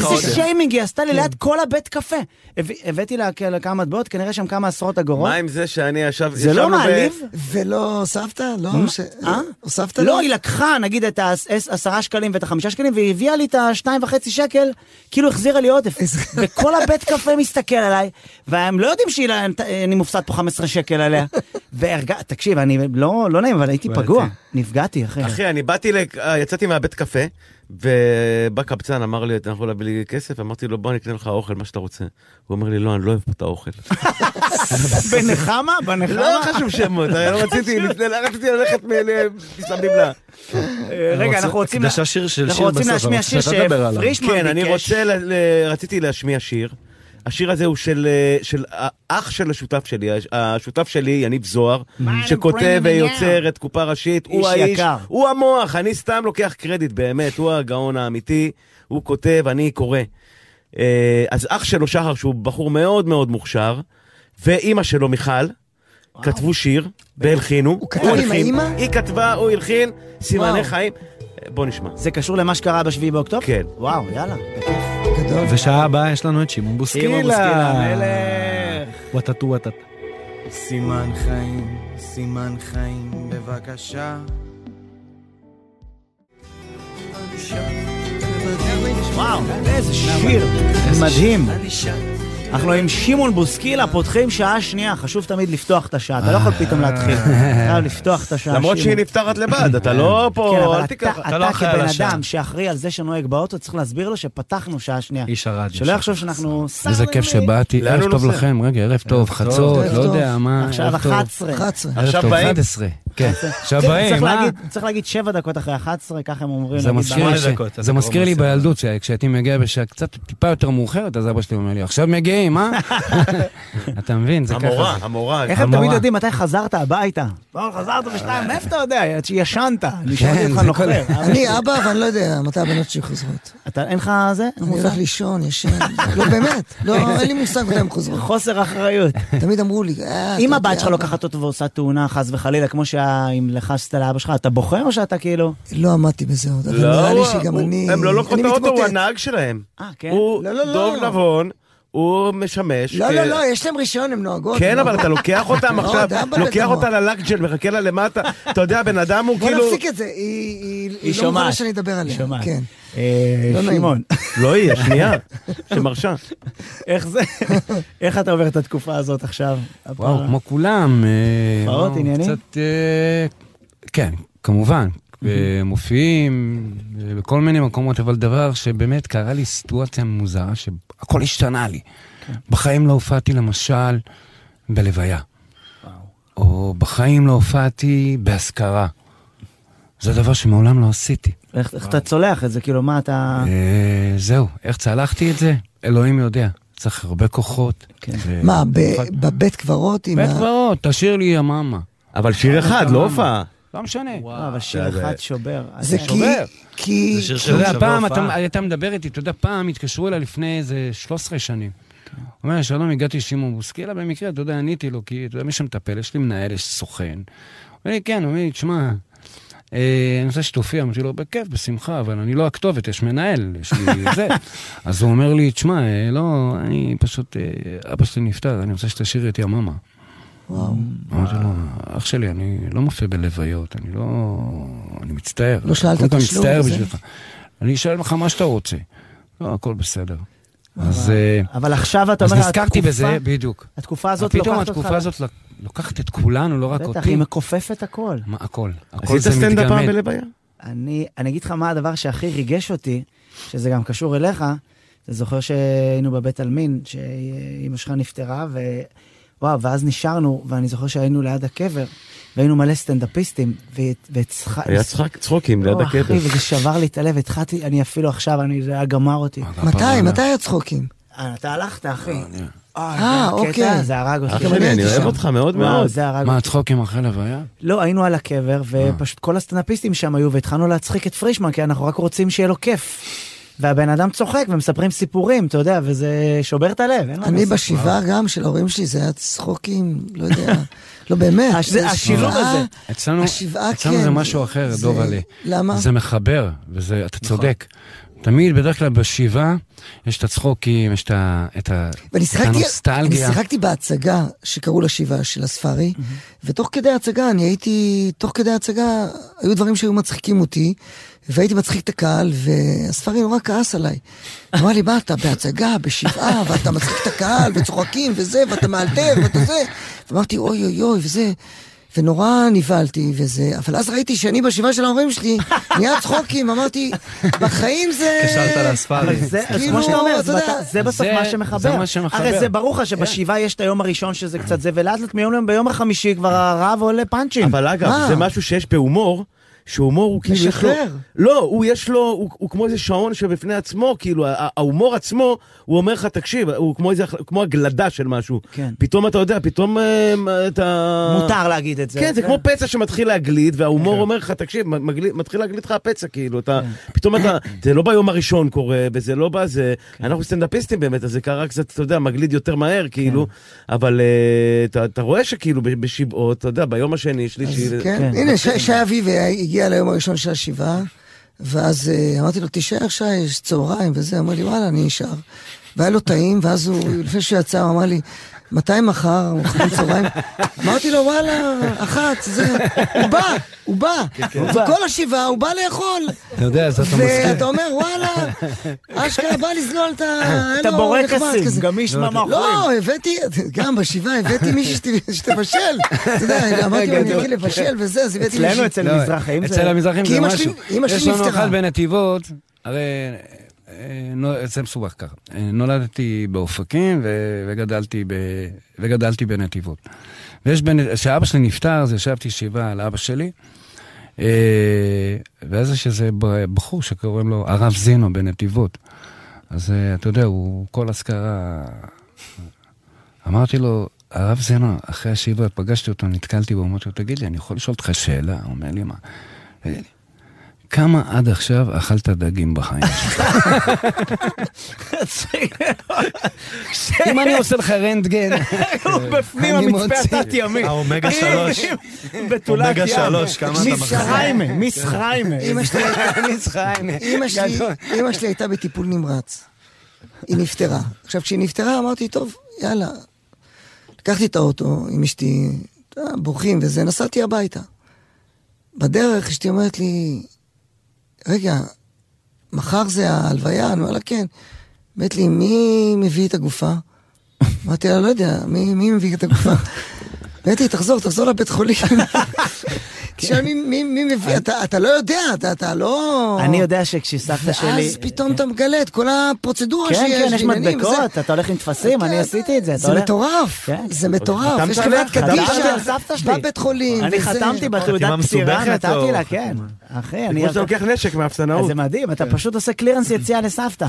Speaker 1: איזה שיימינג היא
Speaker 2: כן.
Speaker 1: עשתה לי ליד כל הבית קפה. הבא- הבאתי לה כאלה כמה טבעות, כנראה שם כמה עשרות אגורות.
Speaker 3: מה עם זה שאני ישב...
Speaker 1: זה לא
Speaker 3: ישבנו ב-
Speaker 1: מעליב?
Speaker 4: ולא הוספת? לא? ש-
Speaker 1: אה?
Speaker 4: הוספת?
Speaker 1: לא,
Speaker 4: לו?
Speaker 1: היא לקחה נגיד את העשרה שקלים ואת החמישה שקלים, והיא הביאה לי את השניים וחצי שקל, כאילו החזירה לי עודף.
Speaker 4: איזה-
Speaker 1: וכל הבית קפה מסתכל עליי, והם לא יודעים שאני מופסד פה 15 שקל עליה. והרגע, תקשיב, אני לא לא נעים, אבל הייתי פגוע. נפגעתי, אחי.
Speaker 3: אחי, אני באתי, לק- אה, יצאתי מהבית קפה, ובא קבצן, אמר לי, אתה יכול להביא לי כסף? אמרתי לו, בוא, אני אקנה לך אוכל, מה שאתה רוצה. הוא אומר לי, לא, אני לא אוהב פה את האוכל.
Speaker 1: בנחמה, בנחמה.
Speaker 3: לא חשוב שמות, אני לא רציתי, לפני, רציתי ללכת מסתמדים לה.
Speaker 1: אה, רגע, אנחנו רוצים...
Speaker 2: הקדשה שיר של
Speaker 1: אנחנו
Speaker 2: שיר
Speaker 1: רוצים
Speaker 2: בסוף,
Speaker 1: להשמיע
Speaker 2: אבל
Speaker 1: שיר
Speaker 2: שאתה תדבר עליו.
Speaker 1: שפרישמן ביקש.
Speaker 3: כן, אני רוצה, ל- ל- רציתי להשמיע שיר. השיר הזה הוא של אה, של האח של השותף שלי, הש- השותף שלי, יניב זוהר, שכותב ויוצר את קופה ראשית, הוא
Speaker 1: איש
Speaker 3: האיש,
Speaker 1: יקר.
Speaker 3: הוא המוח, אני סתם לוקח קרדיט באמת, הוא הגאון האמיתי, הוא כותב, אני קורא. אה, אז אח שלו שחר, שהוא בחור מאוד מאוד מוכשר, ואימא שלו מיכל, כתבו שיר, והלחינו. הוא
Speaker 4: כתב עם
Speaker 3: הלחין.
Speaker 4: האמא?
Speaker 3: היא כתבה, הוא הלחין, סימני
Speaker 4: וואו.
Speaker 3: חיים. אה, בוא נשמע.
Speaker 1: זה קשור למה שקרה בשביעי באוקטובר?
Speaker 3: כן.
Speaker 1: וואו, יאללה.
Speaker 4: גדול.
Speaker 2: ושעה הבאה יש לנו את שמעון בוסקילה.
Speaker 1: שמעון בוסקילה, המלך.
Speaker 2: וואטאטו וואטאטו.
Speaker 10: סימן חיים, סימן חיים, בבקשה.
Speaker 1: וואו, איזה שיר מדהים. אנחנו עם שמעון בוסקילה פותחים שעה שנייה, חשוב תמיד לפתוח את השעה, אתה לא יכול פתאום להתחיל. חייב לפתוח את השעה.
Speaker 3: למרות שהיא
Speaker 1: שמעון.
Speaker 3: נפתחת לבד, אתה לא
Speaker 1: כן,
Speaker 3: פה,
Speaker 1: אבל
Speaker 3: אל
Speaker 1: אתה-
Speaker 3: תיקח, אתה לא
Speaker 1: אתה
Speaker 3: אחראי על
Speaker 1: כבן
Speaker 3: השעה.
Speaker 1: אדם שאחראי על זה שנוהג באוטו, צריך להסביר לו שפתחנו שעה שנייה.
Speaker 2: איש הרדיו.
Speaker 1: שלא יחשוב שאנחנו...
Speaker 9: איזה כיף שבאתי,
Speaker 3: לאן
Speaker 9: ערב
Speaker 3: הוא
Speaker 9: טוב
Speaker 3: נוסע?
Speaker 9: לכם, רגע, ערב טוב, חצות,
Speaker 4: ערב
Speaker 9: לא
Speaker 4: טוב.
Speaker 9: יודע מה,
Speaker 1: עכשיו
Speaker 9: ערב טוב.
Speaker 1: 11.
Speaker 4: 11.
Speaker 9: ערב
Speaker 3: עכשיו
Speaker 9: טוב,
Speaker 3: באים?
Speaker 9: 11. כן, עכשיו
Speaker 1: צריך
Speaker 9: באים, אה?
Speaker 1: להגיד- צריך להגיד שבע דקות אחרי 11, ככה הם אומרים.
Speaker 9: זה
Speaker 1: נגיד,
Speaker 9: מזכיר
Speaker 1: במה-
Speaker 9: לי,
Speaker 2: שמונה
Speaker 9: ש...
Speaker 2: דקות, אז
Speaker 9: זה
Speaker 2: אתה
Speaker 9: מזכיר
Speaker 2: כבר
Speaker 9: לי
Speaker 2: מנסה.
Speaker 9: בילדות, שכשהייתי מגיע בשעה קצת טיפה יותר מאוחרת, אז אבא שלי אומר לי, עכשיו מגיעים, אה? אתה מבין, זה ככה.
Speaker 3: המורה,
Speaker 9: זה.
Speaker 3: המורה.
Speaker 1: איך הם תמיד
Speaker 9: המורה.
Speaker 1: יודעים מתי חזרת הביתה? לא, חזרת בשתיים, מאיפה אתה יודע? ישנת. נשמעתי
Speaker 9: כן,
Speaker 1: אותך
Speaker 9: זה
Speaker 1: נוחר.
Speaker 9: כל-
Speaker 1: אבל-
Speaker 4: אני אבא, אבל אני לא יודע מתי הבנות שלי חוזרות.
Speaker 1: אתה, אין לך זה?
Speaker 4: אני הולך לישון, ישן. לא, באמת. לא, אין לי מושג מתי הן חוזרות.
Speaker 1: חוסר אחריות.
Speaker 4: תמיד אמרו לי, אה,
Speaker 1: אם
Speaker 4: אתה
Speaker 1: הבת
Speaker 4: יודע,
Speaker 1: שלך
Speaker 4: אבא.
Speaker 1: לוקחת אותו ועושה תאונה, חס וחלילה, כמו שאם לך עשית לאבא שלך, אתה בוכה או שאתה כאילו...
Speaker 4: לא עמדתי בזה עוד, אבל נראה לי שגם
Speaker 3: הוא-
Speaker 4: אני...
Speaker 3: הם לא לוקחות
Speaker 4: אני
Speaker 3: את האוטו, הוא
Speaker 4: מתמוטט.
Speaker 3: הנהג שלהם.
Speaker 1: אה, כן?
Speaker 3: הוא
Speaker 4: לא, לא, לא.
Speaker 3: דוב נבון, הוא משמש.
Speaker 4: לא,
Speaker 3: כ-
Speaker 4: לא, לא, יש להם רישיון, הם נוהגות.
Speaker 3: כן,
Speaker 4: הם
Speaker 3: אבל
Speaker 4: נוהגות.
Speaker 3: אתה לוקח אותם
Speaker 4: מאוד,
Speaker 3: עכשיו,
Speaker 4: אבא
Speaker 3: לוקח
Speaker 4: לדמו.
Speaker 3: אותה ללאגג'ל, מחכה לה למטה. אתה יודע, בן אדם הוא
Speaker 4: בוא
Speaker 3: כאילו...
Speaker 4: נפסיק את זה, היא- היא היא לא מוכנה שאני אדבר עליה.
Speaker 1: היא שומעת.
Speaker 4: כן.
Speaker 1: אה,
Speaker 4: לא נעים.
Speaker 1: שמעון,
Speaker 3: לא יהיה, שנייה, שמרשה.
Speaker 1: איך זה... איך אתה עובר את התקופה הזאת עכשיו?
Speaker 9: וואו,
Speaker 1: הפעם?
Speaker 9: כמו כולם. אה,
Speaker 1: הופעות,
Speaker 9: וואו,
Speaker 1: עניינים?
Speaker 9: קצת... אה, כן, כמובן. אה, מופיעים אה, בכל מיני מקומות, אבל דבר שבאמת קרה לי סיטואציה מוזרה, שהכל השתנה לי. בחיים לא הופעתי למשל בלוויה. או בחיים לא הופעתי בהשכרה. זה דבר שמעולם לא עשיתי.
Speaker 1: איך איך אתה צולח את זה? כאילו, מה אתה...
Speaker 9: אה, זהו, איך צלחתי את זה? אלוהים יודע. צריך הרבה כוחות.
Speaker 1: כן.
Speaker 9: ו-
Speaker 4: מה, ב- בבית קברות עם
Speaker 9: בית
Speaker 4: ה...
Speaker 9: קברות, תשאיר לי המאמה.
Speaker 3: אבל שיר אחד, לא הופעה.
Speaker 9: לא משנה.
Speaker 1: וואו, אבל שיר
Speaker 3: זה-
Speaker 1: אחד שובר.
Speaker 4: זה
Speaker 1: אה,
Speaker 4: כי... כי...
Speaker 2: זה שיר
Speaker 9: אתה
Speaker 2: של
Speaker 9: יודע,
Speaker 2: שווה
Speaker 9: פעם
Speaker 2: הופעה.
Speaker 9: אתה הייתה מדברת איתי, אתה יודע, פעם התקשרו אליי לפני איזה 13 שנים.
Speaker 2: כן.
Speaker 9: הוא אומר, שלום, הגעתי שמעון בוסקילה במקרה, אתה יודע, עניתי לו, כי אתה יודע, מי שמטפל, יש לי מנהל, יש סוכן. הוא אומר לי, כן, הוא אומר לי, תשמע, אה, אני רוצה שתופיע, אמרתי לו, בכיף, בשמחה, אבל אני לא הכתובת, יש מנהל, יש לי זה. אז הוא אומר לי, תשמע, אה, לא, אני פשוט, אה, אבא שלי נפטר, אני רוצה שתשאירי את יא מאמה.
Speaker 4: וואו.
Speaker 9: אמרתי לו, אח שלי, אני לא מופיע בלוויות, אני לא... אני מצטער.
Speaker 4: לא שאלת
Speaker 9: קודם כל, אני
Speaker 4: תשלום
Speaker 9: מצטער
Speaker 4: וזה?
Speaker 9: בשבילך. אני אשאל לך מה שאתה רוצה. לא, הכל בסדר. אז אה,
Speaker 1: אבל עכשיו אתה
Speaker 9: אז
Speaker 1: אומר...
Speaker 9: נזכרתי
Speaker 1: התקופה-
Speaker 9: בזה, בדיוק.
Speaker 1: התקופה הזאת לוקחת אותך...
Speaker 9: פתאום התקופה הזאת לק- לוקחת את כולנו, לא רק
Speaker 1: בטח, היא
Speaker 9: אותי.
Speaker 1: מכופפת הכל.
Speaker 9: מה, הכל. הכל
Speaker 3: עשית
Speaker 9: זה
Speaker 3: סטנדאפ פעם
Speaker 9: מתגמד.
Speaker 3: בלוויה?
Speaker 1: אני, אני אגיד לך מה הדבר שהכי ריגש אותי, שזה גם קשור אליך. אתה זוכר שהיינו בבית עלמין, שאימא שלך נפטרה, ו... וואו, ואז נשארנו, ואני זוכר שהיינו ליד הקבר, והיינו מלא סטנדאפיסטים, והצחקתי...
Speaker 3: היה צחק, צחוקים ליד
Speaker 1: אחי,
Speaker 3: הקבר.
Speaker 1: וזה שבר לי את הלב, התחלתי, אני אפילו עכשיו, אני, זה היה גמר אותי.
Speaker 4: מתי? מתי הצחוקים?
Speaker 1: אה, אתה הלכת, אחי.
Speaker 4: אה,
Speaker 1: זה הקטע,
Speaker 4: אוקיי.
Speaker 1: זה הרג אותי.
Speaker 3: אח שלי, אני
Speaker 4: הייתי
Speaker 3: אוהב
Speaker 4: שם.
Speaker 3: אותך מאוד
Speaker 1: וואו,
Speaker 3: מאוד.
Speaker 1: זה הרג
Speaker 9: מה, הצחוקים אחרי לוויה?
Speaker 1: לא, היינו על הקבר, ופשוט כל הסטנדאפיסטים שם היו, והתחלנו להצחיק את פרישמן, כי אנחנו רק רוצים שיהיה לו כיף. והבן אדם צוחק ומספרים סיפורים, אתה יודע, וזה שובר את הלב. אין מה
Speaker 4: אני
Speaker 1: לעשות.
Speaker 4: בשבעה גם, של ההורים שלי, זה היה צחוקים, לא יודע. לא, באמת.
Speaker 1: הש- זה השילוב
Speaker 4: שבעה-
Speaker 1: הזה.
Speaker 9: אצלנו,
Speaker 4: השבעה,
Speaker 9: אצלנו
Speaker 4: כן.
Speaker 9: זה משהו אחר,
Speaker 4: זה-
Speaker 9: דוב עלי.
Speaker 4: למה? נכון.
Speaker 9: זה מחבר, וזה, אתה צודק. תמיד, בדרך כלל בשבעה, יש את הצחוקים, יש את ה- את ה-
Speaker 4: ואני
Speaker 9: את
Speaker 4: שיחקתי, אני
Speaker 9: הנוסטלגיה.
Speaker 4: שיחקתי בהצגה שקראו לה שבעה של הספארי, ותוך כדי ההצגה, אני הייתי, תוך כדי ההצגה, היו דברים שהיו מצחיקים אותי, והייתי מצחיק את הקהל, והספארי נורא כעס עליי. הוא אמר לי, מה, אתה בהצגה, בשבעה, ואתה מצחיק את הקהל, וצוחקים, וזה, ואתה מאלתר, ואתה זה. ואמרתי, אוי אוי אוי, וזה. ונורא נבהלתי וזה, אבל אז ראיתי שאני בשבעה של ההורים שלי, נהיה צחוקים, אמרתי, בחיים זה...
Speaker 2: קשרת לאספארי.
Speaker 1: אבל זה, אז
Speaker 4: כאילו,
Speaker 1: כמו שאתה אומר,
Speaker 4: אתה
Speaker 1: זה
Speaker 4: יודע,
Speaker 1: בת- זה בסוף
Speaker 9: זה-
Speaker 1: מה שמחבר.
Speaker 9: זה מה שמחבר.
Speaker 1: הרי זה ברור לך שבשבעה יש את היום הראשון שזה קצת זה, ולאט לאט מיום ליום ביום החמישי כבר הרעב עולה פאנצ'ים.
Speaker 3: אבל אגב,
Speaker 4: מה?
Speaker 3: זה משהו שיש בהומור, שהומור הוא כאילו... יש לו-
Speaker 4: משחרר.
Speaker 3: לא, הוא יש לו, הוא הוא כמו איזה שעון שבפני עצמו, כאילו, ה- ה- ההומור עצמו, הוא אומר לך, תקשיב, הוא כמו איזה, כמו הגלדה של משהו.
Speaker 1: כן.
Speaker 3: פתאום אתה יודע, פתאום אה, אתה...
Speaker 1: מותר להגיד את זה. כן.
Speaker 3: כן, זה כמו פצע שמתחיל להגליד, וההומור אומר לך, תקשיב, מגליד- מתחיל להגליד לך הפצע, כאילו, אתה, פתאום אתה, זה לא ביום הראשון קורה, וזה לא בזה, אנחנו סטנדאפיסטים באמת, אז זה קרה קצת, אתה יודע, מגליד יותר מהר, כאילו,
Speaker 1: כן.
Speaker 3: אבל אה, אתה- אתה רואה שכאילו ב- בשבעות, אתה יודע, ביום השני, שלישי,
Speaker 4: אז
Speaker 3: ו-
Speaker 4: כן,
Speaker 1: כן.
Speaker 9: אוקיי.
Speaker 4: הנה, ש- שי אביב אה, הגיע ליום הראשון של השבעה, ואז אה, אמרתי לו, תישאר שי, יש צהריים וזה, אמר לי, וואלה, אני נשאר. והיה לו טעים, ואז
Speaker 9: כן.
Speaker 4: הוא, לפני שהוא יצא, הוא אמר לי, מתי מחר, אוכלים צהריים? אמרתי לו, וואלה, אחת, זה, הוא בא, הוא בא.
Speaker 9: כן.
Speaker 4: וכל השבעה הוא בא לאכול.
Speaker 9: אתה יודע, זה אתה מסכים.
Speaker 4: ואתה אומר, וואלה, אשכרה בא לזלול את ה...
Speaker 1: את
Speaker 4: אין לו
Speaker 1: הבורקסים,
Speaker 4: נחמד כזה."
Speaker 1: גם איש מה מאחורים.
Speaker 4: לא, הבאתי, גם בשבעה הבאתי מישהי שת- שתבשל. אתה יודע, אמרתי לו, אני
Speaker 9: גדול.
Speaker 4: אגיד לבשל וזה, אז הבאתי מישהי.
Speaker 9: לא, אצל המזרחים
Speaker 4: כי
Speaker 9: זה
Speaker 4: אמא
Speaker 9: משהו.
Speaker 4: שלי- אמא
Speaker 9: יש
Speaker 4: שלי
Speaker 9: לנו
Speaker 4: נפטרה.
Speaker 9: אחת בנתיבות, הרי... אה, נו- זה מסובך ככה, אה, נולדתי באופקים ו- וגדלתי, ב... וגדלתי בנתיבות. ויש בנ... כשאבא שלי נפטר, אז ישבתי שבעה על אבא שלי, אה, ואז יש איזה ב- בחור שקוראים לו הרב זינו בנתיבות. אז אה, אתה יודע, הוא כל אזכרה... אמרתי לו, הרב זינו, אחרי השבעה פגשתי אותו, נתקלתי בו, אמרתי לו, תגיד לי, אני יכול לשאול אותך שאלה? הוא אומר לי, מה? תגיד לי, כמה עד עכשיו אכלת דגים בחיים שלך? אם אני עושה לך רנטגן...
Speaker 1: הוא
Speaker 4: כן.
Speaker 1: בפנים
Speaker 9: אני
Speaker 1: המצפה
Speaker 9: מוצא.
Speaker 1: התת-ימי.
Speaker 9: האומגה אה, שלוש.
Speaker 1: בתולת
Speaker 9: אומגה
Speaker 1: ים.
Speaker 9: שלוש, כמה אתה
Speaker 1: מיס
Speaker 9: מחזיר?
Speaker 1: חיימה,
Speaker 4: כן.
Speaker 1: מיס חיימה.
Speaker 4: אמא שלי הייתה- אמא שלי-
Speaker 1: גדול.
Speaker 4: אמא שלי הייתה בטיפול נמרץ. היא נפטרה. עכשיו, כשהיא נפטרה, אמרתי, טוב, יאללה. לקחתי את האוטו עם אשתי, אתה יודע, בורחים וזה, נסעתי הביתה. בדרך, אשתי אומרת לי, רגע, מחר זה ההלוויה? אני אומר לה, כן. אומרת לי, מי מביא את הגופה? אמרתי לה, לא יודע, מי, מי מביא את הגופה? אמרתי, תחזור, תחזור לבית חולים.
Speaker 1: כן.
Speaker 4: תשאל מי, מי, מי מביא, אתה, אתה לא יודע, אתה, אתה לא...
Speaker 1: אני יודע שכשסבתא שלי...
Speaker 4: ואז פתאום אתה מגלה את כל הפרוצדורה
Speaker 1: כן,
Speaker 4: שיש.
Speaker 1: כן, יש
Speaker 4: ועניינים,
Speaker 1: מדבקות,
Speaker 4: וזה. כן.
Speaker 1: אתה הולך עם טפסים, אני עשיתי את זה. אתה
Speaker 4: זה
Speaker 1: הולך-
Speaker 4: מטורף,
Speaker 1: כן.
Speaker 4: זה מטורף.
Speaker 1: חתמת
Speaker 4: יש
Speaker 1: עליה?
Speaker 4: חברת
Speaker 1: חתמתי
Speaker 4: קדישא,
Speaker 1: על סבתא שלי.
Speaker 4: בבית חולים.
Speaker 1: אני
Speaker 4: וזה.
Speaker 9: אה,
Speaker 1: חתמתי בתעודת פטירה, נתתי לה, כן. אחי, אני...
Speaker 3: כמו שאתה
Speaker 9: כן,
Speaker 3: לוקח נשק
Speaker 1: אז
Speaker 3: מהאפסנאות.
Speaker 1: זה מדהים, אתה פשוט עושה קלירנס יציאה לסבתא.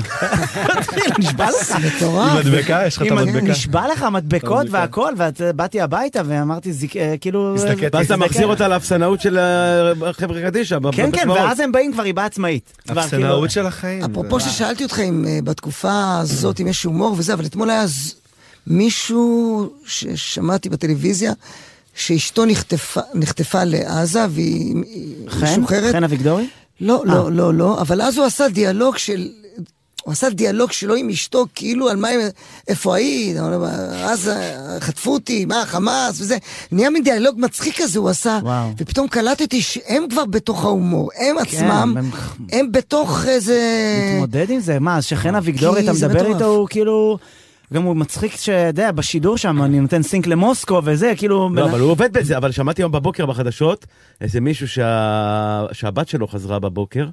Speaker 1: נשבע לך.
Speaker 4: מטורף.
Speaker 2: עם מדבקה, יש לך את
Speaker 1: עם-
Speaker 2: המדבקה.
Speaker 1: נשבע לך מדבקות
Speaker 3: מדבקה.
Speaker 1: והכל, ובאתי הביתה ואמרתי, זיק- אה, כאילו...
Speaker 3: ואז אתה מחזיר אותה לאפסנאות של החברה קדישא. ב-
Speaker 1: כן, כן,
Speaker 3: במשמרות.
Speaker 1: ואז הם באים כבר היא באה עצמאית. כבר, כאילו-
Speaker 2: החיים.
Speaker 4: אפרופו ששאלתי אותך אם אה, בתקופה הזאת, אם יש הומור וזה, אבל אתמול היה ז- מישהו ששמעתי בטלוויזיה, שאשתו נחטפה- נחטפה לעזה והיא היא
Speaker 1: חן?
Speaker 4: משוחררת.
Speaker 1: חן אביגדורי? אה.
Speaker 4: לא, לא, לא, לא, אבל אז הוא עשה דיאלוג של... הוא עשה דיאלוג שלו עם אשתו, כאילו על מה, הם- איפה היית, אז אה, חטפו אותי, מה, חמאס וזה. נהיה מין דיאלוג מצחיק כזה הוא עשה,
Speaker 1: וואו. כן,
Speaker 4: ופתאום קלטתי שהם כבר בתוך ההומור, הם עצמם,
Speaker 1: הם-
Speaker 4: הם בתוך איזה...
Speaker 1: מתמודד עם זה? מה, אז שחן אביגדורי,
Speaker 4: אה, כי
Speaker 1: אתה
Speaker 4: זה
Speaker 1: מדבר
Speaker 4: מטורף.
Speaker 1: איתו, הוא כאילו... גם הוא מצחיק שאתה יודע, בשידור שם, אני נותן סינק למוסקו וזה, כאילו...
Speaker 3: לא, אבל הוא עובד בזה, אבל שמעתי היום בבוקר בחדשות, איזה מישהו שה- שהבת שלו חזרה בבוקר,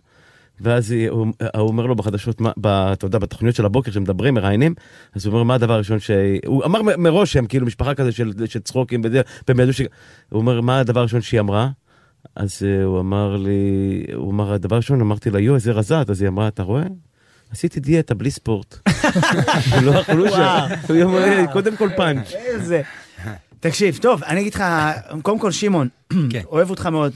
Speaker 3: ואז היא- הוא הוא אומר לו בחדשות, מה- ב- אתה יודע, בתוכניות של הבוקר שמדברים, מראיינים, אז הוא אומר, מה הדבר הראשון ש... הוא אמר מ- מראש שהם כאילו משפחה כזה של של צחוקים וזה, והם ידעו ש... הוא אומר, מה הדבר הראשון שהיא אמרה? אז אה, הוא אמר לי, הוא אמר, הדבר הראשון, אמרתי לה, יואו, איזה רזה את, אז היא אמרה, אתה רואה? עשיתי דיאטה בלי ספורט. לא אכלו שם.
Speaker 1: וואו.
Speaker 3: היא אומרת, קודם כל פאנץ'.
Speaker 1: איזה... תקשיב, טוב, אני אגיד לך, קודם כל, שמעון,
Speaker 3: כן.
Speaker 1: אוהב אותך מאוד.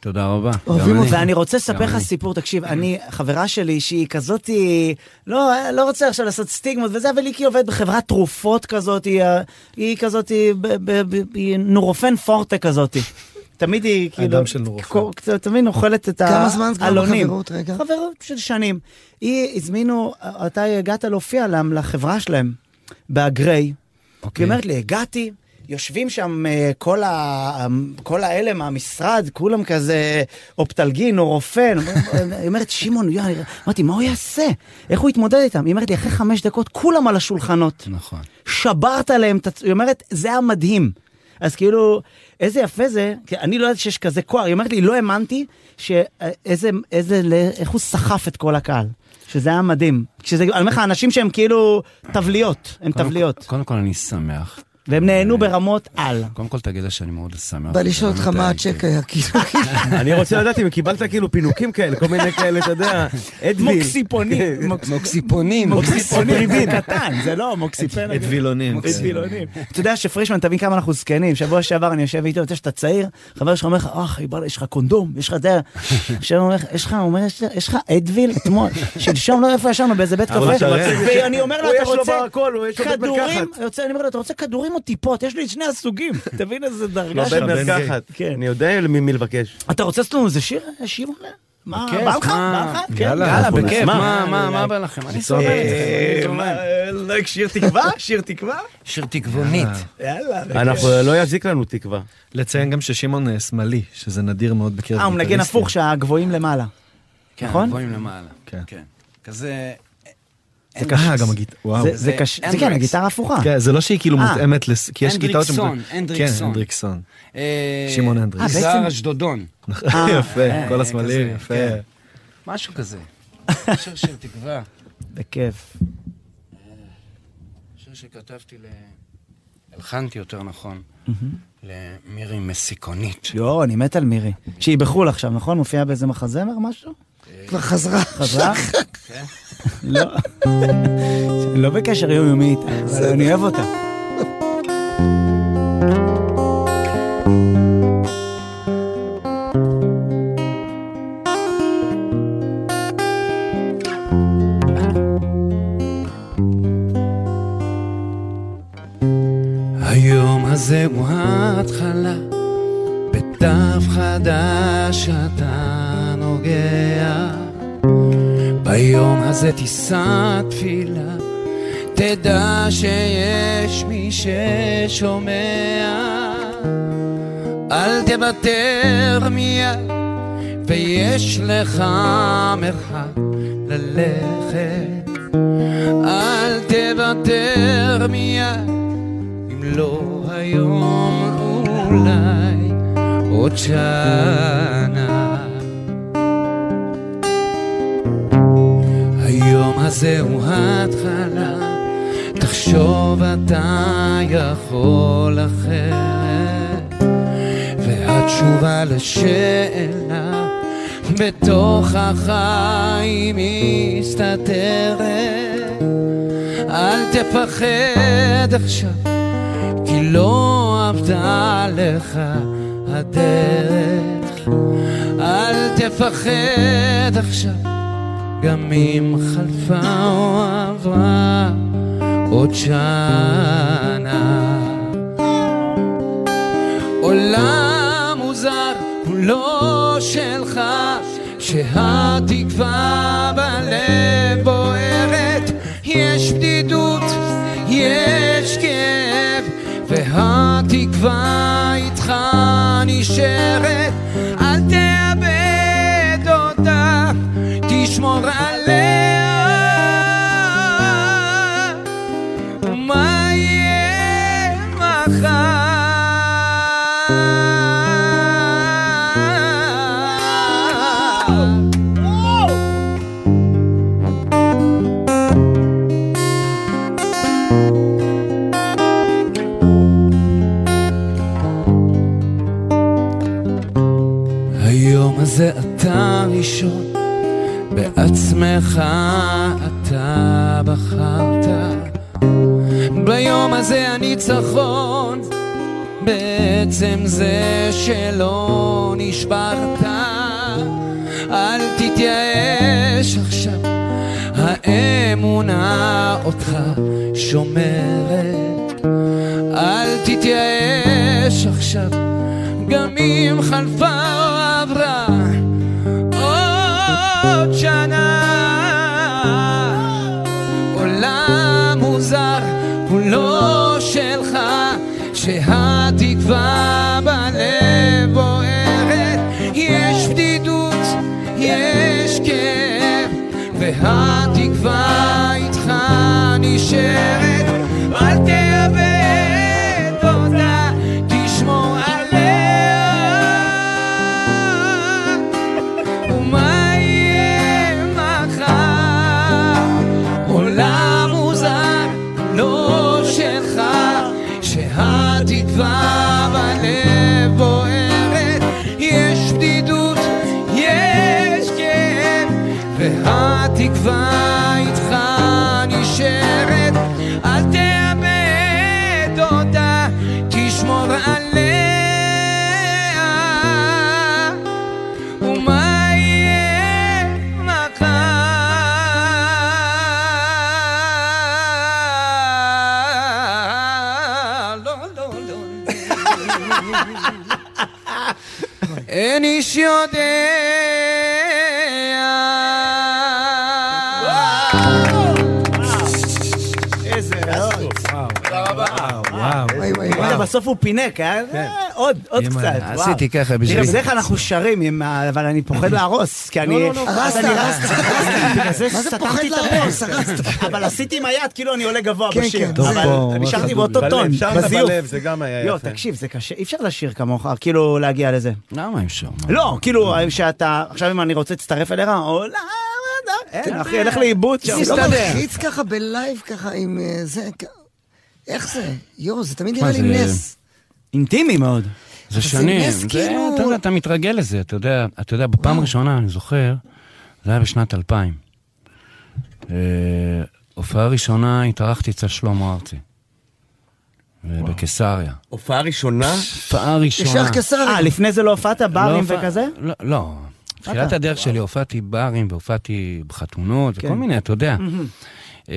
Speaker 9: תודה רבה.
Speaker 1: אוהבים אותך. ואני רוצה לספר
Speaker 9: גם
Speaker 1: לך
Speaker 9: אני.
Speaker 1: סיפור, תקשיב, אני, חברה שלי, שהיא כזאת, היא- לא, לא רוצה עכשיו לעשות סטיגמות וזה, אבל היא כאילו עובדת בחברת תרופות כזאת, היא, אה, היא כזאת, היא ב- ב- ב- היא נורופן פורטה כזאת. תמיד היא כאילו...
Speaker 2: של נורופן.
Speaker 1: קור- קצת, תמיד אוכלת את העלונים.
Speaker 4: כמה זמן את כבר בחברות, רגע?
Speaker 1: חברות של שנים. היא הזמינו, אתה הגעת להופיע להם, לחברה שלהם, באגריי.
Speaker 9: אוקיי.
Speaker 1: היא אומרת לי, הגעתי, יושבים שם אה, כל, ה... כל האלה מהמשרד, כולם כזה אופטלגין, נורופן. "אה, היא אומרת, שמעון, יואי, אמרתי, מה הוא יעשה? איך הוא יתמודד איתם? היא אומרת לי, אחרי חמש דקות כולם על השולחנות.
Speaker 9: נכון.
Speaker 1: שברת להם את הצ... היא אומרת, זה היה מדהים. אז כאילו, איזה יפה זה, כי אני לא ידעתי שיש כזה כוח, היא אומרת לי, לא האמנתי שאיזה, איזה, ל- איך הוא סחף את כל הקהל. שזה היה מדהים. כשזה, אני אומר לך, אנשים שהם כאילו תבליות, הם
Speaker 9: קודם
Speaker 1: תבליות.
Speaker 9: כל- קודם כל אני שמח.
Speaker 1: והם נהנו ברמות על.
Speaker 9: קודם כל תגיד לה שאני מאוד שמח.
Speaker 4: בא לשאול אותך
Speaker 9: באמת
Speaker 4: מה
Speaker 9: הייתי.
Speaker 1: כן.
Speaker 4: הצ'ק היה, כאילו,
Speaker 3: אני רוצה לדעת אם קיבלת כאילו פינוקים כאלה, כל מיני כאלה, אתה יודע, אדוויל.
Speaker 1: מוקסיפונים.
Speaker 9: מוקסיפונים.
Speaker 1: מוקסיפונים, זה קטן, זה לא מוקסיפן.
Speaker 2: את וילונים.
Speaker 1: את וילונים. אתה יודע שפרישמן, תבין כמה אנחנו זקנים. שבוע שעבר אני יושב איתו, אתה שאתה צעיר, חבר שלך אומר לך, אח, יבאללה, יש לך קונדום, יש לך זה. עכשיו הוא אומר, יש לך, הוא אומר, "יש לך- יש לך אדוויל אתמול, שלשום, לא יודע איפה ישבנו, באיזה בית
Speaker 3: אבל
Speaker 1: קפה.
Speaker 3: אתה-
Speaker 1: ואני אומר לו,
Speaker 3: הוא
Speaker 1: אתה
Speaker 3: יש לו
Speaker 1: רוצה
Speaker 3: בהכל, הוא יש לו בית
Speaker 1: כדורים?
Speaker 3: מרקחת."
Speaker 1: יוצא, אני אומר לו, אתה רוצה כדורים או טיפות? יש לי את שני הסוגים. תבין איזה
Speaker 3: לא,
Speaker 1: דרגה
Speaker 3: בית
Speaker 1: שם.
Speaker 3: מרקחת.
Speaker 1: כן.
Speaker 3: אני יודע למי לבקש.
Speaker 1: אתה רוצה לעשות לנו איזה שיר? שיר? מה,
Speaker 11: בכיף,
Speaker 1: בא לך?
Speaker 11: מה?
Speaker 1: בא לך? כן,
Speaker 11: יאללה,
Speaker 1: יאללה,
Speaker 11: אנחנו
Speaker 1: בכיף. אה,
Speaker 11: נשמע.
Speaker 1: מה, מה,
Speaker 11: מה בא לכם? אני סובל את זה,
Speaker 9: אה,
Speaker 11: אני סובל.
Speaker 1: אה,
Speaker 12: שיר תקווה? שיר תקווה?
Speaker 11: שיר תקוונית.
Speaker 12: יאללה.
Speaker 3: אנחנו לא יזיק לנו תקווה.
Speaker 2: לציין גם ששמעון אה, שמאלי, שזה נדיר מאוד בקרב
Speaker 1: אה, הוא מנגן
Speaker 2: גיטריסטים.
Speaker 1: הפוך שהגבוהים למעלה.
Speaker 11: כן,
Speaker 1: נכון?
Speaker 11: גבוהים למעלה.
Speaker 2: כן.
Speaker 11: כזה...
Speaker 2: זה ככה אה, גם הגיטרה, וואו.
Speaker 1: זה- זה קש- זה כן, הגיטרה הפוכה.
Speaker 2: כן, זה לא שהיא כאילו
Speaker 11: אה.
Speaker 2: מותאמת, לס- כי יש גיטרות
Speaker 11: הנדריקסון,
Speaker 2: שמותאמת-
Speaker 11: הנדריקסון.
Speaker 2: כן, הנדריקסון. שמעון הנדריקסון.
Speaker 11: אה, יזהר אשדודון.
Speaker 2: נכון, יפה, כל
Speaker 11: אה,
Speaker 2: השמאלים,
Speaker 11: כזה,
Speaker 2: יפה.
Speaker 11: כן. משהו כזה. שיר של תקווה.
Speaker 1: בכיף.
Speaker 11: שיר שכתבתי ל... הלחנתי יותר נכון. למירי מסיקונית.
Speaker 1: יואו, אני מת על מירי. שהיא בחו"ל עכשיו, נכון? מופיעה באיזה מחזמר, משהו?
Speaker 13: כבר חזרה.
Speaker 1: חזרה? לא. אני לא בקשר יומיומי איתה, אבל אני אוהב אותה.
Speaker 11: היום הזה הוא ההתחלה, בדף חדש אתה נוגע. ביום הזה תישא תפילה, תדע שיש מי ששומע. אל תוותר מיד, ויש לך מרחק ללכת. אל תוותר מיד. אם לא היום אולי עוד שנה. היום הזה הוא ההתחלה, תחשוב אתה יכול אחרת, והתשובה לשאלה בתוך החיים מסתתרת. אל תפחד עכשיו כי לא עבדה לך הדרך. אל תפחד עכשיו, גם אם חלפה או עברה עוד שנה. עולם מוזר הוא לא שלך, שהתקווה בלב בוערת. יש בדידות, יש כאב, והתקווה איתך נשארת. אל תאבד אותה, תשמור עליה. ומה יהיה מחר? היום הזה אתה ראשון, בעצמך אתה בחרת. ביום הזה הניצחון, בעצם זה שלא נשברת. אל תתייאש עכשיו, האמונה אותך שומרת. אל תתייאש עכשיו, גם אם חלפה או עברה עוד שנה. עולם מוזר הוא לא שלך, שהתקווה בלב בוערת. יש בדידות, יש כאב, והתקווה איתך נשארת. אל תאבד אותה, תשמור עליה. ומה יהיה מחר? עולם מוזר, לא שלך, שהתקווה בלב בוערת. יש בדידות, יש כאב, והתקווה איתך נשארת. אל תאבד אותה, תשמור עליה. ומה יהיה מחר? לא, לא, לא. אין איש יודע
Speaker 2: אה,
Speaker 1: בסוף הוא פינק, אה? אה, עוד, עוד
Speaker 14: אמא,
Speaker 1: קצת, וואו.
Speaker 14: כן. עשיתי ככה בשביל-
Speaker 1: תראה, בדרך כלל אנחנו שרים, עם ה- אבל אני פוחד להרוס, כי אני...
Speaker 14: לא, לא, לא,
Speaker 1: אז אני
Speaker 14: הרסת,
Speaker 1: רסתי,
Speaker 14: הרסת.
Speaker 1: רסתי, בגלל זה
Speaker 14: מה זה פוחד
Speaker 1: סתמתי את
Speaker 14: להרוס?
Speaker 1: הפה. אבל עשיתי עם היד, כאילו אני עולה גבוה
Speaker 14: כן,
Speaker 1: בשיר.
Speaker 14: כן, טוב, פה,
Speaker 1: אבל
Speaker 14: ממש
Speaker 1: נשארתי
Speaker 14: חדור
Speaker 1: באותו
Speaker 14: לי.
Speaker 1: טון,
Speaker 14: בלב, שמת
Speaker 1: בזיוף.
Speaker 14: בלב, זה גם היה
Speaker 1: יו,
Speaker 14: יפה.
Speaker 1: תקשיב, זה קשה, אי אפשר לשיר כמוך, כאילו להגיע לזה.
Speaker 9: למה אי אפשר?
Speaker 1: לא, כאילו, שאתה, עכשיו אם אני רוצה להצטרף אליך, עולה,
Speaker 14: כן.
Speaker 1: אין, אחי, אלך לאיבוד שם.
Speaker 4: זה לא מלחיץ ככה בלייב ככה עם אה, זה, כ- איך זה? יואו, זה תמיד נראה לי נס.
Speaker 1: אינטימי מאוד.
Speaker 9: זה
Speaker 4: זה
Speaker 9: שנים,
Speaker 4: נס,
Speaker 9: זה-
Speaker 4: כאילו-
Speaker 9: אתה יודע, אתה מתרגל לזה, אתה יודע, אתה יודע, בפעם הראשונה, אני זוכר, זה היה בשנת 2000. אה, הופעה ראשונה התארחתי אצל שלמה ארצי. אה, בקיסריה.
Speaker 3: הופעה ראשונה?
Speaker 9: הופעה ראשונה.
Speaker 1: אה, לפני זה לא הופעת ברים
Speaker 9: לא,
Speaker 1: וכזה?
Speaker 9: לא, לא. תחילת
Speaker 1: אתה?
Speaker 9: הדרך שלי הופעתי ברים והופעתי בחתונות וכל
Speaker 1: כן.
Speaker 9: מיני, אתה יודע.
Speaker 1: מהמם.
Speaker 9: אה,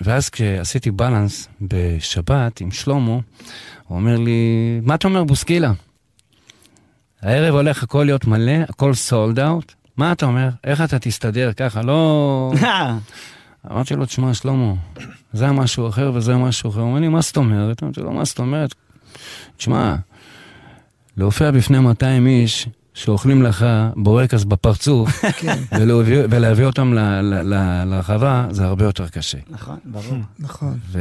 Speaker 9: ואז כשעשיתי בלנס בשבת עם שלמה, הוא אומר לי, מה אתה אומר בוסקילה? הערב הולך הכל להיות מלא, הכל סולד אאוט, מה אתה אומר? איך אתה תסתדר ככה? לא...
Speaker 1: אה,
Speaker 9: אמרתי לו, תשמע, שלמה, זה משהו אחר וזה משהו אחר. הוא אומר לי, מה זאת אומרת? אמרתי לו, מה זאת אומרת? תשמע, להופיע בפני 200 איש שאוכלים לך בורקס בפרצוף, ולהביא- ולהביא אותם ל- ל- ל- לרחבה, זה הרבה יותר קשה.
Speaker 1: נכון, ברור.
Speaker 4: נכון.
Speaker 9: ו...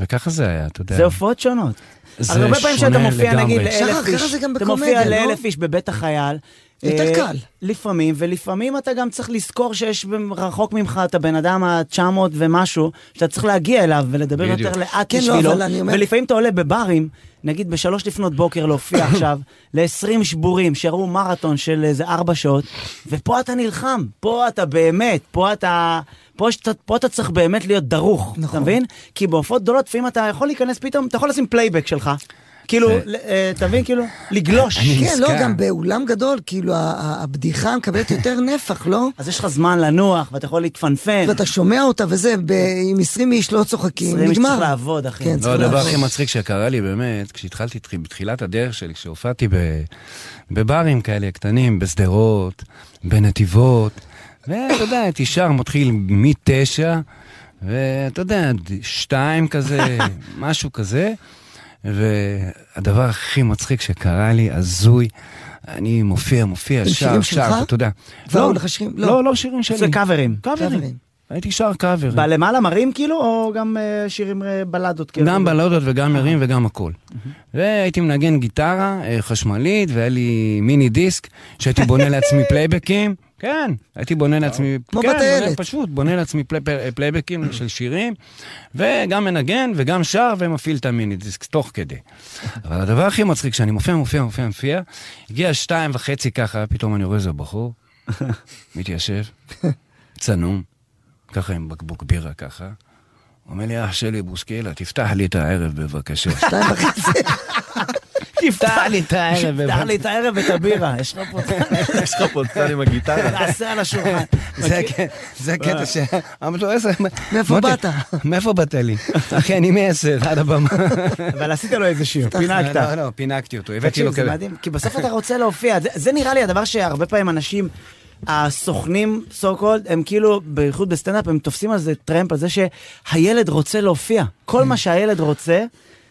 Speaker 9: וככה זה היה, אתה יודע.
Speaker 1: זה הופעות שונות.
Speaker 9: זה
Speaker 1: הרי הרבה פעמים שאתה
Speaker 9: שונה
Speaker 1: מופיע
Speaker 9: לגמרי.
Speaker 1: נגיד
Speaker 9: שחר,
Speaker 1: לאלף
Speaker 9: ככה
Speaker 1: איש,
Speaker 9: זה גם
Speaker 1: אתה
Speaker 9: בקומדיה,
Speaker 1: מופיע
Speaker 9: לא?
Speaker 1: לאלף איש בבית החייל.
Speaker 9: יותר
Speaker 1: אה,
Speaker 9: קל.
Speaker 1: לפעמים, ולפעמים אתה גם צריך לזכור שיש במ- רחוק ממך את הבן אדם ה-900 ומשהו, שאתה צריך להגיע אליו ולדבר
Speaker 9: בדיוק.
Speaker 1: יותר לאט
Speaker 4: כן, לא,
Speaker 1: בשבילו,
Speaker 4: אבל אני אומר-
Speaker 1: ולפעמים אתה עולה בברים, נגיד בשלוש לפנות בוקר להופיע עכשיו, ל-20 שבורים שראו מרתון של איזה ארבע שעות, ופה אתה נלחם, פה אתה באמת, פה אתה... פה, שאתה, פה אתה צריך באמת להיות דרוך, נכון. אתה מבין? כי בהופעות גדולות לפעמים אתה יכול להיכנס פתאום, אתה יכול לשים פלייבק שלך. כאילו,
Speaker 4: זה-
Speaker 1: ל- אה, אתה מבין? כאילו, לגלוש.
Speaker 4: כן, לא, גם באולם גדול, כאילו, ה- ה- הבדיחה מקבלת יותר נפח, לא?
Speaker 1: אז יש לך זמן לנוח, ואתה יכול להתפנפן.
Speaker 4: ואתה שומע אותה וזה, ב- עם 20 איש לא צוחקים, נגמר.
Speaker 1: 20 איש צריך לעבוד, אחי.
Speaker 4: כן,
Speaker 9: לא,
Speaker 4: צריך
Speaker 9: הדבר
Speaker 4: לעבוד.
Speaker 9: הכי מצחיק שקרה לי באמת, כשהתחלתי תח- בתחילת הדרך שלי, כשהופעתי ב- בברים כאלה קטנים, בשדרות, בנתיבות, ואתה יודע, הייתי שר מתחיל מתשע, ואתה יודע, ד- שתיים כזה, משהו כזה, והדבר הכי מצחיק שקרה לי, הזוי, אני מופיע, מופיע,
Speaker 4: עם
Speaker 9: שר,
Speaker 4: שירים
Speaker 9: שר,
Speaker 4: שלך?
Speaker 9: אתה יודע.
Speaker 4: כבר הולך לשירים? לא.
Speaker 9: לא, לא שירים שלי.
Speaker 1: זה קאברים.
Speaker 4: כן.
Speaker 9: קאברים. הייתי שר קאברים.
Speaker 1: בלמעלה מרים כאילו, או גם אה, שירים אה, בלדות כאילו?
Speaker 9: גם בלודות וגם מרים וגם הכל. והייתי מנגן גיטרה אה, חשמלית, והיה לי מיני דיסק, שהייתי בונה לעצמי פלייבקים. כן, הייתי בונה לעצמי...
Speaker 4: כמו
Speaker 9: כן,
Speaker 4: בטיילת.
Speaker 9: בונה- פשוט, בונה לעצמי פלי- פלי- פלייבקים של שירים, וגם מנגן וגם שר ומפעיל את המיני דיסק תוך כדי. אבל הדבר הכי מצחיק, שאני מופיע, מופיע, מופיע, מופיע, הגיע שתיים וחצי ככה, פתאום אני רואה איזה בחור, מתיישב, צנום, ככה עם בקבוק בירה ככה. אומר לי, אח שלי בוסקילה, תפתח לי את הערב בבקשה.
Speaker 4: שתיים וחצי.
Speaker 1: תפתח
Speaker 9: לי את הערב.
Speaker 1: תפתח לי את הערב ואת הבירה, יש לך פה...
Speaker 2: יש לך פולצן עם הגיטרה.
Speaker 1: תעשה על השולחן. אוקיי?
Speaker 9: זה הק- זה הקטע ש... אמרתי
Speaker 2: לא,
Speaker 9: לו, איזה...
Speaker 4: מאיפה
Speaker 9: מותק,
Speaker 4: באת?
Speaker 9: מאיפה באת לי? אחי, אני מעשר, עד הבמה.
Speaker 1: אבל עשית לו איזה שיר, פינקת.
Speaker 9: לא, לא, פינקתי אותו, הבאתי
Speaker 1: תקשיב,
Speaker 9: לו
Speaker 1: זה
Speaker 9: כזה.
Speaker 1: מדהים, כי בסוף אתה רוצה להופיע. זה- זה נראה לי הדבר שהרבה פעמים אנשים, הסוכנים, so called, הם כאילו, בייחוד בסטנדאפ, הם תופסים על זה טרמפ, על זה שהילד רוצה להופיע. כל
Speaker 9: Mm.
Speaker 1: מה שהילד רוצה...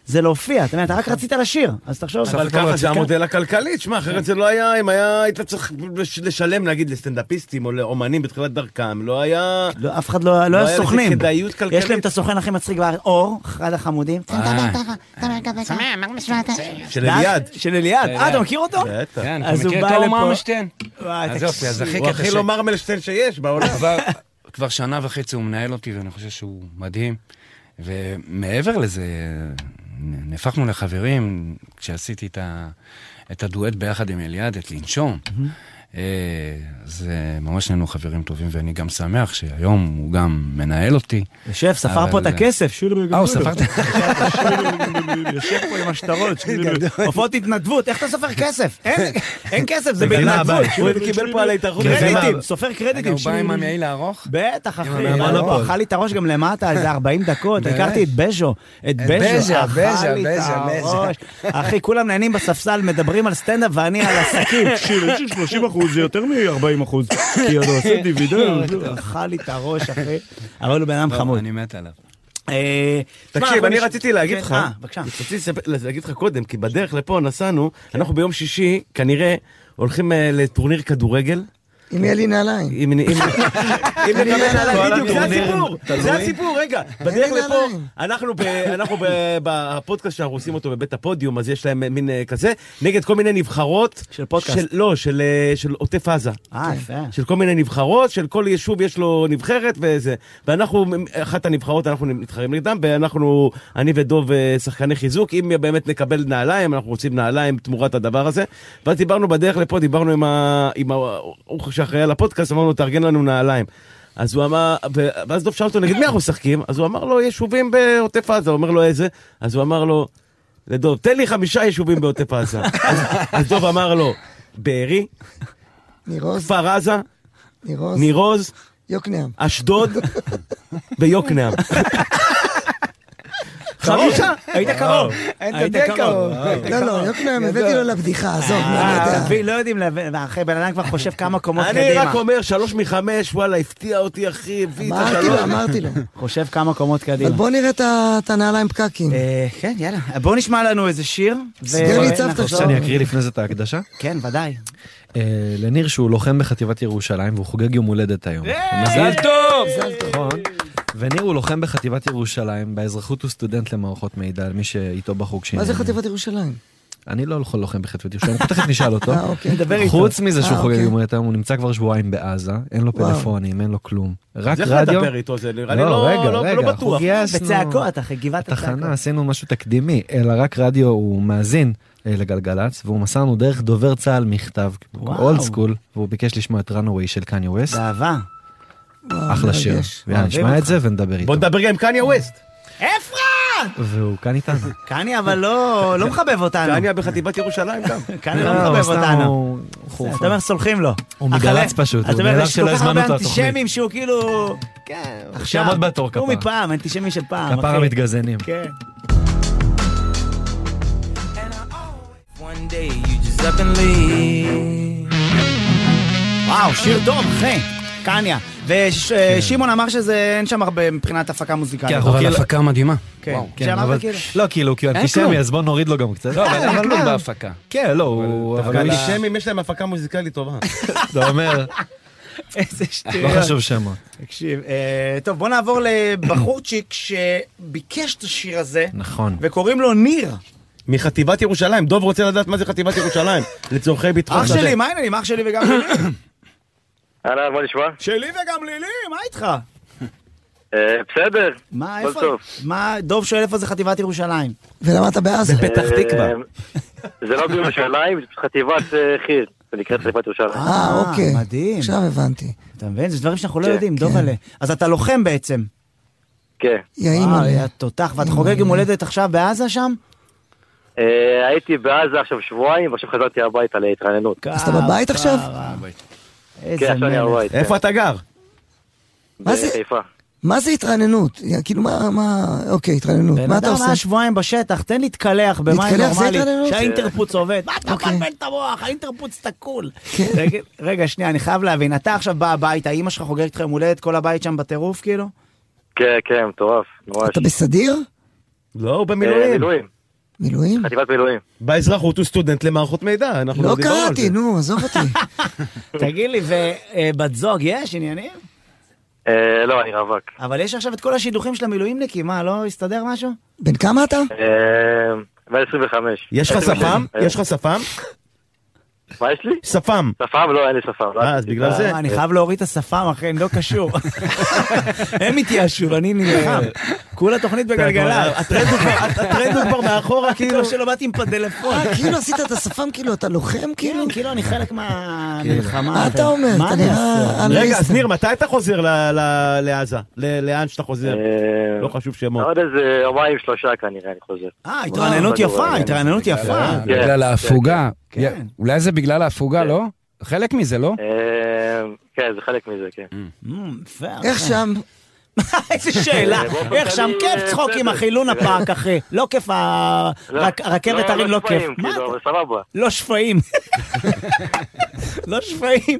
Speaker 1: זה להופיע, אתה מבין, אתה
Speaker 9: נכון.
Speaker 1: רק רצית לשיר, אז תחשוב.
Speaker 3: אבל
Speaker 9: לא
Speaker 3: ככה
Speaker 9: כן.
Speaker 3: זה המודל הכלכלי, שמע,
Speaker 1: כן.
Speaker 3: אחרת זה לא היה, אם היה, היית צריך לש- לשלם נגיד לסטנדאפיסטים או לאומנים בתחילת דרכם, לא היה...
Speaker 1: לא, אף אחד לא, לא
Speaker 3: לא
Speaker 1: היה
Speaker 3: היה לזה
Speaker 1: סוכנים.
Speaker 3: כדאיות כלכלית. אה,
Speaker 1: יש להם את הסוכן הכי מצחיק בארץ, אור, אחד החמודים.
Speaker 3: של אליעד.
Speaker 1: של אליעד. אה, אתה מכיר אותו?
Speaker 3: בטח.
Speaker 9: כן,
Speaker 1: אז
Speaker 9: אתה
Speaker 1: הוא
Speaker 9: מכיר
Speaker 1: בא
Speaker 9: את אור
Speaker 1: לפה.
Speaker 9: מרמלשטיין?
Speaker 1: וואי,
Speaker 9: אז יופי, אז הכי
Speaker 3: הוא
Speaker 9: קטע
Speaker 3: הכי
Speaker 9: ש-
Speaker 3: לא מרמלשטיין שיש בעולם.
Speaker 9: כבר- כבר שנה וחצי הוא מנהל אותי, ואני חושב שהוא מדהים. ומעבר לזה, נ- נהפכנו לחברים כשעשיתי את, ה, את הדואט ביחד עם אליעד, את לנשום.
Speaker 14: Mm-hmm.
Speaker 9: אה, זה ממש נהיינו חברים טובים, ואני גם שמח שהיום הוא גם מנהל אותי.
Speaker 1: יושב, ספר פה את
Speaker 9: אבל-
Speaker 1: הכסף, שולי
Speaker 9: אה, הוא ספר את
Speaker 1: יושב פה עם השטרות, שולי הופעות התנדבות, איך אתה סופר כסף? אין- אין כסף, זה
Speaker 3: מבינה,
Speaker 1: בהתנדבות.
Speaker 3: אבל- הוא קיבל פה על ההתארכות.
Speaker 1: קרדיטים,
Speaker 3: מבינה.
Speaker 1: סופר
Speaker 9: רגע,
Speaker 1: קרדיטים.
Speaker 9: הוא בא עם המעיל הארוך?
Speaker 1: בטח, אחי.
Speaker 9: המעיל
Speaker 1: אבל הוא
Speaker 9: הארוך.
Speaker 1: אכל לי את הראש גם למטה, איזה 40 דקות,
Speaker 9: באמת?
Speaker 1: הכרתי את בז'ו. את
Speaker 9: את
Speaker 1: בז'ו,
Speaker 9: בז'ו,
Speaker 1: אכל
Speaker 9: בז'ו,
Speaker 1: לי את
Speaker 9: בז'ו,
Speaker 1: הראש. אחי, כולם נהנים בספסל, מדברים על סטנדאפ ואני על עסקים.
Speaker 11: תקשיב,
Speaker 1: של 30 אחוז זה יותר מ-40 אחוז, כי
Speaker 11: אתה עושה דיבידנד.
Speaker 1: אוקיי, אכל לי את הראש, אחי. אבל הוא בן אדם
Speaker 9: לא,
Speaker 1: חמוד.
Speaker 9: אני מת עליו.
Speaker 1: אה, תשמע,
Speaker 3: תקשיב,
Speaker 1: אנחנו
Speaker 3: אני
Speaker 1: נש-
Speaker 3: רציתי להגיד
Speaker 1: כן,
Speaker 3: לך,
Speaker 1: אה, בבקשה.
Speaker 3: רציתי לספר- להגיד לך קודם, כי בדרך לפה נסענו, אנחנו ביום שישי כנראה הולכים אה, לטורניר כדורגל.
Speaker 4: אם יהיה לי נעליים.
Speaker 3: אם נקבל נעליים, בדיוק, זה
Speaker 4: הטורניר
Speaker 3: הסיפור,
Speaker 4: תלוי.
Speaker 3: זה הסיפור, רגע,
Speaker 4: אין לי
Speaker 3: בדרך לפה,
Speaker 4: נעליים.
Speaker 3: אנחנו ב- אנחנו ב- בפודקאסט שאנחנו עושים אותו בבית הפודיום, אז יש להם מין אה, כזה, נגד כל מיני נבחרות. של
Speaker 1: פודקאסט.
Speaker 3: לא, של אה, של עוטף עזה.
Speaker 1: אה, יפה.
Speaker 3: של כל מיני נבחרות, של כל יישוב יש לו נבחרת וזה. ואנחנו, אחת הנבחרות, אנחנו מתחרים נגדם, ואנחנו, אני ודוב אה, שחקני חיזוק, אם באמת נקבל נעליים, אנחנו רוצים נעליים תמורת הדבר הזה. ואז דיברנו בדרך לפה, דיברנו עם ה- עם ה- הוא שאחראי על הפודקאסט, אמרנו, תארגן לנו נעליים. אז הוא אמר, ו- ואז דוב שאל אותו, נגד מי אנחנו משחקים? אז הוא אמר לו, יישובים בעוטף עזה, הוא אומר לו איזה? אז הוא אמר לו, לדוב, תן לי חמישה יישובים בעוטף עזה. אז- אז דוב אמר לו, בארי, כפר עזה,
Speaker 4: ניר עוז.
Speaker 3: ניר עוז,
Speaker 4: יוקנעם.
Speaker 3: אשדוד ויוקנעם. חמישה? היית קרוב.
Speaker 1: היית קרוב. היית
Speaker 4: לא, לא,
Speaker 1: קרוב.
Speaker 4: יוקנעם,
Speaker 1: גדול.
Speaker 4: הבאתי לו לבדיחה, עזוב, מה אני
Speaker 1: אה,
Speaker 4: יודע.
Speaker 1: תבין, לא יודעים, להבין, ואחרי בן אדם כבר חושב כמה קומות
Speaker 3: אני
Speaker 1: אוקיי, קדימה.
Speaker 3: רק אומר, שלוש מחמש, וואלה, הפתיע אותי, אחי, הביא את
Speaker 4: אמרתי
Speaker 1: לא-
Speaker 3: השלוש.
Speaker 4: לו, אמרתי לו.
Speaker 1: חושב כמה קומות קדימה.
Speaker 4: אבל בוא נראה את ה- את הנעליים פקקים.
Speaker 1: כן, יאללה. בואו נשמע לנו איזה שיר. ו-
Speaker 2: אתה רוצה שאני אה, אקריא לפני זה את ההקדשה?
Speaker 1: כן, ודאי.
Speaker 2: אה, לניר שהוא לוחם בחטיבת ירושלים והוא חוגג יום הולדת היום.
Speaker 9: מזל טוב!
Speaker 2: נכון. וניר הוא לוחם בחטיבת ירושלים, באזרחות הוא סטודנט למערכות מידע, על מי שאיתו בחוג שלי.
Speaker 4: מה זה חטיבת ירושלים?
Speaker 2: אני לא יכול לוחם בחטיבת ירושלים, אנחנו תכף נשאל אותו.
Speaker 4: אה, אוקיי. נדבר איתו.
Speaker 2: חוץ מזה שהוא
Speaker 4: אה,
Speaker 2: חוגג
Speaker 4: אוקיי.
Speaker 2: יום הולדת היום, הוא נמצא כבר שבועיים בעזה, אין לו
Speaker 1: וואו.
Speaker 2: פלאפונים, אין לו כלום. רק
Speaker 3: אז איך
Speaker 2: רדיו.
Speaker 3: נדבר איתו? זה נראה לי
Speaker 2: לא,
Speaker 3: לא-
Speaker 2: רגע,
Speaker 3: לא-
Speaker 2: רגע,
Speaker 3: לא
Speaker 2: אנחנו
Speaker 3: בטוח.
Speaker 2: גייסנו-
Speaker 1: בצעקות, אחי, גבעת
Speaker 2: בתחנה עשינו משהו תקדימי, אלא רק רדיו הוא מאזין אה, לגלגלצ, והוא מסר לנו דרך דובר צה"ל מכתב,
Speaker 1: וואו.
Speaker 2: אולד סקול, והוא ביקש לשמוע את ראנווי של קניה ווסט.
Speaker 1: באהבה.
Speaker 2: אחלה שיר. יאללה, נשמע את זה ונדבר איתו.
Speaker 3: בוא נדבר גם עם קניה ווסט.
Speaker 1: אפרת!
Speaker 2: והוא כאן איתנו.
Speaker 1: קניה, אבל לא לא מחבב אותנו.
Speaker 3: קניה בחטיבת ירושלים גם.
Speaker 1: קניה לא
Speaker 2: לא,
Speaker 1: מחבב
Speaker 2: סתם
Speaker 1: אותנו.
Speaker 2: הוא- הוא
Speaker 1: אתה אומר, סולחים לו.
Speaker 2: הוא
Speaker 1: אחלה-
Speaker 2: מגל"צ פשוט,
Speaker 1: אתה
Speaker 2: הוא
Speaker 1: אומר,
Speaker 2: נעלב
Speaker 1: יש
Speaker 2: שלא
Speaker 1: כל כך
Speaker 2: הזמנו
Speaker 1: הרבה
Speaker 2: אותו לתוכנית.
Speaker 1: אנטישמים שהוא כאילו... כן, עכשיו.
Speaker 2: שיעמוד בתור,
Speaker 1: הוא
Speaker 2: כפרה.
Speaker 1: מפעם, אנטישמי של פעם.
Speaker 2: כפרה
Speaker 1: אחי.
Speaker 2: מתגזענים.
Speaker 1: כן.
Speaker 5: One day you just up and leave.
Speaker 1: וואו, שיר טוב, אחי. קניה. ושמעון אמר שזה, אין שם הרבה מבחינת הפקה מוזיקלית. אוקיי.
Speaker 9: כן, אבל הפקה מדהימה.
Speaker 1: כן.
Speaker 9: וואו.
Speaker 1: כן, שאמרת
Speaker 2: אבל-
Speaker 1: כאילו.
Speaker 2: לא, כאילו, כי הוא
Speaker 9: אין
Speaker 2: אנטישמי,
Speaker 9: כלום.
Speaker 2: אז בוא נוריד לו גם קצת.
Speaker 9: לא, אבל אין כלום
Speaker 2: מה?
Speaker 9: בהפקה.
Speaker 2: כן, לא, הוא... אבל הוא איש-
Speaker 3: אנטישמים יש להם הפקה מוזיקלית טובה.
Speaker 2: אתה אומר,
Speaker 1: איזה שטויות.
Speaker 2: לא חשוב שמות.
Speaker 1: תקשיב, אה, טוב, בוא נעבור לבחורצ'יק שביקש את השיר הזה.
Speaker 2: נכון.
Speaker 1: וקוראים לו ניר.
Speaker 3: מחטיבת ירושלים, דוב רוצה לדעת מה זה חטיבת ירושלים, לצורכי ביטחון.
Speaker 1: אח
Speaker 3: שדה.
Speaker 1: שלי, מה העניינים? אח שלי וגם לילי.
Speaker 14: אהלן, מה נשמע?
Speaker 1: שלי וגם לילי, מה איתך?
Speaker 14: אה, בסדר.
Speaker 1: מה,
Speaker 14: הכל
Speaker 1: איפה?
Speaker 14: טוב.
Speaker 1: מה, דוב שואל איפה זה חטיבת ירושלים.
Speaker 4: ולמה אתה בעזה?
Speaker 14: אה, זה לא בירושלים, זה פשוט חטיבת אה, חי"ר, זה נקרא חטיבת ירושלים.
Speaker 1: אה,
Speaker 4: אוקיי.
Speaker 1: מדהים.
Speaker 4: עכשיו הבנתי.
Speaker 1: אתה מבין? זה דברים שאנחנו לא
Speaker 14: כן.
Speaker 1: יודעים, דוב עלה. אז אתה לוחם בעצם.
Speaker 14: כן.
Speaker 4: אה,
Speaker 1: וואו, יא תותח. ואתה חוגג יום הולדת עכשיו בעזה שם?
Speaker 14: אה, הייתי בעזה עכשיו שבועיים, ועכשיו חזרתי הביתה להתרעננות.
Speaker 4: אז אתה בבית עכשיו?
Speaker 1: אה,
Speaker 14: כן, עכשיו אני הביתה. כן.
Speaker 3: איפה אתה גר?
Speaker 4: מה זה?
Speaker 14: בחיפה.
Speaker 4: מה זה התרעננות? כאילו מה, מה, אוקיי, התרעננות. מה אתה
Speaker 1: בן אדם היה
Speaker 4: עושה?
Speaker 1: שבועיים בשטח, תן להתקלח במים
Speaker 4: להתקלח זה לא
Speaker 1: נורמלי,
Speaker 4: התעללות?
Speaker 1: שהאינטרפוץ עובד. מה אתה
Speaker 4: אוקיי.
Speaker 1: מבלבל את המוח? האינטרפוץ תקול.
Speaker 4: כן.
Speaker 1: רגע- רגע, שנייה, אני חייב להבין. אתה עכשיו בא הביתה, אימא שלך חוגגת לך יום הולדת, כל הבית שם בטירוף, כאילו?
Speaker 14: כן, כן, מטורף, ממש.
Speaker 4: אתה בסדיר?
Speaker 3: לא, הוא
Speaker 14: אה,
Speaker 3: במילואים.
Speaker 14: מילואים.
Speaker 4: מילואים?
Speaker 14: חטיבת מילואים.
Speaker 3: באזרחות הוא סטודנט למערכות מידע, אנחנו
Speaker 4: לא
Speaker 3: דיברנו על
Speaker 4: קראתי,
Speaker 3: זה.
Speaker 4: נו, עזוב אותי.
Speaker 1: תגיד לי, ובת זוג יש עניינים?
Speaker 14: אה, לא, אני רווק.
Speaker 1: אבל יש עכשיו את כל השידוכים של המילואימניקים, מה, לא הסתדר משהו?
Speaker 4: בן כמה אתה?
Speaker 14: אה, 125.
Speaker 3: יש לך
Speaker 14: 26.
Speaker 3: שפם?
Speaker 14: אה,
Speaker 3: יש לך שפם?
Speaker 14: מה יש לי?
Speaker 3: שפם.
Speaker 14: שפם? לא, אין לי שפם. לא,
Speaker 3: אה, אז בגלל זה.
Speaker 1: אה, אני חייב להוריד את השפם, אחי, אני לא קשור. הם התייאשו, אני נלחם. כולה תוכנית בגלגלצ.
Speaker 3: הטרנד הוא כבר- הטרנד הוא כבר מאחורה, כאילו.
Speaker 1: טוב שלא באתי עם פדלפון.
Speaker 4: אה, כאילו עשית את השפם, כאילו אתה לוחם, כאילו?
Speaker 1: כאילו אני חלק כן. מה...
Speaker 3: מלחמה.
Speaker 4: מה אתה אומר?
Speaker 1: מה
Speaker 4: אתה
Speaker 1: אה, אני
Speaker 4: נראה
Speaker 3: רגע,
Speaker 4: אנליסט.
Speaker 3: אז ניר, מתי אתה חוזר ל- ל- לעזה? ל- לאן שאתה חוזר?
Speaker 14: אה,
Speaker 3: לא חשוב שמות.
Speaker 14: עוד איזה יומיים שלושה כנראה, אני חוזר.
Speaker 1: אה, התרעננות יפה, התרעננות יפה.
Speaker 14: כן,
Speaker 9: אה, בגלל
Speaker 14: כן,
Speaker 9: ההפוגה. יא- אולי זה בגלל ההפוגה, לא? חלק מזה, לא?
Speaker 14: אה, כן, זה חלק מזה, כן.
Speaker 1: אה, כן.
Speaker 4: איך שם?
Speaker 1: איזה שאלה, איך שם כיף צחוק עם החילון הפארק, אחי. לא כיף, ה- רק- הרכבת הרים לא כיף.
Speaker 14: שפיים,
Speaker 1: מה?
Speaker 14: כאילו, אבל סבבה.
Speaker 1: לא שפיים. לא שפיים.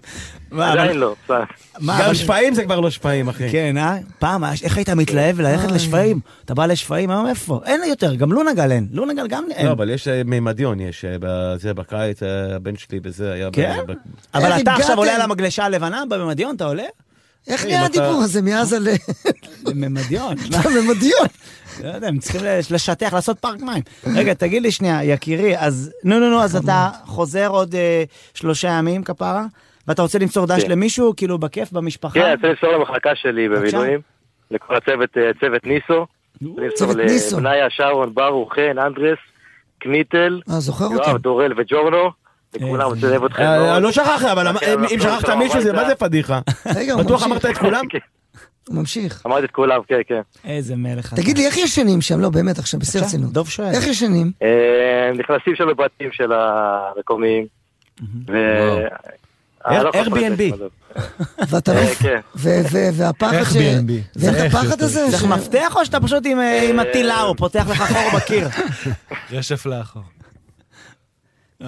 Speaker 1: מה, אבל-
Speaker 14: עדיין לא.
Speaker 1: מה,
Speaker 3: גם
Speaker 1: אבל-
Speaker 3: שפעים זה כבר לא שפעים, אחי.
Speaker 1: כן, אה? פעם, אה, איך היית מתלהב ללכת לשפיים? אתה בא לשפיים, היום איפה? אין יותר, גם לונה גל אין. לונה גל גם אין.
Speaker 3: לא, אבל יש אה, מימדיון, יש, אה, ב- זה בקיץ, אה, הבן שלי בזה היה... ב-
Speaker 1: כן?
Speaker 3: ב-
Speaker 1: אבל
Speaker 4: איך
Speaker 1: אתה עכשיו
Speaker 4: הגעתם?
Speaker 1: עולה על המגלשה הלבנה בממדיון, אתה עולה?
Speaker 4: איך
Speaker 1: אם
Speaker 4: נהיה
Speaker 1: אתה-
Speaker 4: הדיבור הזה מאז על...
Speaker 1: בממדיון.
Speaker 4: בממדיון.
Speaker 1: לא יודע, הם צריכים לש- לשטח, לעשות פארק מים. רגע, תגיד לי שנייה, יקירי, אז נו, נו, נו, אז אתה חוזר עוד אה, שלושה ימים, כפרה, ואתה רוצה למסור דש
Speaker 14: כן.
Speaker 1: למישהו, כאילו, בכיף, במשפחה?
Speaker 14: כן, אני רוצה למסור למחלקה שלי במילואים, לכל הצוות, אה, צוות ניסו. אני רוצה
Speaker 4: צוות
Speaker 14: למסור
Speaker 4: ניסו.
Speaker 14: לבניה, שרון, ברוך, חן, אנדרס, קניטל,
Speaker 4: אה, זוכר
Speaker 14: יואב,
Speaker 4: אותם.
Speaker 14: דורל וג'ורנו. לכולם, אני רוצה לאהב אתכם.
Speaker 3: אה,
Speaker 14: מאוד.
Speaker 3: לא שכחת, אבל אמ-
Speaker 14: אוקיי,
Speaker 3: אם- אם
Speaker 14: אנחנו
Speaker 3: שכחת
Speaker 14: נחזור
Speaker 3: מישהו, זה מה
Speaker 14: הביתה.
Speaker 3: זה פדיחה?
Speaker 14: אה,
Speaker 4: רגע, הוא
Speaker 3: בטוח
Speaker 4: ממשיך.
Speaker 3: אמרת את כולם?
Speaker 14: כן,
Speaker 4: הוא ממשיך.
Speaker 14: אמרתי את כולם, כן, כן.
Speaker 1: איזה מלך. אתה.
Speaker 4: תגיד לי, איך ישנים שם? לא, באמת, עכשיו, בשיא
Speaker 1: בבקשה,
Speaker 4: הרצינות.
Speaker 1: דוב שואל.
Speaker 4: איך ישנים?
Speaker 14: אה, נכנסים שם לבתים של המקומיים. ו...
Speaker 7: eh,
Speaker 14: אה, לא יכול לפרט את
Speaker 3: Airbnb.
Speaker 14: זה, אבל-
Speaker 4: ואתה
Speaker 14: אה,
Speaker 4: לא...
Speaker 14: כן.
Speaker 4: ו- ו- והפחד ש...
Speaker 2: Airbnb. זה
Speaker 4: ואיך
Speaker 2: איך
Speaker 4: הפחד
Speaker 2: יותר.
Speaker 4: הזה?
Speaker 1: צריך
Speaker 4: ש-
Speaker 1: מפתח או שאתה פשוט עם, אה, עם הטילה, הוא פותח לך חור בקיר?
Speaker 2: רשף לאחור.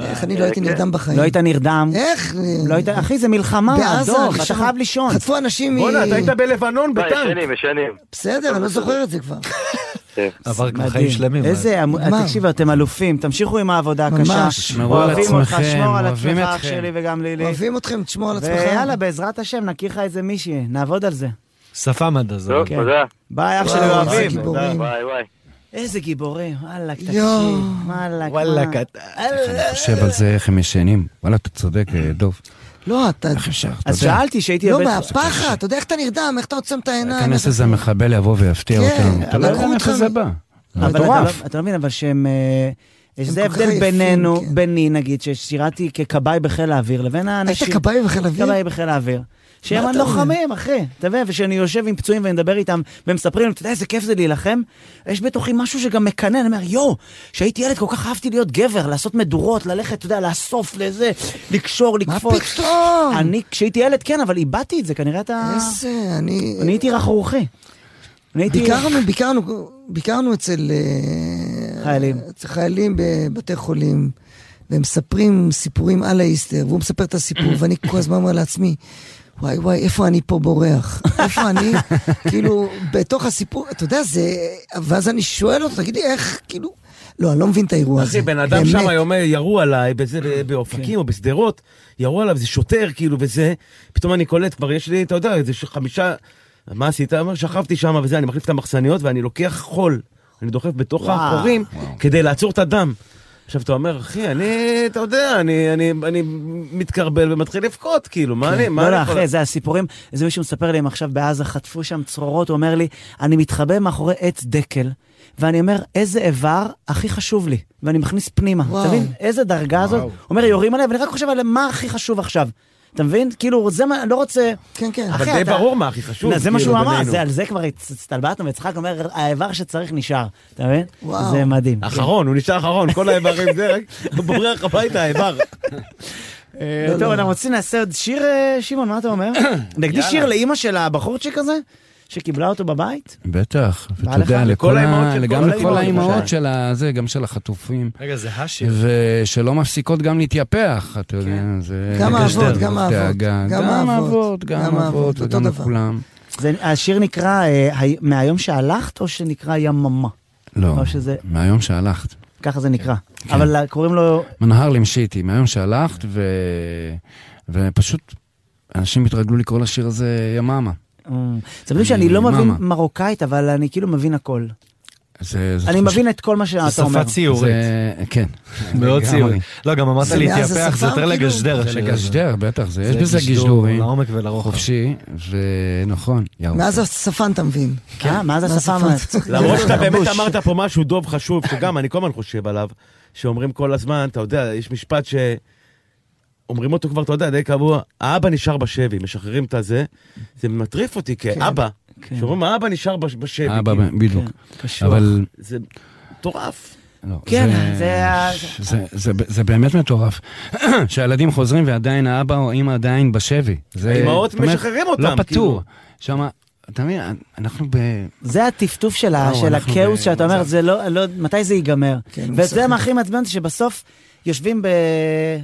Speaker 4: איך
Speaker 14: אה,
Speaker 4: אני לא
Speaker 14: כן.
Speaker 4: הייתי נרדם בחיים.
Speaker 1: לא היית נרדם.
Speaker 4: איך?
Speaker 1: לא היית, אחי, זה מלחמה,
Speaker 4: בעזה,
Speaker 1: עזוב, אתה
Speaker 4: עכשיו.
Speaker 1: חייב לישון.
Speaker 4: חטפו אנשים מ...
Speaker 3: בואנה, אתה היית בלבנון
Speaker 14: מה,
Speaker 3: בטנק.
Speaker 14: אה, ישנים, ישנים.
Speaker 4: בסדר, אני לא זוכר את זה כבר.
Speaker 14: כן.
Speaker 2: עבר כבר
Speaker 1: מדהים.
Speaker 2: חיים שלמים.
Speaker 1: איזה, המ-
Speaker 4: נגמר.
Speaker 1: תקשיבו, אתם אלופים, תמשיכו עם העבודה
Speaker 4: ממש.
Speaker 1: הקשה.
Speaker 9: שמרו על
Speaker 1: אוהבים אותך,
Speaker 9: עצמכם,
Speaker 1: שמור על
Speaker 9: אוהבים
Speaker 1: עצמך, אח
Speaker 9: אתכם.
Speaker 1: שלי וגם לילי.
Speaker 4: אוהבים אתכם, תשמור על עצמך.
Speaker 1: ויאללה, בעזרת השם, נכיר לך איזה מישהי, נעבוד על זה.
Speaker 2: שפה מדזו.
Speaker 14: טוב, תודה.
Speaker 1: ביי, אח
Speaker 4: וואו,
Speaker 1: שלי,
Speaker 4: איזה
Speaker 1: אוהבים.
Speaker 3: אה.
Speaker 4: גיבורים.
Speaker 14: ביי, ביי.
Speaker 1: איזה גיבורים, וואלכ, תקשיב,
Speaker 4: יואו.
Speaker 1: וואלכ.
Speaker 14: אה.
Speaker 2: וואלכ,
Speaker 1: מה.
Speaker 2: אתה...
Speaker 9: אני חושב על זה, איך הם ישנים. וואלה, אתה צודק, אה, דוב.
Speaker 4: לא, אתה...
Speaker 9: איך אפשר? אתה
Speaker 1: אז
Speaker 9: יודע,
Speaker 1: שאלתי שהייתי...
Speaker 4: לא,
Speaker 1: עובד-
Speaker 4: מהפחד, אתה יודע איך אתה נרדם, איך אתה עוצם את העיניים.
Speaker 9: להיכנס
Speaker 4: איך-
Speaker 9: איזה מחבל יבוא ויפתיע
Speaker 4: כן,
Speaker 9: אותנו. אתה לא
Speaker 4: לקחו
Speaker 9: יודע
Speaker 4: אותך
Speaker 9: איפה זה
Speaker 4: מ-
Speaker 9: בא.
Speaker 1: אבל אתה
Speaker 9: מטורף.
Speaker 1: לא- אתה לא מבין, אבל שהם... אה, שזה
Speaker 4: כל כך
Speaker 1: ההבדל
Speaker 4: עייפים,
Speaker 1: בינינו,
Speaker 4: כן.
Speaker 1: ביני נגיד, ששירתי ככבאי בחיל האוויר, לבין האנשים...
Speaker 4: היית כבאי בחיל אוויר?
Speaker 1: כבאי בחיל האוויר. שהם
Speaker 4: מה אתה אומר?
Speaker 1: הלוחמים, אחי. אתה מבין, ושאני יושב עם פצועים ואני מדבר איתם, והם מספרים לי, אתה יודע איזה כיף זה להילחם? יש בתוכי משהו שגם מקנן, אני אומר, יואו, כשהייתי ילד כל כך אהבתי להיות גבר, לעשות מדורות, ללכת, אתה יודע, לאסוף לזה, לקשור,
Speaker 4: מה
Speaker 1: לקפוץ.
Speaker 4: פתאום?
Speaker 1: אני, כשהייתי ילד, כן, אבל איבדתי את זה, כנראה אתה...
Speaker 4: איזה, אני...
Speaker 1: אני הייתי רכרוכי. אני הייתי...
Speaker 4: ביקרנו, ביקרנו, ביקרנו אצל... אה,
Speaker 1: חיילים.
Speaker 4: אצל חיילים בבתי חולים, והם מספרים סיפורים על האיסטר, והוא מספר את הסיפור, ואני כל הזמן אומר לעצמי, וואי וואי, איפה אני פה בורח? איפה אני? כאילו, בתוך הסיפור, אתה יודע, זה... ואז אני שואל אותו, תגיד לי, איך, כאילו... לא, אני לא מבין את האירוע הזה.
Speaker 3: אחי, בן אדם
Speaker 4: באמת.
Speaker 3: שם אומר, ירו עליי, בזה,
Speaker 1: כן.
Speaker 3: באופקים או בשדרות, ירו עליו, זה שוטר כאילו וזה, פתאום אני קולט, כבר יש לי, אתה יודע, איזה ש- חמישה, מה עשית? אמר, שכבתי שם וזה, אני מחליף את המחסניות ואני לוקח חול, אני דוחף בתוך
Speaker 1: וואו.
Speaker 3: החורים כדי לעצור את הדם. עכשיו אתה אומר, אחי, אני, אתה יודע, אני, אני, אני מתקרבל ומתחיל לבכות, כאילו, מה אני, מה
Speaker 1: לא,
Speaker 3: אני
Speaker 1: לא,
Speaker 3: יכול-
Speaker 1: אחי, זה הסיפורים. איזה מישהו מספר לי, הם עכשיו בעזה חטפו שם צרורות, הוא אומר לי, אני מתחבא מאחורי עץ דקל, ואני אומר, איזה איבר הכי חשוב לי, ואני מכניס פנימה.
Speaker 4: וואו.
Speaker 1: אתה מבין? איזה דרגה זאת? הוא אומר, יורים עליי, ואני רק חושב על מה הכי חשוב עכשיו. אתה מבין? כאילו, זה מה, אני לא רוצה...
Speaker 4: כן, כן.
Speaker 1: אחי,
Speaker 3: אבל די
Speaker 1: אתה-
Speaker 3: ברור מה הכי חשוב,
Speaker 1: לא, זה מה
Speaker 3: כאילו,
Speaker 1: שהוא אמר,
Speaker 3: בינינו.
Speaker 1: זה- על זה כבר הצ- הצטלבטנו, והצחק אומר, האיבר שצריך נשאר. אתה מבין?
Speaker 4: וואו.
Speaker 1: זה מדהים.
Speaker 3: אחרון, הוא נשאר אחרון, כל האיברים זה, רק בורח הביתה, האיבר.
Speaker 1: אה,
Speaker 3: לא,
Speaker 1: טוב, אנחנו רוצים לעשות עוד שיר, אה, שמעון, מה אתה אומר? נקדיש שיר לאימא של הבחורצ'יק הזה, שקיבלה אותו בבית?
Speaker 9: בטח,
Speaker 1: בא
Speaker 9: ואתה יודע,
Speaker 1: לך?
Speaker 9: לכל
Speaker 3: האימהות
Speaker 9: ה-
Speaker 3: של כל
Speaker 9: גם
Speaker 3: האימהות,
Speaker 9: לכל האימהות
Speaker 3: למשל.
Speaker 9: של הזה, גם של החטופים,
Speaker 2: רגע, זה השיר.
Speaker 9: ושלא מפסיקות גם להתייפח, אתה יודע, זה...
Speaker 4: גם
Speaker 9: יש
Speaker 4: האבות,
Speaker 9: דאגה,
Speaker 4: גם האבות,
Speaker 9: דאגה,
Speaker 4: גם
Speaker 9: גם
Speaker 4: האבות,
Speaker 9: האבות, גם
Speaker 4: גם האבות,
Speaker 9: האבות,
Speaker 4: אותו
Speaker 9: וגם
Speaker 4: דבר.
Speaker 9: כולם.
Speaker 1: זה, השיר נקרא אה, הי- מהיום שהלכת, או שנקרא יממה?
Speaker 9: לא,
Speaker 1: או שזה-
Speaker 9: מהיום שהלכת.
Speaker 1: ככה זה נקרא. אבל אה, קוראים לו...
Speaker 9: מנהר למשיתי, מהיום שהלכת, ו... ופשוט אנשים התרגלו לקרוא לשיר הזה יממה.
Speaker 1: אמ, זה מדהים שאני לא
Speaker 9: יממה.
Speaker 1: מבין מרוקאית, אבל אני כאילו מבין הכל.
Speaker 9: זה, זה
Speaker 1: אני
Speaker 9: תחוש-
Speaker 1: מבין את כל מה שאתה אומר.
Speaker 2: שפה ציורית.
Speaker 9: זה, כן.
Speaker 2: מאוד
Speaker 9: לגמרי.
Speaker 2: ציורית. לא, גם אמרת
Speaker 4: זה מאז
Speaker 2: להתייפח, זה
Speaker 4: השפם,
Speaker 2: יותר
Speaker 4: כאילו?
Speaker 2: לגשדר.
Speaker 9: זה
Speaker 2: השיר הזה.
Speaker 9: לגשדר, בטח, זה, יש
Speaker 2: זה
Speaker 9: בזה
Speaker 2: גשדור
Speaker 9: גשדורים.
Speaker 2: לעומק ולרוחב.
Speaker 9: חופשי, ונכון, יאו.
Speaker 4: מאז השפן אתה מבין.
Speaker 1: אה, מה זה
Speaker 4: מה
Speaker 1: השפה?
Speaker 4: השפה?
Speaker 1: מה-
Speaker 3: למרות שאתה באמת
Speaker 1: חבוש.
Speaker 3: אמרת פה משהו, דוב, חשוב, שגם אני כל הזמן חושב עליו, שאומרים כל הזמן, אתה יודע, יש משפט ש... אומרים אותו כבר, אתה יודע, די קבוע, האבא נשאר בשבי, משחררים את הזה, זה מטריף אותי כאבא,
Speaker 1: כן.
Speaker 3: שאומרים האבא נשאר בש- בשבי,
Speaker 9: אבא,
Speaker 3: כאילו.
Speaker 9: בדיוק.
Speaker 1: קשוח.
Speaker 9: אבל...
Speaker 3: זה מטורף.
Speaker 9: לא,
Speaker 1: כן,
Speaker 9: זה-
Speaker 1: זה ה-
Speaker 9: זה- זה- זה באמת מטורף. שהילדים חוזרים ועדיין האבא או אמא עדיין בשבי. זה-
Speaker 3: האימהות
Speaker 9: זאת אומרת,
Speaker 3: משחררים אותם,
Speaker 9: לא
Speaker 3: כאילו.
Speaker 9: פטור. שמה, אתה מבין, אנחנו ב...
Speaker 1: זה הטפטוף של ה-
Speaker 9: וואו,
Speaker 1: של
Speaker 9: אנחנו
Speaker 1: הכאוס שאתה אומר,
Speaker 9: במצב.
Speaker 1: זה לא, לא- מתי זה ייגמר.
Speaker 4: כן, הוא
Speaker 1: וזה
Speaker 4: משחק.
Speaker 1: מה הכי מעצבן אותי, שבסוף יושבים ב...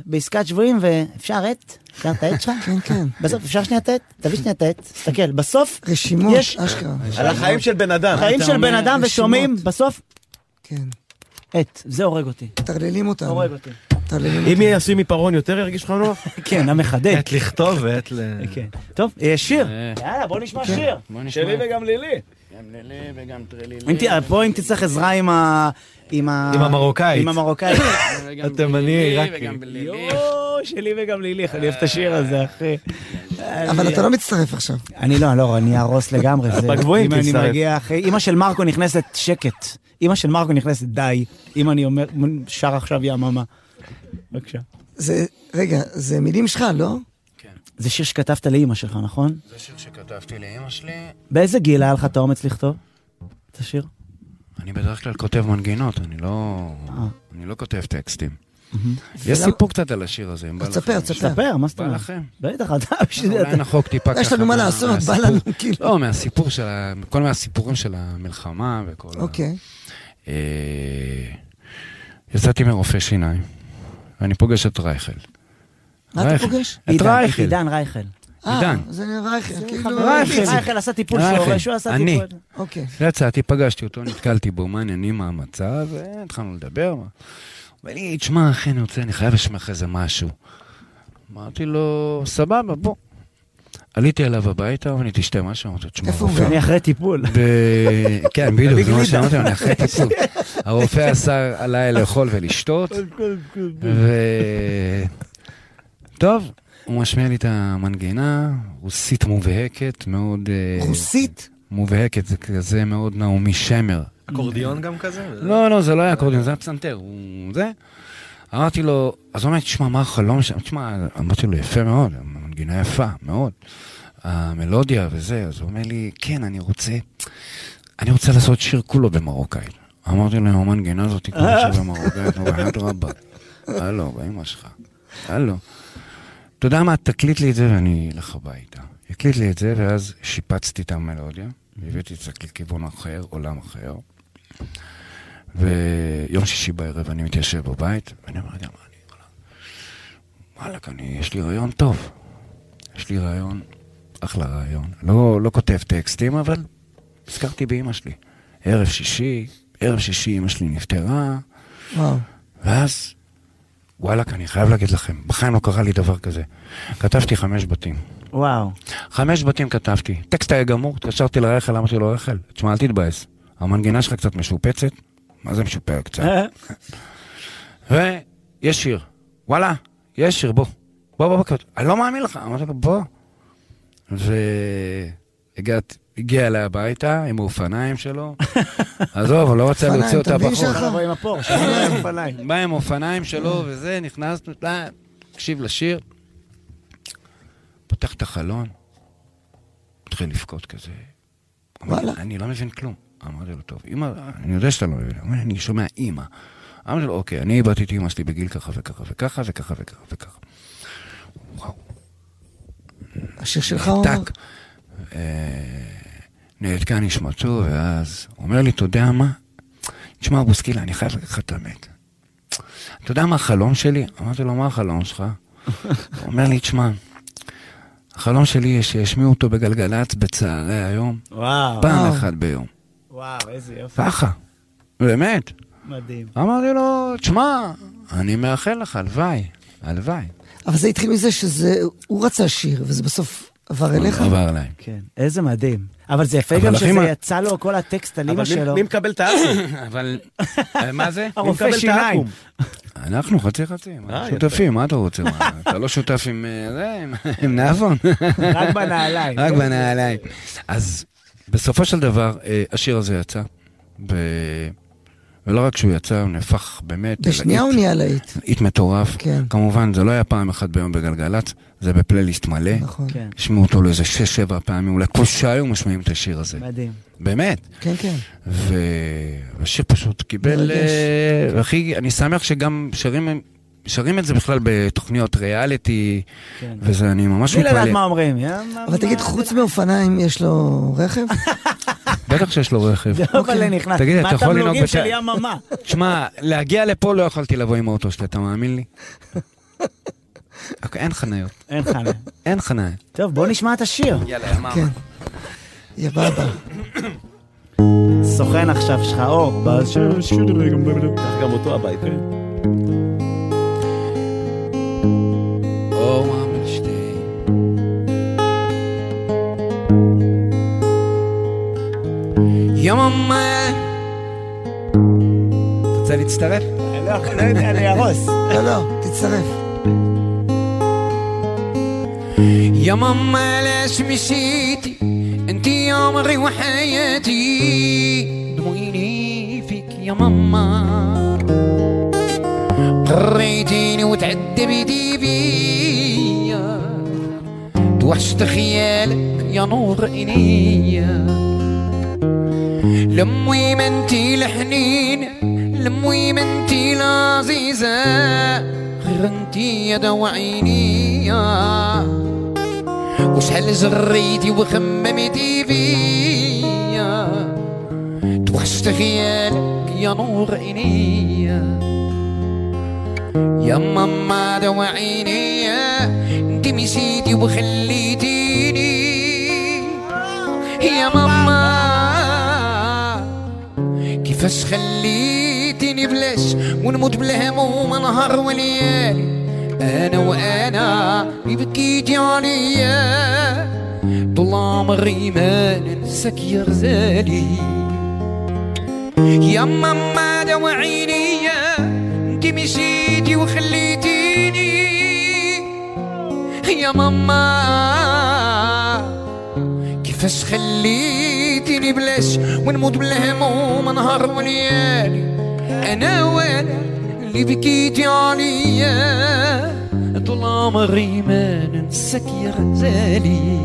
Speaker 1: בעסקת שבויים ואפשר עט? אפשר את העט שלך? כן, כן. בסוף אפשר שנייה את העט? תביא שנייה את העט, תסתכל. בסוף
Speaker 4: רשימות,
Speaker 1: יש...
Speaker 4: אשכרה.
Speaker 3: על החיים של בן אדם.
Speaker 1: חיים של בן אדם ושומעים, בסוף...
Speaker 4: כן.
Speaker 1: עט, זה הורג אותי.
Speaker 4: טרללים אותנו.
Speaker 1: הורג אותי.
Speaker 3: אם יהיה עשוי מפרעון יותר ירגיש לך נוח?
Speaker 1: כן, המחדד.
Speaker 2: עת לכתוב ועת ל...
Speaker 1: כן. טוב, אה, שיר.
Speaker 3: יאללה, בוא נשמע
Speaker 1: כן.
Speaker 3: שיר.
Speaker 1: בוא נשמע.
Speaker 3: שלי וגם לילי.
Speaker 10: גם לילי וגם טרלילי.
Speaker 1: אם ת- אה, פה אם תצטרך עזרה עם ה... עם ה-
Speaker 2: עם המרוקאית.
Speaker 1: עם המרוקאית.
Speaker 2: התימני, עיראקי.
Speaker 1: יואו, שלי וגם לילי, איך אני אוהב את השיר הזה, אחי.
Speaker 4: אבל אתה לא מצטרף עכשיו.
Speaker 1: אני לא, לא, אני ארוס לגמרי. זה-
Speaker 3: בגבוהים
Speaker 1: אם אני
Speaker 3: תצטרף.
Speaker 1: מגיע אחרי... אימא של מרקו נכנסת שקט. אימא של מרקו נכנסת די. אם אני אומר... שר עכשיו יממה. בבקשה.
Speaker 4: זה, רגע, זה מילים שלך, לא?
Speaker 1: זה שיר שכתבת לאימא שלך, נכון?
Speaker 10: זה שיר שכתבתי לאימא שלי.
Speaker 1: באיזה גיל היה לך את האומץ לכתוב את השיר?
Speaker 9: אני בדרך כלל כותב מנגינות, אני לא...
Speaker 4: אה.
Speaker 9: אני לא כותב טקסטים. יש
Speaker 1: ולמה-
Speaker 9: סיפור קצת על השיר הזה, אם בא לכם.
Speaker 4: לא- תספר, תספר.
Speaker 1: תספר, מה זאת אומרת?
Speaker 9: בא לכם?
Speaker 1: בטח, אתה בשביל זה.
Speaker 9: אולי
Speaker 1: אתה-
Speaker 9: נחוק טיפה ככה.
Speaker 4: יש לנו מה
Speaker 9: מה-
Speaker 4: לעשות, בא
Speaker 9: מהסיפור-
Speaker 4: לנו, כאילו.
Speaker 9: לא, מהסיפור של ה... כל מהסיפורים של המלחמה וכל ה...
Speaker 4: אוקיי.
Speaker 9: אה, יצאתי מרופא שיניים, ואני פוגש את רייכל.
Speaker 4: מה אתה
Speaker 9: רייכל.
Speaker 4: פוגש?
Speaker 9: את
Speaker 1: עידן,
Speaker 9: רייכל.
Speaker 1: עידן רייכל.
Speaker 4: אה,
Speaker 9: עידן.
Speaker 4: זה נראה רייכל, כאילו...
Speaker 1: רייכל. רייכל עשה טיפול שורש, הוא עשה
Speaker 9: אני.
Speaker 1: טיפול.
Speaker 4: אוקיי.
Speaker 9: יצאתי, פגשתי אותו, נתקלתי בו, מה העניינים, מה המצב, והתחלנו לדבר. מה- הוא אומר לי, תשמע, אחי, אני רוצה, אני חייב לשמוע לך איזה משהו. אמרתי לו, סבבה, בוא. עליתי אליו הביתה, הוא אומר לי, תשתה משהו, אמרתי לו, תשמע,
Speaker 1: איפה הוא
Speaker 9: רופא."
Speaker 1: גר? אני אחרי טיפול.
Speaker 9: ב- כן, בדיוק, זה מה
Speaker 1: בגלידה.
Speaker 9: שאמרתי, לו, אני אחרי טיפול. הרופא אסר עליי לאכול ולשתות,
Speaker 1: כן,
Speaker 9: ו... טוב, הוא משמיע לי את המנגינה, רוסית מובהקת, מאוד... אה,
Speaker 4: רוסית?
Speaker 9: מובהקת, זה כזה מאוד נעמי שמר.
Speaker 2: אקורדיון גם כזה?
Speaker 9: לא, לא, זה לא היה אקורדיון, זה היה פסנתר, הוא זה. אמרתי לו, אז הוא אומר, תשמע, מה החלום שם? תשמע, אמרתי לו, יפה מאוד, המנגינה יפה, מאוד. המלודיה וזה, אז הוא אומר לי, כן, אני רוצה, אני רוצה לעשות שיר כולו במרוקאית. אמרתי לו, המנגינה הזאת היא כולה שיר במרוקאית, הוא אומר, אדרבה, הלו, באמא שלך, הלו. אתה יודע מה, תקליט לי את זה ואני אלך הביתה. הקליט לי את זה, ואז שיפצתי את המלודיה, והבאתי את זה לכיוון אחר, עולם אחר. ויום שישי בערב אני מתיישב בבית, ואני אומר, רגע, מה אני... וואלכ, אני, יש לי רעיון טוב. יש לי רעיון, אחלה רעיון. לא, לא כותב טקסטים, אבל נזכרתי באימא שלי. ערב שישי, ערב שישי אימא שלי נפטרה,
Speaker 4: וואו.
Speaker 9: ואז, וואלכ, אני חייב להגיד לכם, בחיים לא קרה לי דבר כזה. כתבתי חמש בתים.
Speaker 1: וואו.
Speaker 9: חמש בתים כתבתי. טקסט היה גמור, התקשרתי לרחל, אמרתי לו, רחל, תשמע, אל תתבאס. המנגינה שלך קצת משופצת? מה זה משופר קצת?
Speaker 1: אה?
Speaker 9: ויש שיר. וואלה, יש שיר, בוא. בוא, בוא, בוא, כתוב. אני לא מאמין לך. אמרתי לו, בוא. והגעתי, הגיע אליי הביתה עם האופניים שלו. עזוב, הוא לא רצה
Speaker 4: אופניים,
Speaker 9: להוציא אותה
Speaker 4: אתה מבין
Speaker 9: בחור.
Speaker 4: שחר?
Speaker 1: בוא עם הפור.
Speaker 9: בא עם אופניים שלו וזה, נכנסנו, אה, תקשיב לשיר. פותח את החלון, מתחיל לבכות כזה. אמר לי,
Speaker 4: וואלה.
Speaker 9: אני לא מבין כלום. אמרתי לו, טוב, אמא, אני יודע שאתה לא מבין, הוא אומר, אני שומע אימא. אמרתי לו, אוקיי, אני איבדתי את אימא שלי בגיל ככה וככה וככה וככה וככה וככה.
Speaker 4: השיר שלך הוא...
Speaker 9: טק. אה, נעתקה נשמתו, ואז הוא אומר לי, אתה יודע מה? תשמע, בוסקילה, אני חייב להגיד לך את האמת. אתה יודע מה החלום שלי? אמרתי לו, מה החלום שלך? הוא אומר לי, תשמע, החלום שלי שישמיעו אותו בגלגלצ בצהרי היום,
Speaker 1: וואו.
Speaker 9: פעם אחת ביום.
Speaker 1: וואו, איזה יופי.
Speaker 9: ככה, באמת.
Speaker 1: מדהים.
Speaker 9: אמרתי לו, תשמע, אני מאחל לך, הלוואי, הלוואי.
Speaker 4: אבל זה התחיל מזה שזה... הוא רצה שיר, וזה בסוף עבר אליך.
Speaker 9: עבר אליי.
Speaker 1: כן, איזה מדהים. אבל זה יפה
Speaker 9: אבל
Speaker 1: גם
Speaker 9: אחי,
Speaker 1: שזה
Speaker 9: מה-
Speaker 1: יצא לו כל הטקסט על אמא
Speaker 3: אבל מי-
Speaker 1: שלו.
Speaker 3: מי מקבל את האסו?
Speaker 9: אבל, אה, מה זה?
Speaker 1: הרופא
Speaker 3: מקבל את
Speaker 1: שיניים.
Speaker 3: האקו"ם?
Speaker 9: אנחנו חצי חצי, מה,
Speaker 3: אה,
Speaker 9: שותפים, מה אתה רוצה? מה, אתה לא שותף עם אה, זה, עם- עם נאבון?
Speaker 1: רק בנעליים.
Speaker 9: רק בנעליים. אז בסופו של דבר, אה, השיר הזה יצא, ו- ולא רק שהוא יצא, הוא נהפך באמת...
Speaker 4: בשנייה הוא
Speaker 9: להיט-
Speaker 4: נהיה להיט.
Speaker 9: להיט מטורף.
Speaker 4: כן.
Speaker 9: כמובן, זה לא היה פעם אחת ביום בגלגלצ, זה בפלייליסט מלא.
Speaker 4: נכון.
Speaker 1: כן,
Speaker 9: ישמעו אותו לאיזה שש-שבע פעמים, אולי כל שעה היו משמיעים את השיר הזה.
Speaker 1: מדהים.
Speaker 9: באמת.
Speaker 4: כן, כן.
Speaker 9: והשיר פשוט קיבל...
Speaker 4: מרגש.
Speaker 9: אה, הכי, אני שמח שגם שרים, שרים את זה בכלל בתוכניות ריאליטי,
Speaker 1: כן.
Speaker 9: וזה, אני ממש
Speaker 1: בלי לדעת
Speaker 9: מתפלא.
Speaker 1: מה אומרים. יא, מה-
Speaker 4: אבל תגיד,
Speaker 1: מה-
Speaker 4: חוץ מאופניים יש לו רכב?
Speaker 11: בטח שיש לו רכב.
Speaker 1: לא,
Speaker 11: אוקיי.
Speaker 1: אבל נכנס.
Speaker 11: תגיד,
Speaker 1: מה
Speaker 11: אתה יכול לנהוג...
Speaker 1: התמלוגים
Speaker 11: בת-
Speaker 1: של יממה?
Speaker 11: תשמע, להגיע לפה לא יכולתי לבוא עם האוטו שלי, אתה מאמין לי? אוקיי, אין חניות.
Speaker 1: אין חניה.
Speaker 11: אין חניה.
Speaker 1: טוב, בוא נשמע את השיר.
Speaker 11: יאללה,
Speaker 4: כן. יבבה.
Speaker 1: סוכן עכשיו שלך, אור.
Speaker 15: קח גם אותו הביתה.
Speaker 11: Oh, Wallenstein. יא ממה! אתה רוצה להצטרף?
Speaker 1: לא, לא יודע, אני אהרוס.
Speaker 4: לא, לא, תצטרף.
Speaker 11: يماما علاش مشيتي انتي عمري وحياتي ضويني فيك يا ماما قريتيني وتعذبتي بيا توحشت خيالك يا نور عينيا لمي ما انتي الحنين لمي ما انتي العزيزة غير انتي يا دوا عينيا وشحال جريتي وخممتي بيا توحشت خيالك يا نور عينيا يا ماما دوا عينيا انت مشيتي وخليتيني يا ماما كيفاش خليتيني بلاش ونموت بالهموم نهار وليالي انا وانا اللي بكيتي عليا طول عمري ما ننساك يا غزالي يا ماما دوا عينيا انت مشيتي وخليتيني يا ماما كيفاش خليتيني بلاش ونموت بالهموم نهار وليالي انا وانا اللي بكيتي عليا طول عمري ما ننساك يا غزالي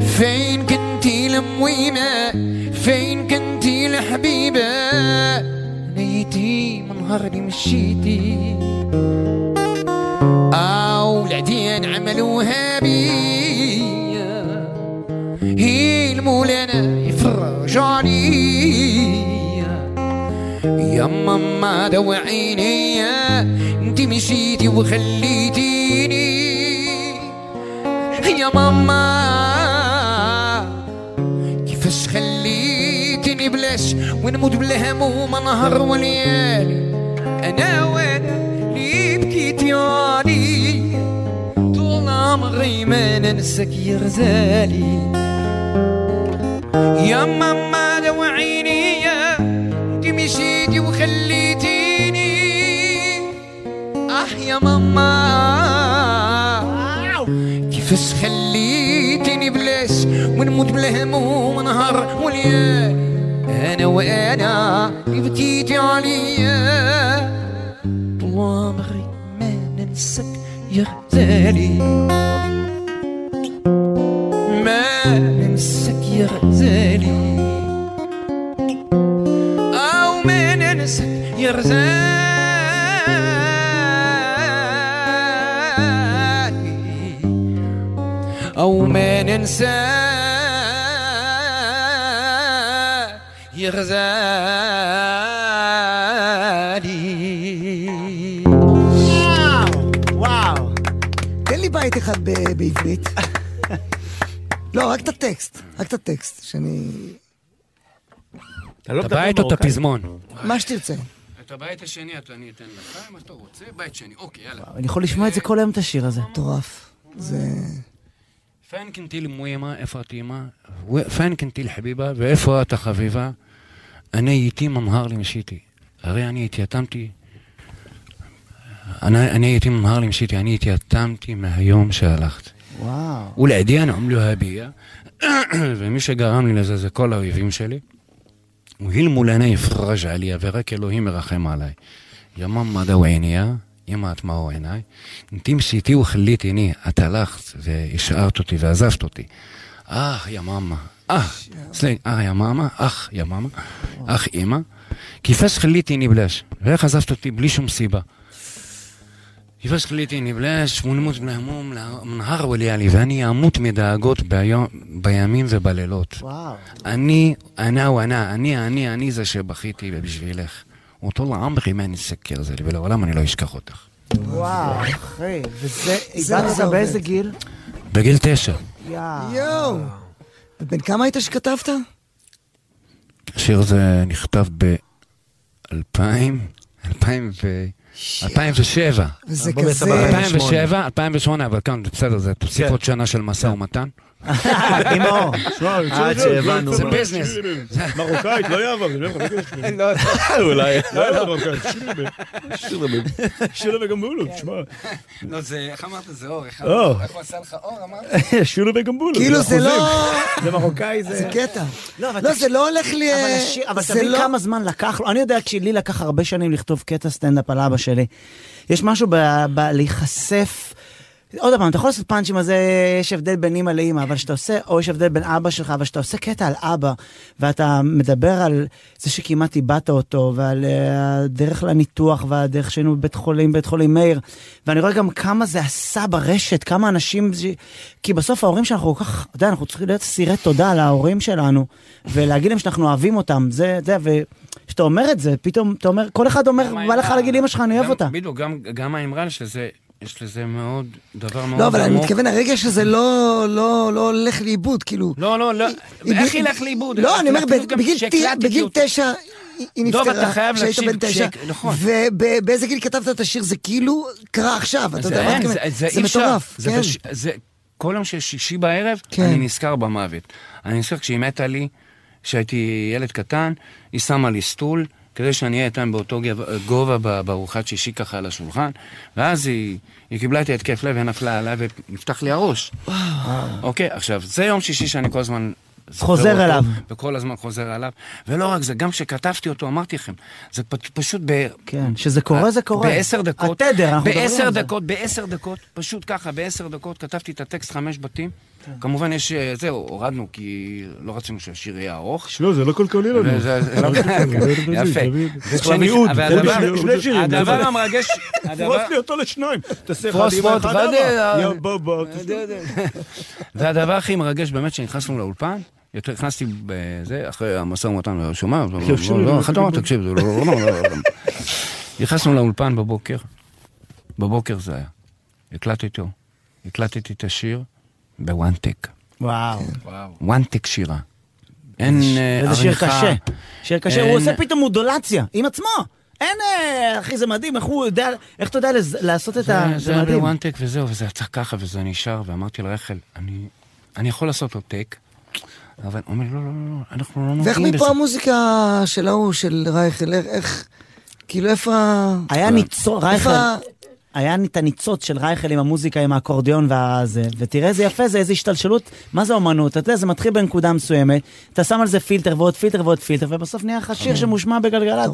Speaker 11: فين كنتي لمويمة فين كنتي لحبيبة نيتي من نهار اللي مشيتي أو العديان عمل وهابية هي المولانا يفرج عليا يا ماما دوا عينيا انت مشيتي وخليتيني يا ماما كيفاش خليتني بلاش ونموت بالهموم نهار وليالي انا وانا اللي بكيتي علي طول عمري ما ننساك يا غزالي يا ماما لو عينيا انت مشيتي وخليتيني اه يا ماما كيفاش خليتني بلاش ونموت بالهموم نهار وليالي انا وانا اللي بكيتي عليا طول عمري ما ننساك يا غزالي ما ننساك يا غزالي او ما ننساك يا غزالي او ما ننساك يا غزالي
Speaker 4: וואו. תן לי בית אחד ב- בעברית. לא, רק את הטקסט, רק את הטקסט, שאני...
Speaker 1: לא
Speaker 11: את הבית או את הפזמון?
Speaker 4: מה שתרצה.
Speaker 11: את הבית השני אתה- אני אתן לך, אם אתה רוצה, בית שני. אוקיי, יאללה.
Speaker 1: אני יכול לשמוע את זה כל היום, את השיר הזה.
Speaker 4: מטורף. זה...
Speaker 11: فين كنتي المويمة إفا تيمة فين كنتي الحبيبة وإفا أنت خفيفة أنا يتيمة نهار اللي مشيتي غير أنا اتيتمتي أنا أنا يتيمة نهار اللي مشيتي أنا اتيتمتي مع يوم شالخت
Speaker 1: וואו.
Speaker 11: والعديان عملوها بيا ומי שגרם לי לזה זה כל האויבים שלי. והילמו לעיני יפרש עליה, ורק אלוהים מרחם עליי. ימם מדעו עיניה, אמא אטמאו עיניי. תמשיתי איתי וכלית עיני, את הלכת והשארת אותי ועזבת אותי. אה, יממה, אה, סליחה, אה, יממה, אך, יממה, אך, אמא. כיפס חלית עיני בלש, ואיך עזבת אותי בלי שום סיבה.
Speaker 9: يفاش خليتي نبلاش ونموت من هموم لا- منهار وليالي ואני אמות מדאגות ביום- בימים ובלילות.
Speaker 1: וואו.
Speaker 9: אני, אנא ואנא, אני, אני, אני זה שבכיתי בשבילך. וטול עמרי מה נסקר זה לי, ולעולם אני לא אשכח אותך.
Speaker 1: וואו, אחי, וזה,
Speaker 4: זה
Speaker 1: הגעת
Speaker 4: עובד.
Speaker 1: באיזה גיל? אה,
Speaker 9: בגיל תשע,
Speaker 4: יואו. ובן כמה היית שכתבת?
Speaker 9: השיר הזה נכתב ב-2000, 2007.
Speaker 4: וזה בוא כזה- נעשה ב-
Speaker 9: 2007, 2008, אבל כאן, בסדר, זה תוסיף עוד שנה של משא ומתן.
Speaker 1: עם האור.
Speaker 3: אה,
Speaker 9: עד שהבנו. זה ביזנס.
Speaker 11: מרוקאית, לא יעבור.
Speaker 9: אולי.
Speaker 11: לא יעבור מרוקאית. שירי ב- שירי בגמבולות, שמע.
Speaker 9: לא, זה, איך אמרת? זה אור. איך
Speaker 11: אור.
Speaker 9: איך הוא עשה לך אור, אמרת?
Speaker 11: שירי בגמבולות.
Speaker 4: כאילו זה לא...
Speaker 11: זה מרוקאי, זה...
Speaker 4: זה קטע.
Speaker 1: אבל
Speaker 4: לא,
Speaker 1: תקשיב-
Speaker 4: זה לא הולך לי...
Speaker 1: אבל השיר- אבל
Speaker 4: זה
Speaker 1: תבין
Speaker 4: לא-
Speaker 1: כמה זמן לקח לו, אני יודע שלי לקח הרבה שנים לכתוב קטע סטנדאפ על אבא שלי. יש משהו ב- בלהיחשף... עוד פעם, אתה יכול לעשות פאנצ'ים על זה, יש הבדל בין אימא לאימא, אבל כשאתה עושה, או יש הבדל בין אבא שלך, אבל כשאתה עושה קטע על אבא, ואתה מדבר על זה שכמעט איבדת אותו, ועל אה, הדרך לניתוח, והדרך שהיינו בבית חולים, בית חולים מאיר, ואני רואה גם כמה זה עשה ברשת, כמה אנשים, זה- כי בסוף ההורים שאנחנו כל כך, אתה יודע, אנחנו צריכים להיות אסירי תודה להורים שלנו, ולהגיד להם שאנחנו אוהבים אותם, זה, זה, וכשאתה אומר את זה, פתאום, אתה אומר, כל אחד אומר, בא לך להגיד לאמא שלך, אני אוהב
Speaker 9: גם-
Speaker 1: אותה.
Speaker 9: בדיוק, גם- גם האמרה שזה, יש לזה מאוד, דבר מאוד
Speaker 4: לא, אבל אני
Speaker 9: עמוק.
Speaker 4: מתכוון, הרגע שזה לא לא- לא הולך לאיבוד, כאילו...
Speaker 9: לא, לא, לא.
Speaker 4: היא-
Speaker 9: איך
Speaker 4: היא-
Speaker 9: ילך לאיבוד?
Speaker 4: לא, אני אומר,
Speaker 9: אפילו
Speaker 4: ב-
Speaker 9: גם
Speaker 4: בגיל
Speaker 9: כשהקלטתי
Speaker 4: תשע- בגיל
Speaker 9: אותו.
Speaker 4: תשע היא- היא
Speaker 9: דוב,
Speaker 4: נפטרה,
Speaker 9: אתה חייב
Speaker 4: כשהיית
Speaker 9: להקשיב,
Speaker 4: בן תשע,
Speaker 9: כשהק- נכון.
Speaker 4: ובאיזה גיל כתבת את השיר זה כאילו קרה עכשיו, אתה יודע, מה אני
Speaker 9: אין,
Speaker 4: מתכוון? זה
Speaker 9: אי אפשר.
Speaker 4: מטורף,
Speaker 9: זה
Speaker 4: כן.
Speaker 9: בש- זה- כל יום שיש שישי בערב,
Speaker 4: כן.
Speaker 9: אני נזכר במוות. אני נזכר כשהיא מתה לי, כשהייתי ילד קטן, היא שמה לי סטול, כדי שאני אהיה איתן באותו גב- גובה ב- בארוחת שישי ככה על השולחן, ואז היא היא קיבלה את ההתקף לב ונפלה עליי ונפתח לי הראש. אוקיי, עכשיו, זה יום שישי שאני כל הזמן... זוכר
Speaker 1: חוזר
Speaker 9: אותו,
Speaker 1: אליו.
Speaker 9: וכל הזמן חוזר עליו. ולא רק זה, גם כשכתבתי אותו, אמרתי לכם, זה פ- פשוט ב...
Speaker 1: כן, שזה קורה, זה קורה.
Speaker 9: בעשר דקות.
Speaker 1: התדר, אנחנו מדברים על
Speaker 9: בעשר
Speaker 1: זה.
Speaker 9: דקות, בעשר דקות, פשוט ככה, בעשר דקות כתבתי את הטקסט חמש בתים.
Speaker 1: כן.
Speaker 9: כמובן יש, אה, זהו, הורדנו כי לא רצינו שהשיר יהיה ארוך.
Speaker 11: לא, זה לא כלכלי לנו.
Speaker 9: וזה- זה לא- יפה.
Speaker 11: צריך
Speaker 9: וכשאני-
Speaker 11: להביא עוד,
Speaker 9: אבל
Speaker 11: עוד
Speaker 9: הדבר-
Speaker 11: שיר, עוד שיר.
Speaker 9: הדבר המרגש, הדבר-
Speaker 11: פרוס לי אותו לשניים. תעשה אחד
Speaker 9: פרוס,
Speaker 11: אמא,
Speaker 9: פרוס,
Speaker 11: אחד
Speaker 9: ודאי,
Speaker 11: אבא.
Speaker 9: אה,
Speaker 11: יא בבא.
Speaker 9: והדבר הכי מרגש באמת שנכנסנו לאולפן, יותר נכנסתי בזה, אחרי המשא ומתן, הוא שומע, לא,
Speaker 11: יושב
Speaker 9: לא,
Speaker 11: לי-
Speaker 9: לא, אחד אמר, תקשיב, זה לא, לא, לא, לא, לא. נכנסנו לאולפן בבוקר, בבוקר זה היה. הקלטתי אותו, הקלטתי את השיר בוואן טק,
Speaker 1: וואו.
Speaker 9: אה, וואן טק שירה. אין אה, עריכה.
Speaker 1: וזה שיר קשה. שיר קשה, הוא
Speaker 9: אין-
Speaker 1: עושה פתאום מודולציה, עם עצמו. אין, אה, אחי, זה מדהים, איך הוא יודע, איך אתה יודע לז- לעשות את ה...
Speaker 9: זה- זה
Speaker 1: זה
Speaker 9: היה
Speaker 1: מדהים.
Speaker 9: בוואן טק וזהו, וזה יצא ככה וזה נשאר, ואמרתי לרחל, אני- אני יכול לעשות לו טק, אבל הוא אומר, לי, לא, לא, לא, לא, אנחנו לא נוגעים בזה.
Speaker 4: ואיך מפה המוזיקה של ההוא, של רייכל, איך- איך... כאילו, איפה... ה-
Speaker 1: היה ניצוץ,
Speaker 4: אוקיי. איפה
Speaker 1: רייכל,
Speaker 4: ה-
Speaker 1: היה את הניצוץ של רייכל עם המוזיקה, עם האקורדיון והזה, ותראה איזה יפה זה, איזה השתלשלות, מה זה אומנות, אתה יודע, זה מתחיל בנקודה מסוימת, אתה שם על זה פילטר ועוד פילטר ועוד פילטר, ובסוף נהיה לך
Speaker 4: כן.
Speaker 1: שיר שמושמע בגלגלצ,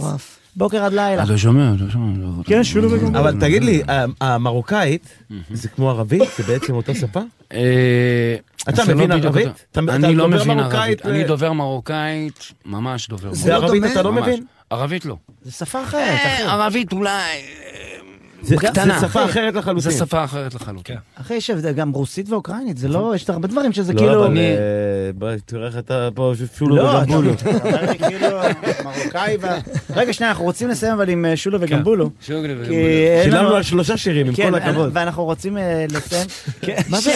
Speaker 1: בוקר עד לילה.
Speaker 9: אתה אה, לא שומע, אתה שומע.
Speaker 1: כן, שיר לגמרי.
Speaker 3: אבל תגיד לי, ה- המרוקאית זה כמו ערבית? זה בעצם אותה שפה? אתה
Speaker 9: זה לא
Speaker 3: מבין
Speaker 9: בדיוק
Speaker 3: ערבית?
Speaker 9: אותו.
Speaker 3: אתה- אתה
Speaker 9: אני לא
Speaker 3: דובר
Speaker 9: מבין
Speaker 3: מרוקאית
Speaker 9: ערבית.
Speaker 3: ל-
Speaker 9: אני דובר מרוקאית, ממש דובר מרוקאית.
Speaker 3: זה ערבית אתה לא
Speaker 9: ממש.
Speaker 3: מבין?
Speaker 9: ערבית לא.
Speaker 1: זה שפה אחרת,
Speaker 4: אה.
Speaker 1: אחי.
Speaker 9: אה, ערבית אולי...
Speaker 3: זה-
Speaker 9: קטנה.
Speaker 3: זה שפה אחרת לחלוטין.
Speaker 9: זה שפה אחרת לחלוטין.
Speaker 1: אחי, יש הבדל, גם רוסית ואוקראינית, זה לא, יש הרבה דברים שזה
Speaker 3: לא,
Speaker 1: כאילו...
Speaker 3: אבל אה, בוא, תראה איך אתה פה שולו
Speaker 1: לא, אתה
Speaker 3: בגמבולות.
Speaker 1: אומר לי כאילו, מרוקאי וה... רגע, שנייה, אנחנו רוצים לסיים אבל עם אה, שולו
Speaker 3: כן.
Speaker 1: וגמבולו.
Speaker 9: שולו
Speaker 3: אה,
Speaker 9: וגמבולו.
Speaker 1: כי אין
Speaker 3: שילמנו
Speaker 1: לנו-
Speaker 3: על שלושה שירים, עם
Speaker 1: כן,
Speaker 3: כל הכבוד.
Speaker 1: ואנחנו רוצים אה, לסיים. כן.
Speaker 4: מה זה-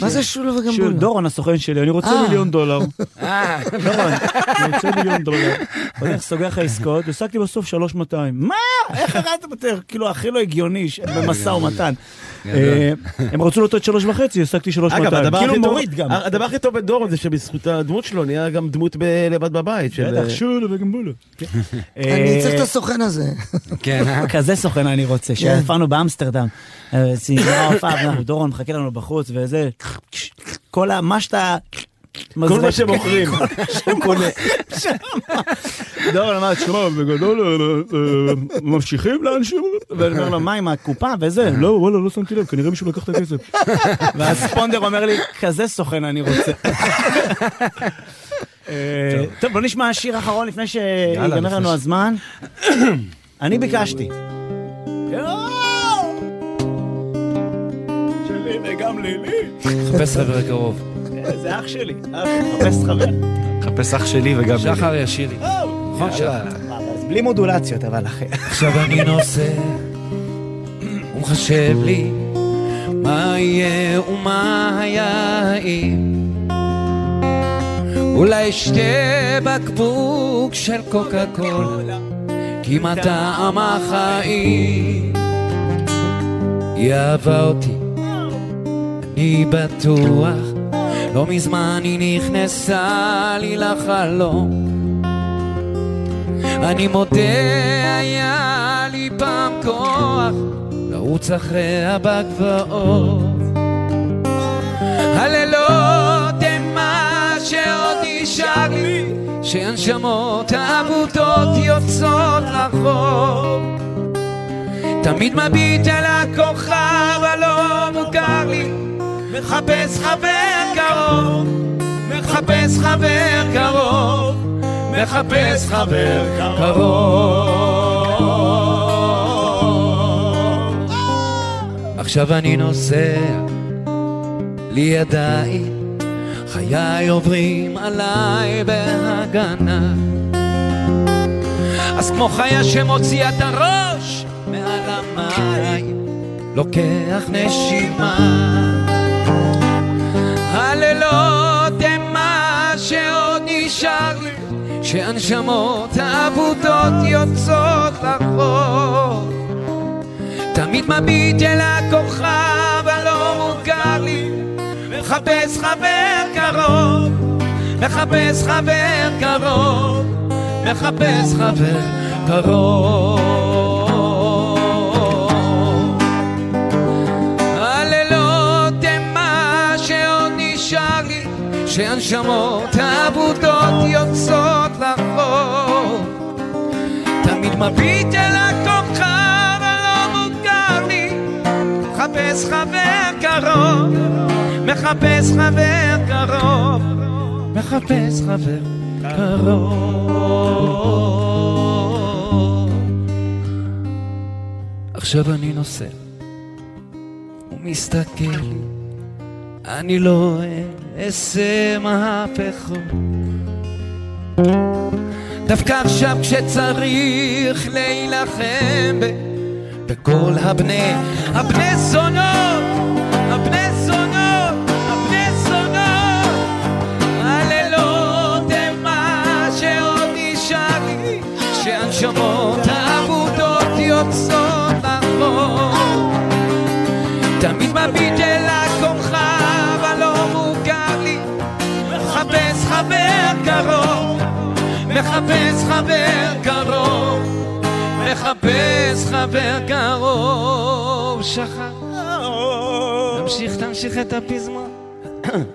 Speaker 4: מה זה שולו וגמבולו?
Speaker 1: שול, דורון הסוכן שלי, אני רוצה
Speaker 4: אה.
Speaker 1: מיליון דולר.
Speaker 3: כן,
Speaker 9: אה,
Speaker 1: דורון, אני רוצה מיליון דולר. הולך, סוגר לך עסקאות, השגתי בסוף 3,200. מה? איך הרעת בטר? כאילו, הכי לא הגיוני, ש- במשא ומתן.
Speaker 3: גדול.
Speaker 1: אה, הם רצו לתת 3.5, השגתי
Speaker 3: אגב,
Speaker 1: 3,200. כאילו
Speaker 3: הדבר הכי טוב- אה,
Speaker 1: מוריד גם.
Speaker 3: הדבר הכי טוב בדורון זה שבזכות הדמות שלו נהיה גם דמות ב- לבד בבית. של- אה,
Speaker 1: בטח, שולו וגמבולו. אה,
Speaker 4: אני צריך את הסוכן הזה.
Speaker 9: כן, אה?
Speaker 1: כזה סוכן אני רוצה, שהופענו באמסטרדם. אה, סיימה הופעה, ואנחנו, דורון מחכה לנו בחוץ, וזה, כל ה... מה שאתה...
Speaker 3: כל
Speaker 1: מזרק.
Speaker 3: מה שמוכרים, הוא קונה.
Speaker 1: דורון אמר, תשמע,
Speaker 11: בגדול, אה, אה, ממשיכים לאנשים?
Speaker 1: ואני אומר לו, מה עם הקופה וזה? לא, וואלה, לא שמתי לב, כנראה מישהו לקח את הכסף. ואז ספונדר אומר לי, כזה סוכן אני רוצה. אה, טוב, בוא נשמע שיר אחרון לפני
Speaker 3: יאללה,
Speaker 1: שיגמר
Speaker 3: לפני
Speaker 1: לנו
Speaker 3: ש-
Speaker 1: הזמן. אני ביקשתי. וגם לילי.
Speaker 11: חפש חבר קרוב.
Speaker 1: אה, זה אח שלי. אה, חפש חבר.
Speaker 2: חפש אח שלי וגם...
Speaker 11: שחר ישירי.
Speaker 9: אה,
Speaker 11: נכון,
Speaker 14: יאללה.
Speaker 11: שחר.
Speaker 14: אז בלי מודולציות, אבל אחי.
Speaker 11: עכשיו אני נוסע ומחשב לי מה יהיה ומה היה אם אולי אשתה בקבוק של קוקה קולה כי מה טעם החיים היא אהבה אותי אני בטוח לא מזמן היא נכנסה לי לחלום אני מודה, היה לי פעם כוח לרוץ אחריה בגבעות. הלילות הם מה שעוד נשאר לי, שהנשמות האבודות יוצאות לחור. תמיד מביט על הכוכב הלא מוכר לי, מחפש חבר קרוב, מחפש חבר קרוב. מחפש חבר קרוב. עכשיו אני נוסע לי ידיים, חיי עוברים עליי בהגנה. אז כמו חיה שמוציאה את הראש מעל המים, לוקח נשימה. הלילות הם מה שעוד נשאר לי שהנשמות האבודות יוצאות לרחוב. תמיד מביט אל הכוכב הלא מוכר לי, מחפש חבר קרוב, מחפש חבר קרוב, מחפש חבר קרוב. הלילות הם מה שעוד נשאר לי, שהנשמות האבודות יוצאות לרחוב. תמיד מביט אל הכוכב הלא מוכר לי, מחפש חבר קרוב, מחפש חבר קרוב, מחפש חבר קרוב. עכשיו אני נוסע, הוא מסתכל לי אני לא אעשה מהפכות. דווקא עכשיו כשצריך להילחם ב- בכל הבני, הבני זונות, הבני זונות, הבני זונות. הלילות הם מה שעוד נשאר לי, שהנשמות האבודות יוצאות לרחוב. תמיד מביט אל הכוכב הלא מוכר לי מחפש חבר קרוב מחפש חבר קרוב מחפש חבר קרוב שחר תמשיך תמשיך את הפזמון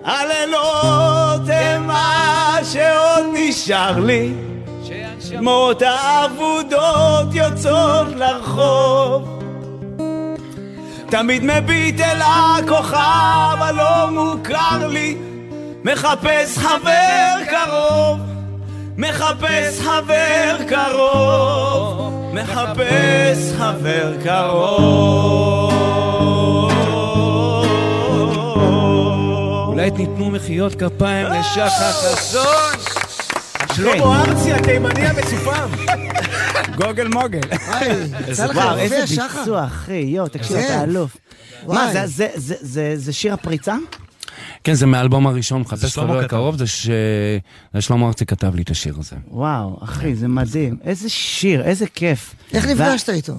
Speaker 1: הלילות הם מה שעוד נשאר לי. שמות האבודות יוצאות לרחוב. תמיד מביט אל הכוכב הלא מוכר לי. מחפש חבר קרוב. מחפש חבר קרוב. מחפש חבר קרוב.
Speaker 11: אולי תיתנו מחיאות כפיים לשחר חסון
Speaker 1: שלמה ארצי התימני המצופם.
Speaker 14: גוגל מוגל.
Speaker 3: איזה וואו, איזה ביצוע, אחי, יואו, תקשיב,
Speaker 14: כן.
Speaker 3: אתה אלוף.
Speaker 14: וואי.
Speaker 3: מה, זה- זה- זה- זה- זה שיר הפריצה?
Speaker 11: כן, זה מהאלבום הראשון, מחפש
Speaker 3: שלמה
Speaker 11: חבר
Speaker 3: כתב.
Speaker 11: קרוב, זה ש- זה שלמה ארצי כתב לי את השיר הזה.
Speaker 3: וואו, אחי, זה מדהים. איזה שיר, איזה כיף.
Speaker 4: איך
Speaker 3: ו-
Speaker 4: נפגשת איתו?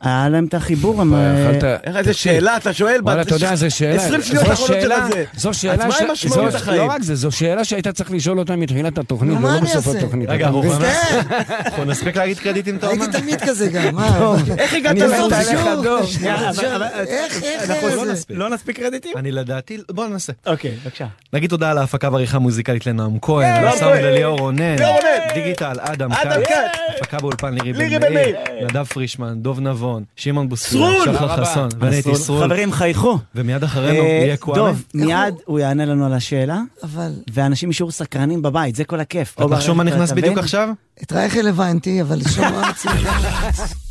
Speaker 3: היה להם את החיבור,
Speaker 2: לא
Speaker 3: הם...
Speaker 11: אכלת-
Speaker 3: אה,
Speaker 9: איך, איזה שאלה אתה שואל?
Speaker 11: וואלה,
Speaker 9: בת-
Speaker 11: אתה יודע, זו שאלה.
Speaker 9: 20 שניות
Speaker 11: זו
Speaker 3: לא
Speaker 9: אחרונות של
Speaker 11: שאלה-
Speaker 9: הזה.
Speaker 11: זו
Speaker 9: אז
Speaker 11: שאלה...
Speaker 9: מה
Speaker 11: ש-
Speaker 9: המשמעות
Speaker 11: זו-
Speaker 9: החיים?
Speaker 11: לא רק זה, זו שאלה שהיית צריך לשאול אותה מתחילת התוכנית,
Speaker 4: מה
Speaker 11: ולא
Speaker 4: אני
Speaker 11: בסוף
Speaker 4: אעשה?
Speaker 11: התוכנית.
Speaker 2: רגע,
Speaker 11: אתה
Speaker 2: אנחנו
Speaker 11: מבין?
Speaker 2: אנחנו נספיק להגיד קרדיטים, אתה אומר?
Speaker 4: הייתי תמיד כזה גם, מה?
Speaker 1: איך
Speaker 2: הגעת לסוף שוב?
Speaker 14: לא שנייה, אבל- אבל- אה,
Speaker 4: איך, איך,
Speaker 14: אנחנו
Speaker 4: איך
Speaker 14: לא
Speaker 4: זה?
Speaker 14: נספיק. לא נספיק קרדיטים?
Speaker 2: אני לדעתי, בוא ננסה.
Speaker 3: אוקיי, בבקשה.
Speaker 2: נגיד תודה על ההפקה והעריכה המוזיקלית לנועם כהן,
Speaker 14: יאללה,
Speaker 2: לסאונד
Speaker 14: כהן.
Speaker 2: לליאור רונן,
Speaker 14: ליאור רונן.
Speaker 2: דיגיטל אדם
Speaker 14: אדם
Speaker 2: כץ,
Speaker 14: כץ.
Speaker 2: הפקה באולפן לירי
Speaker 14: לירי
Speaker 2: בן
Speaker 14: בן
Speaker 2: מאיר,
Speaker 14: מאיר.
Speaker 2: נדב פרישמן, דוב נבון, שמעון
Speaker 3: סרול!
Speaker 2: בוסטרול,
Speaker 3: תודה
Speaker 2: שחר
Speaker 3: רבה.
Speaker 2: חסון, ואני הייתי
Speaker 3: סרול.
Speaker 2: סרול.
Speaker 3: אה, חברים, חייכו.
Speaker 2: ומיד אחרינו
Speaker 3: אה,
Speaker 2: יהיה קוואמן.
Speaker 3: דוב, מיד הוא יענה לנו על השאלה, ואנשים ישארו סקרנים בבית, זה כל הכיף.
Speaker 2: אתה
Speaker 3: או
Speaker 2: נחשון מה
Speaker 3: ברכב,
Speaker 2: נכנס
Speaker 3: אתה
Speaker 2: בדיוק
Speaker 3: מבין?
Speaker 2: עכשיו?
Speaker 4: את רייך הבנתי, אבל שלמה ארצי...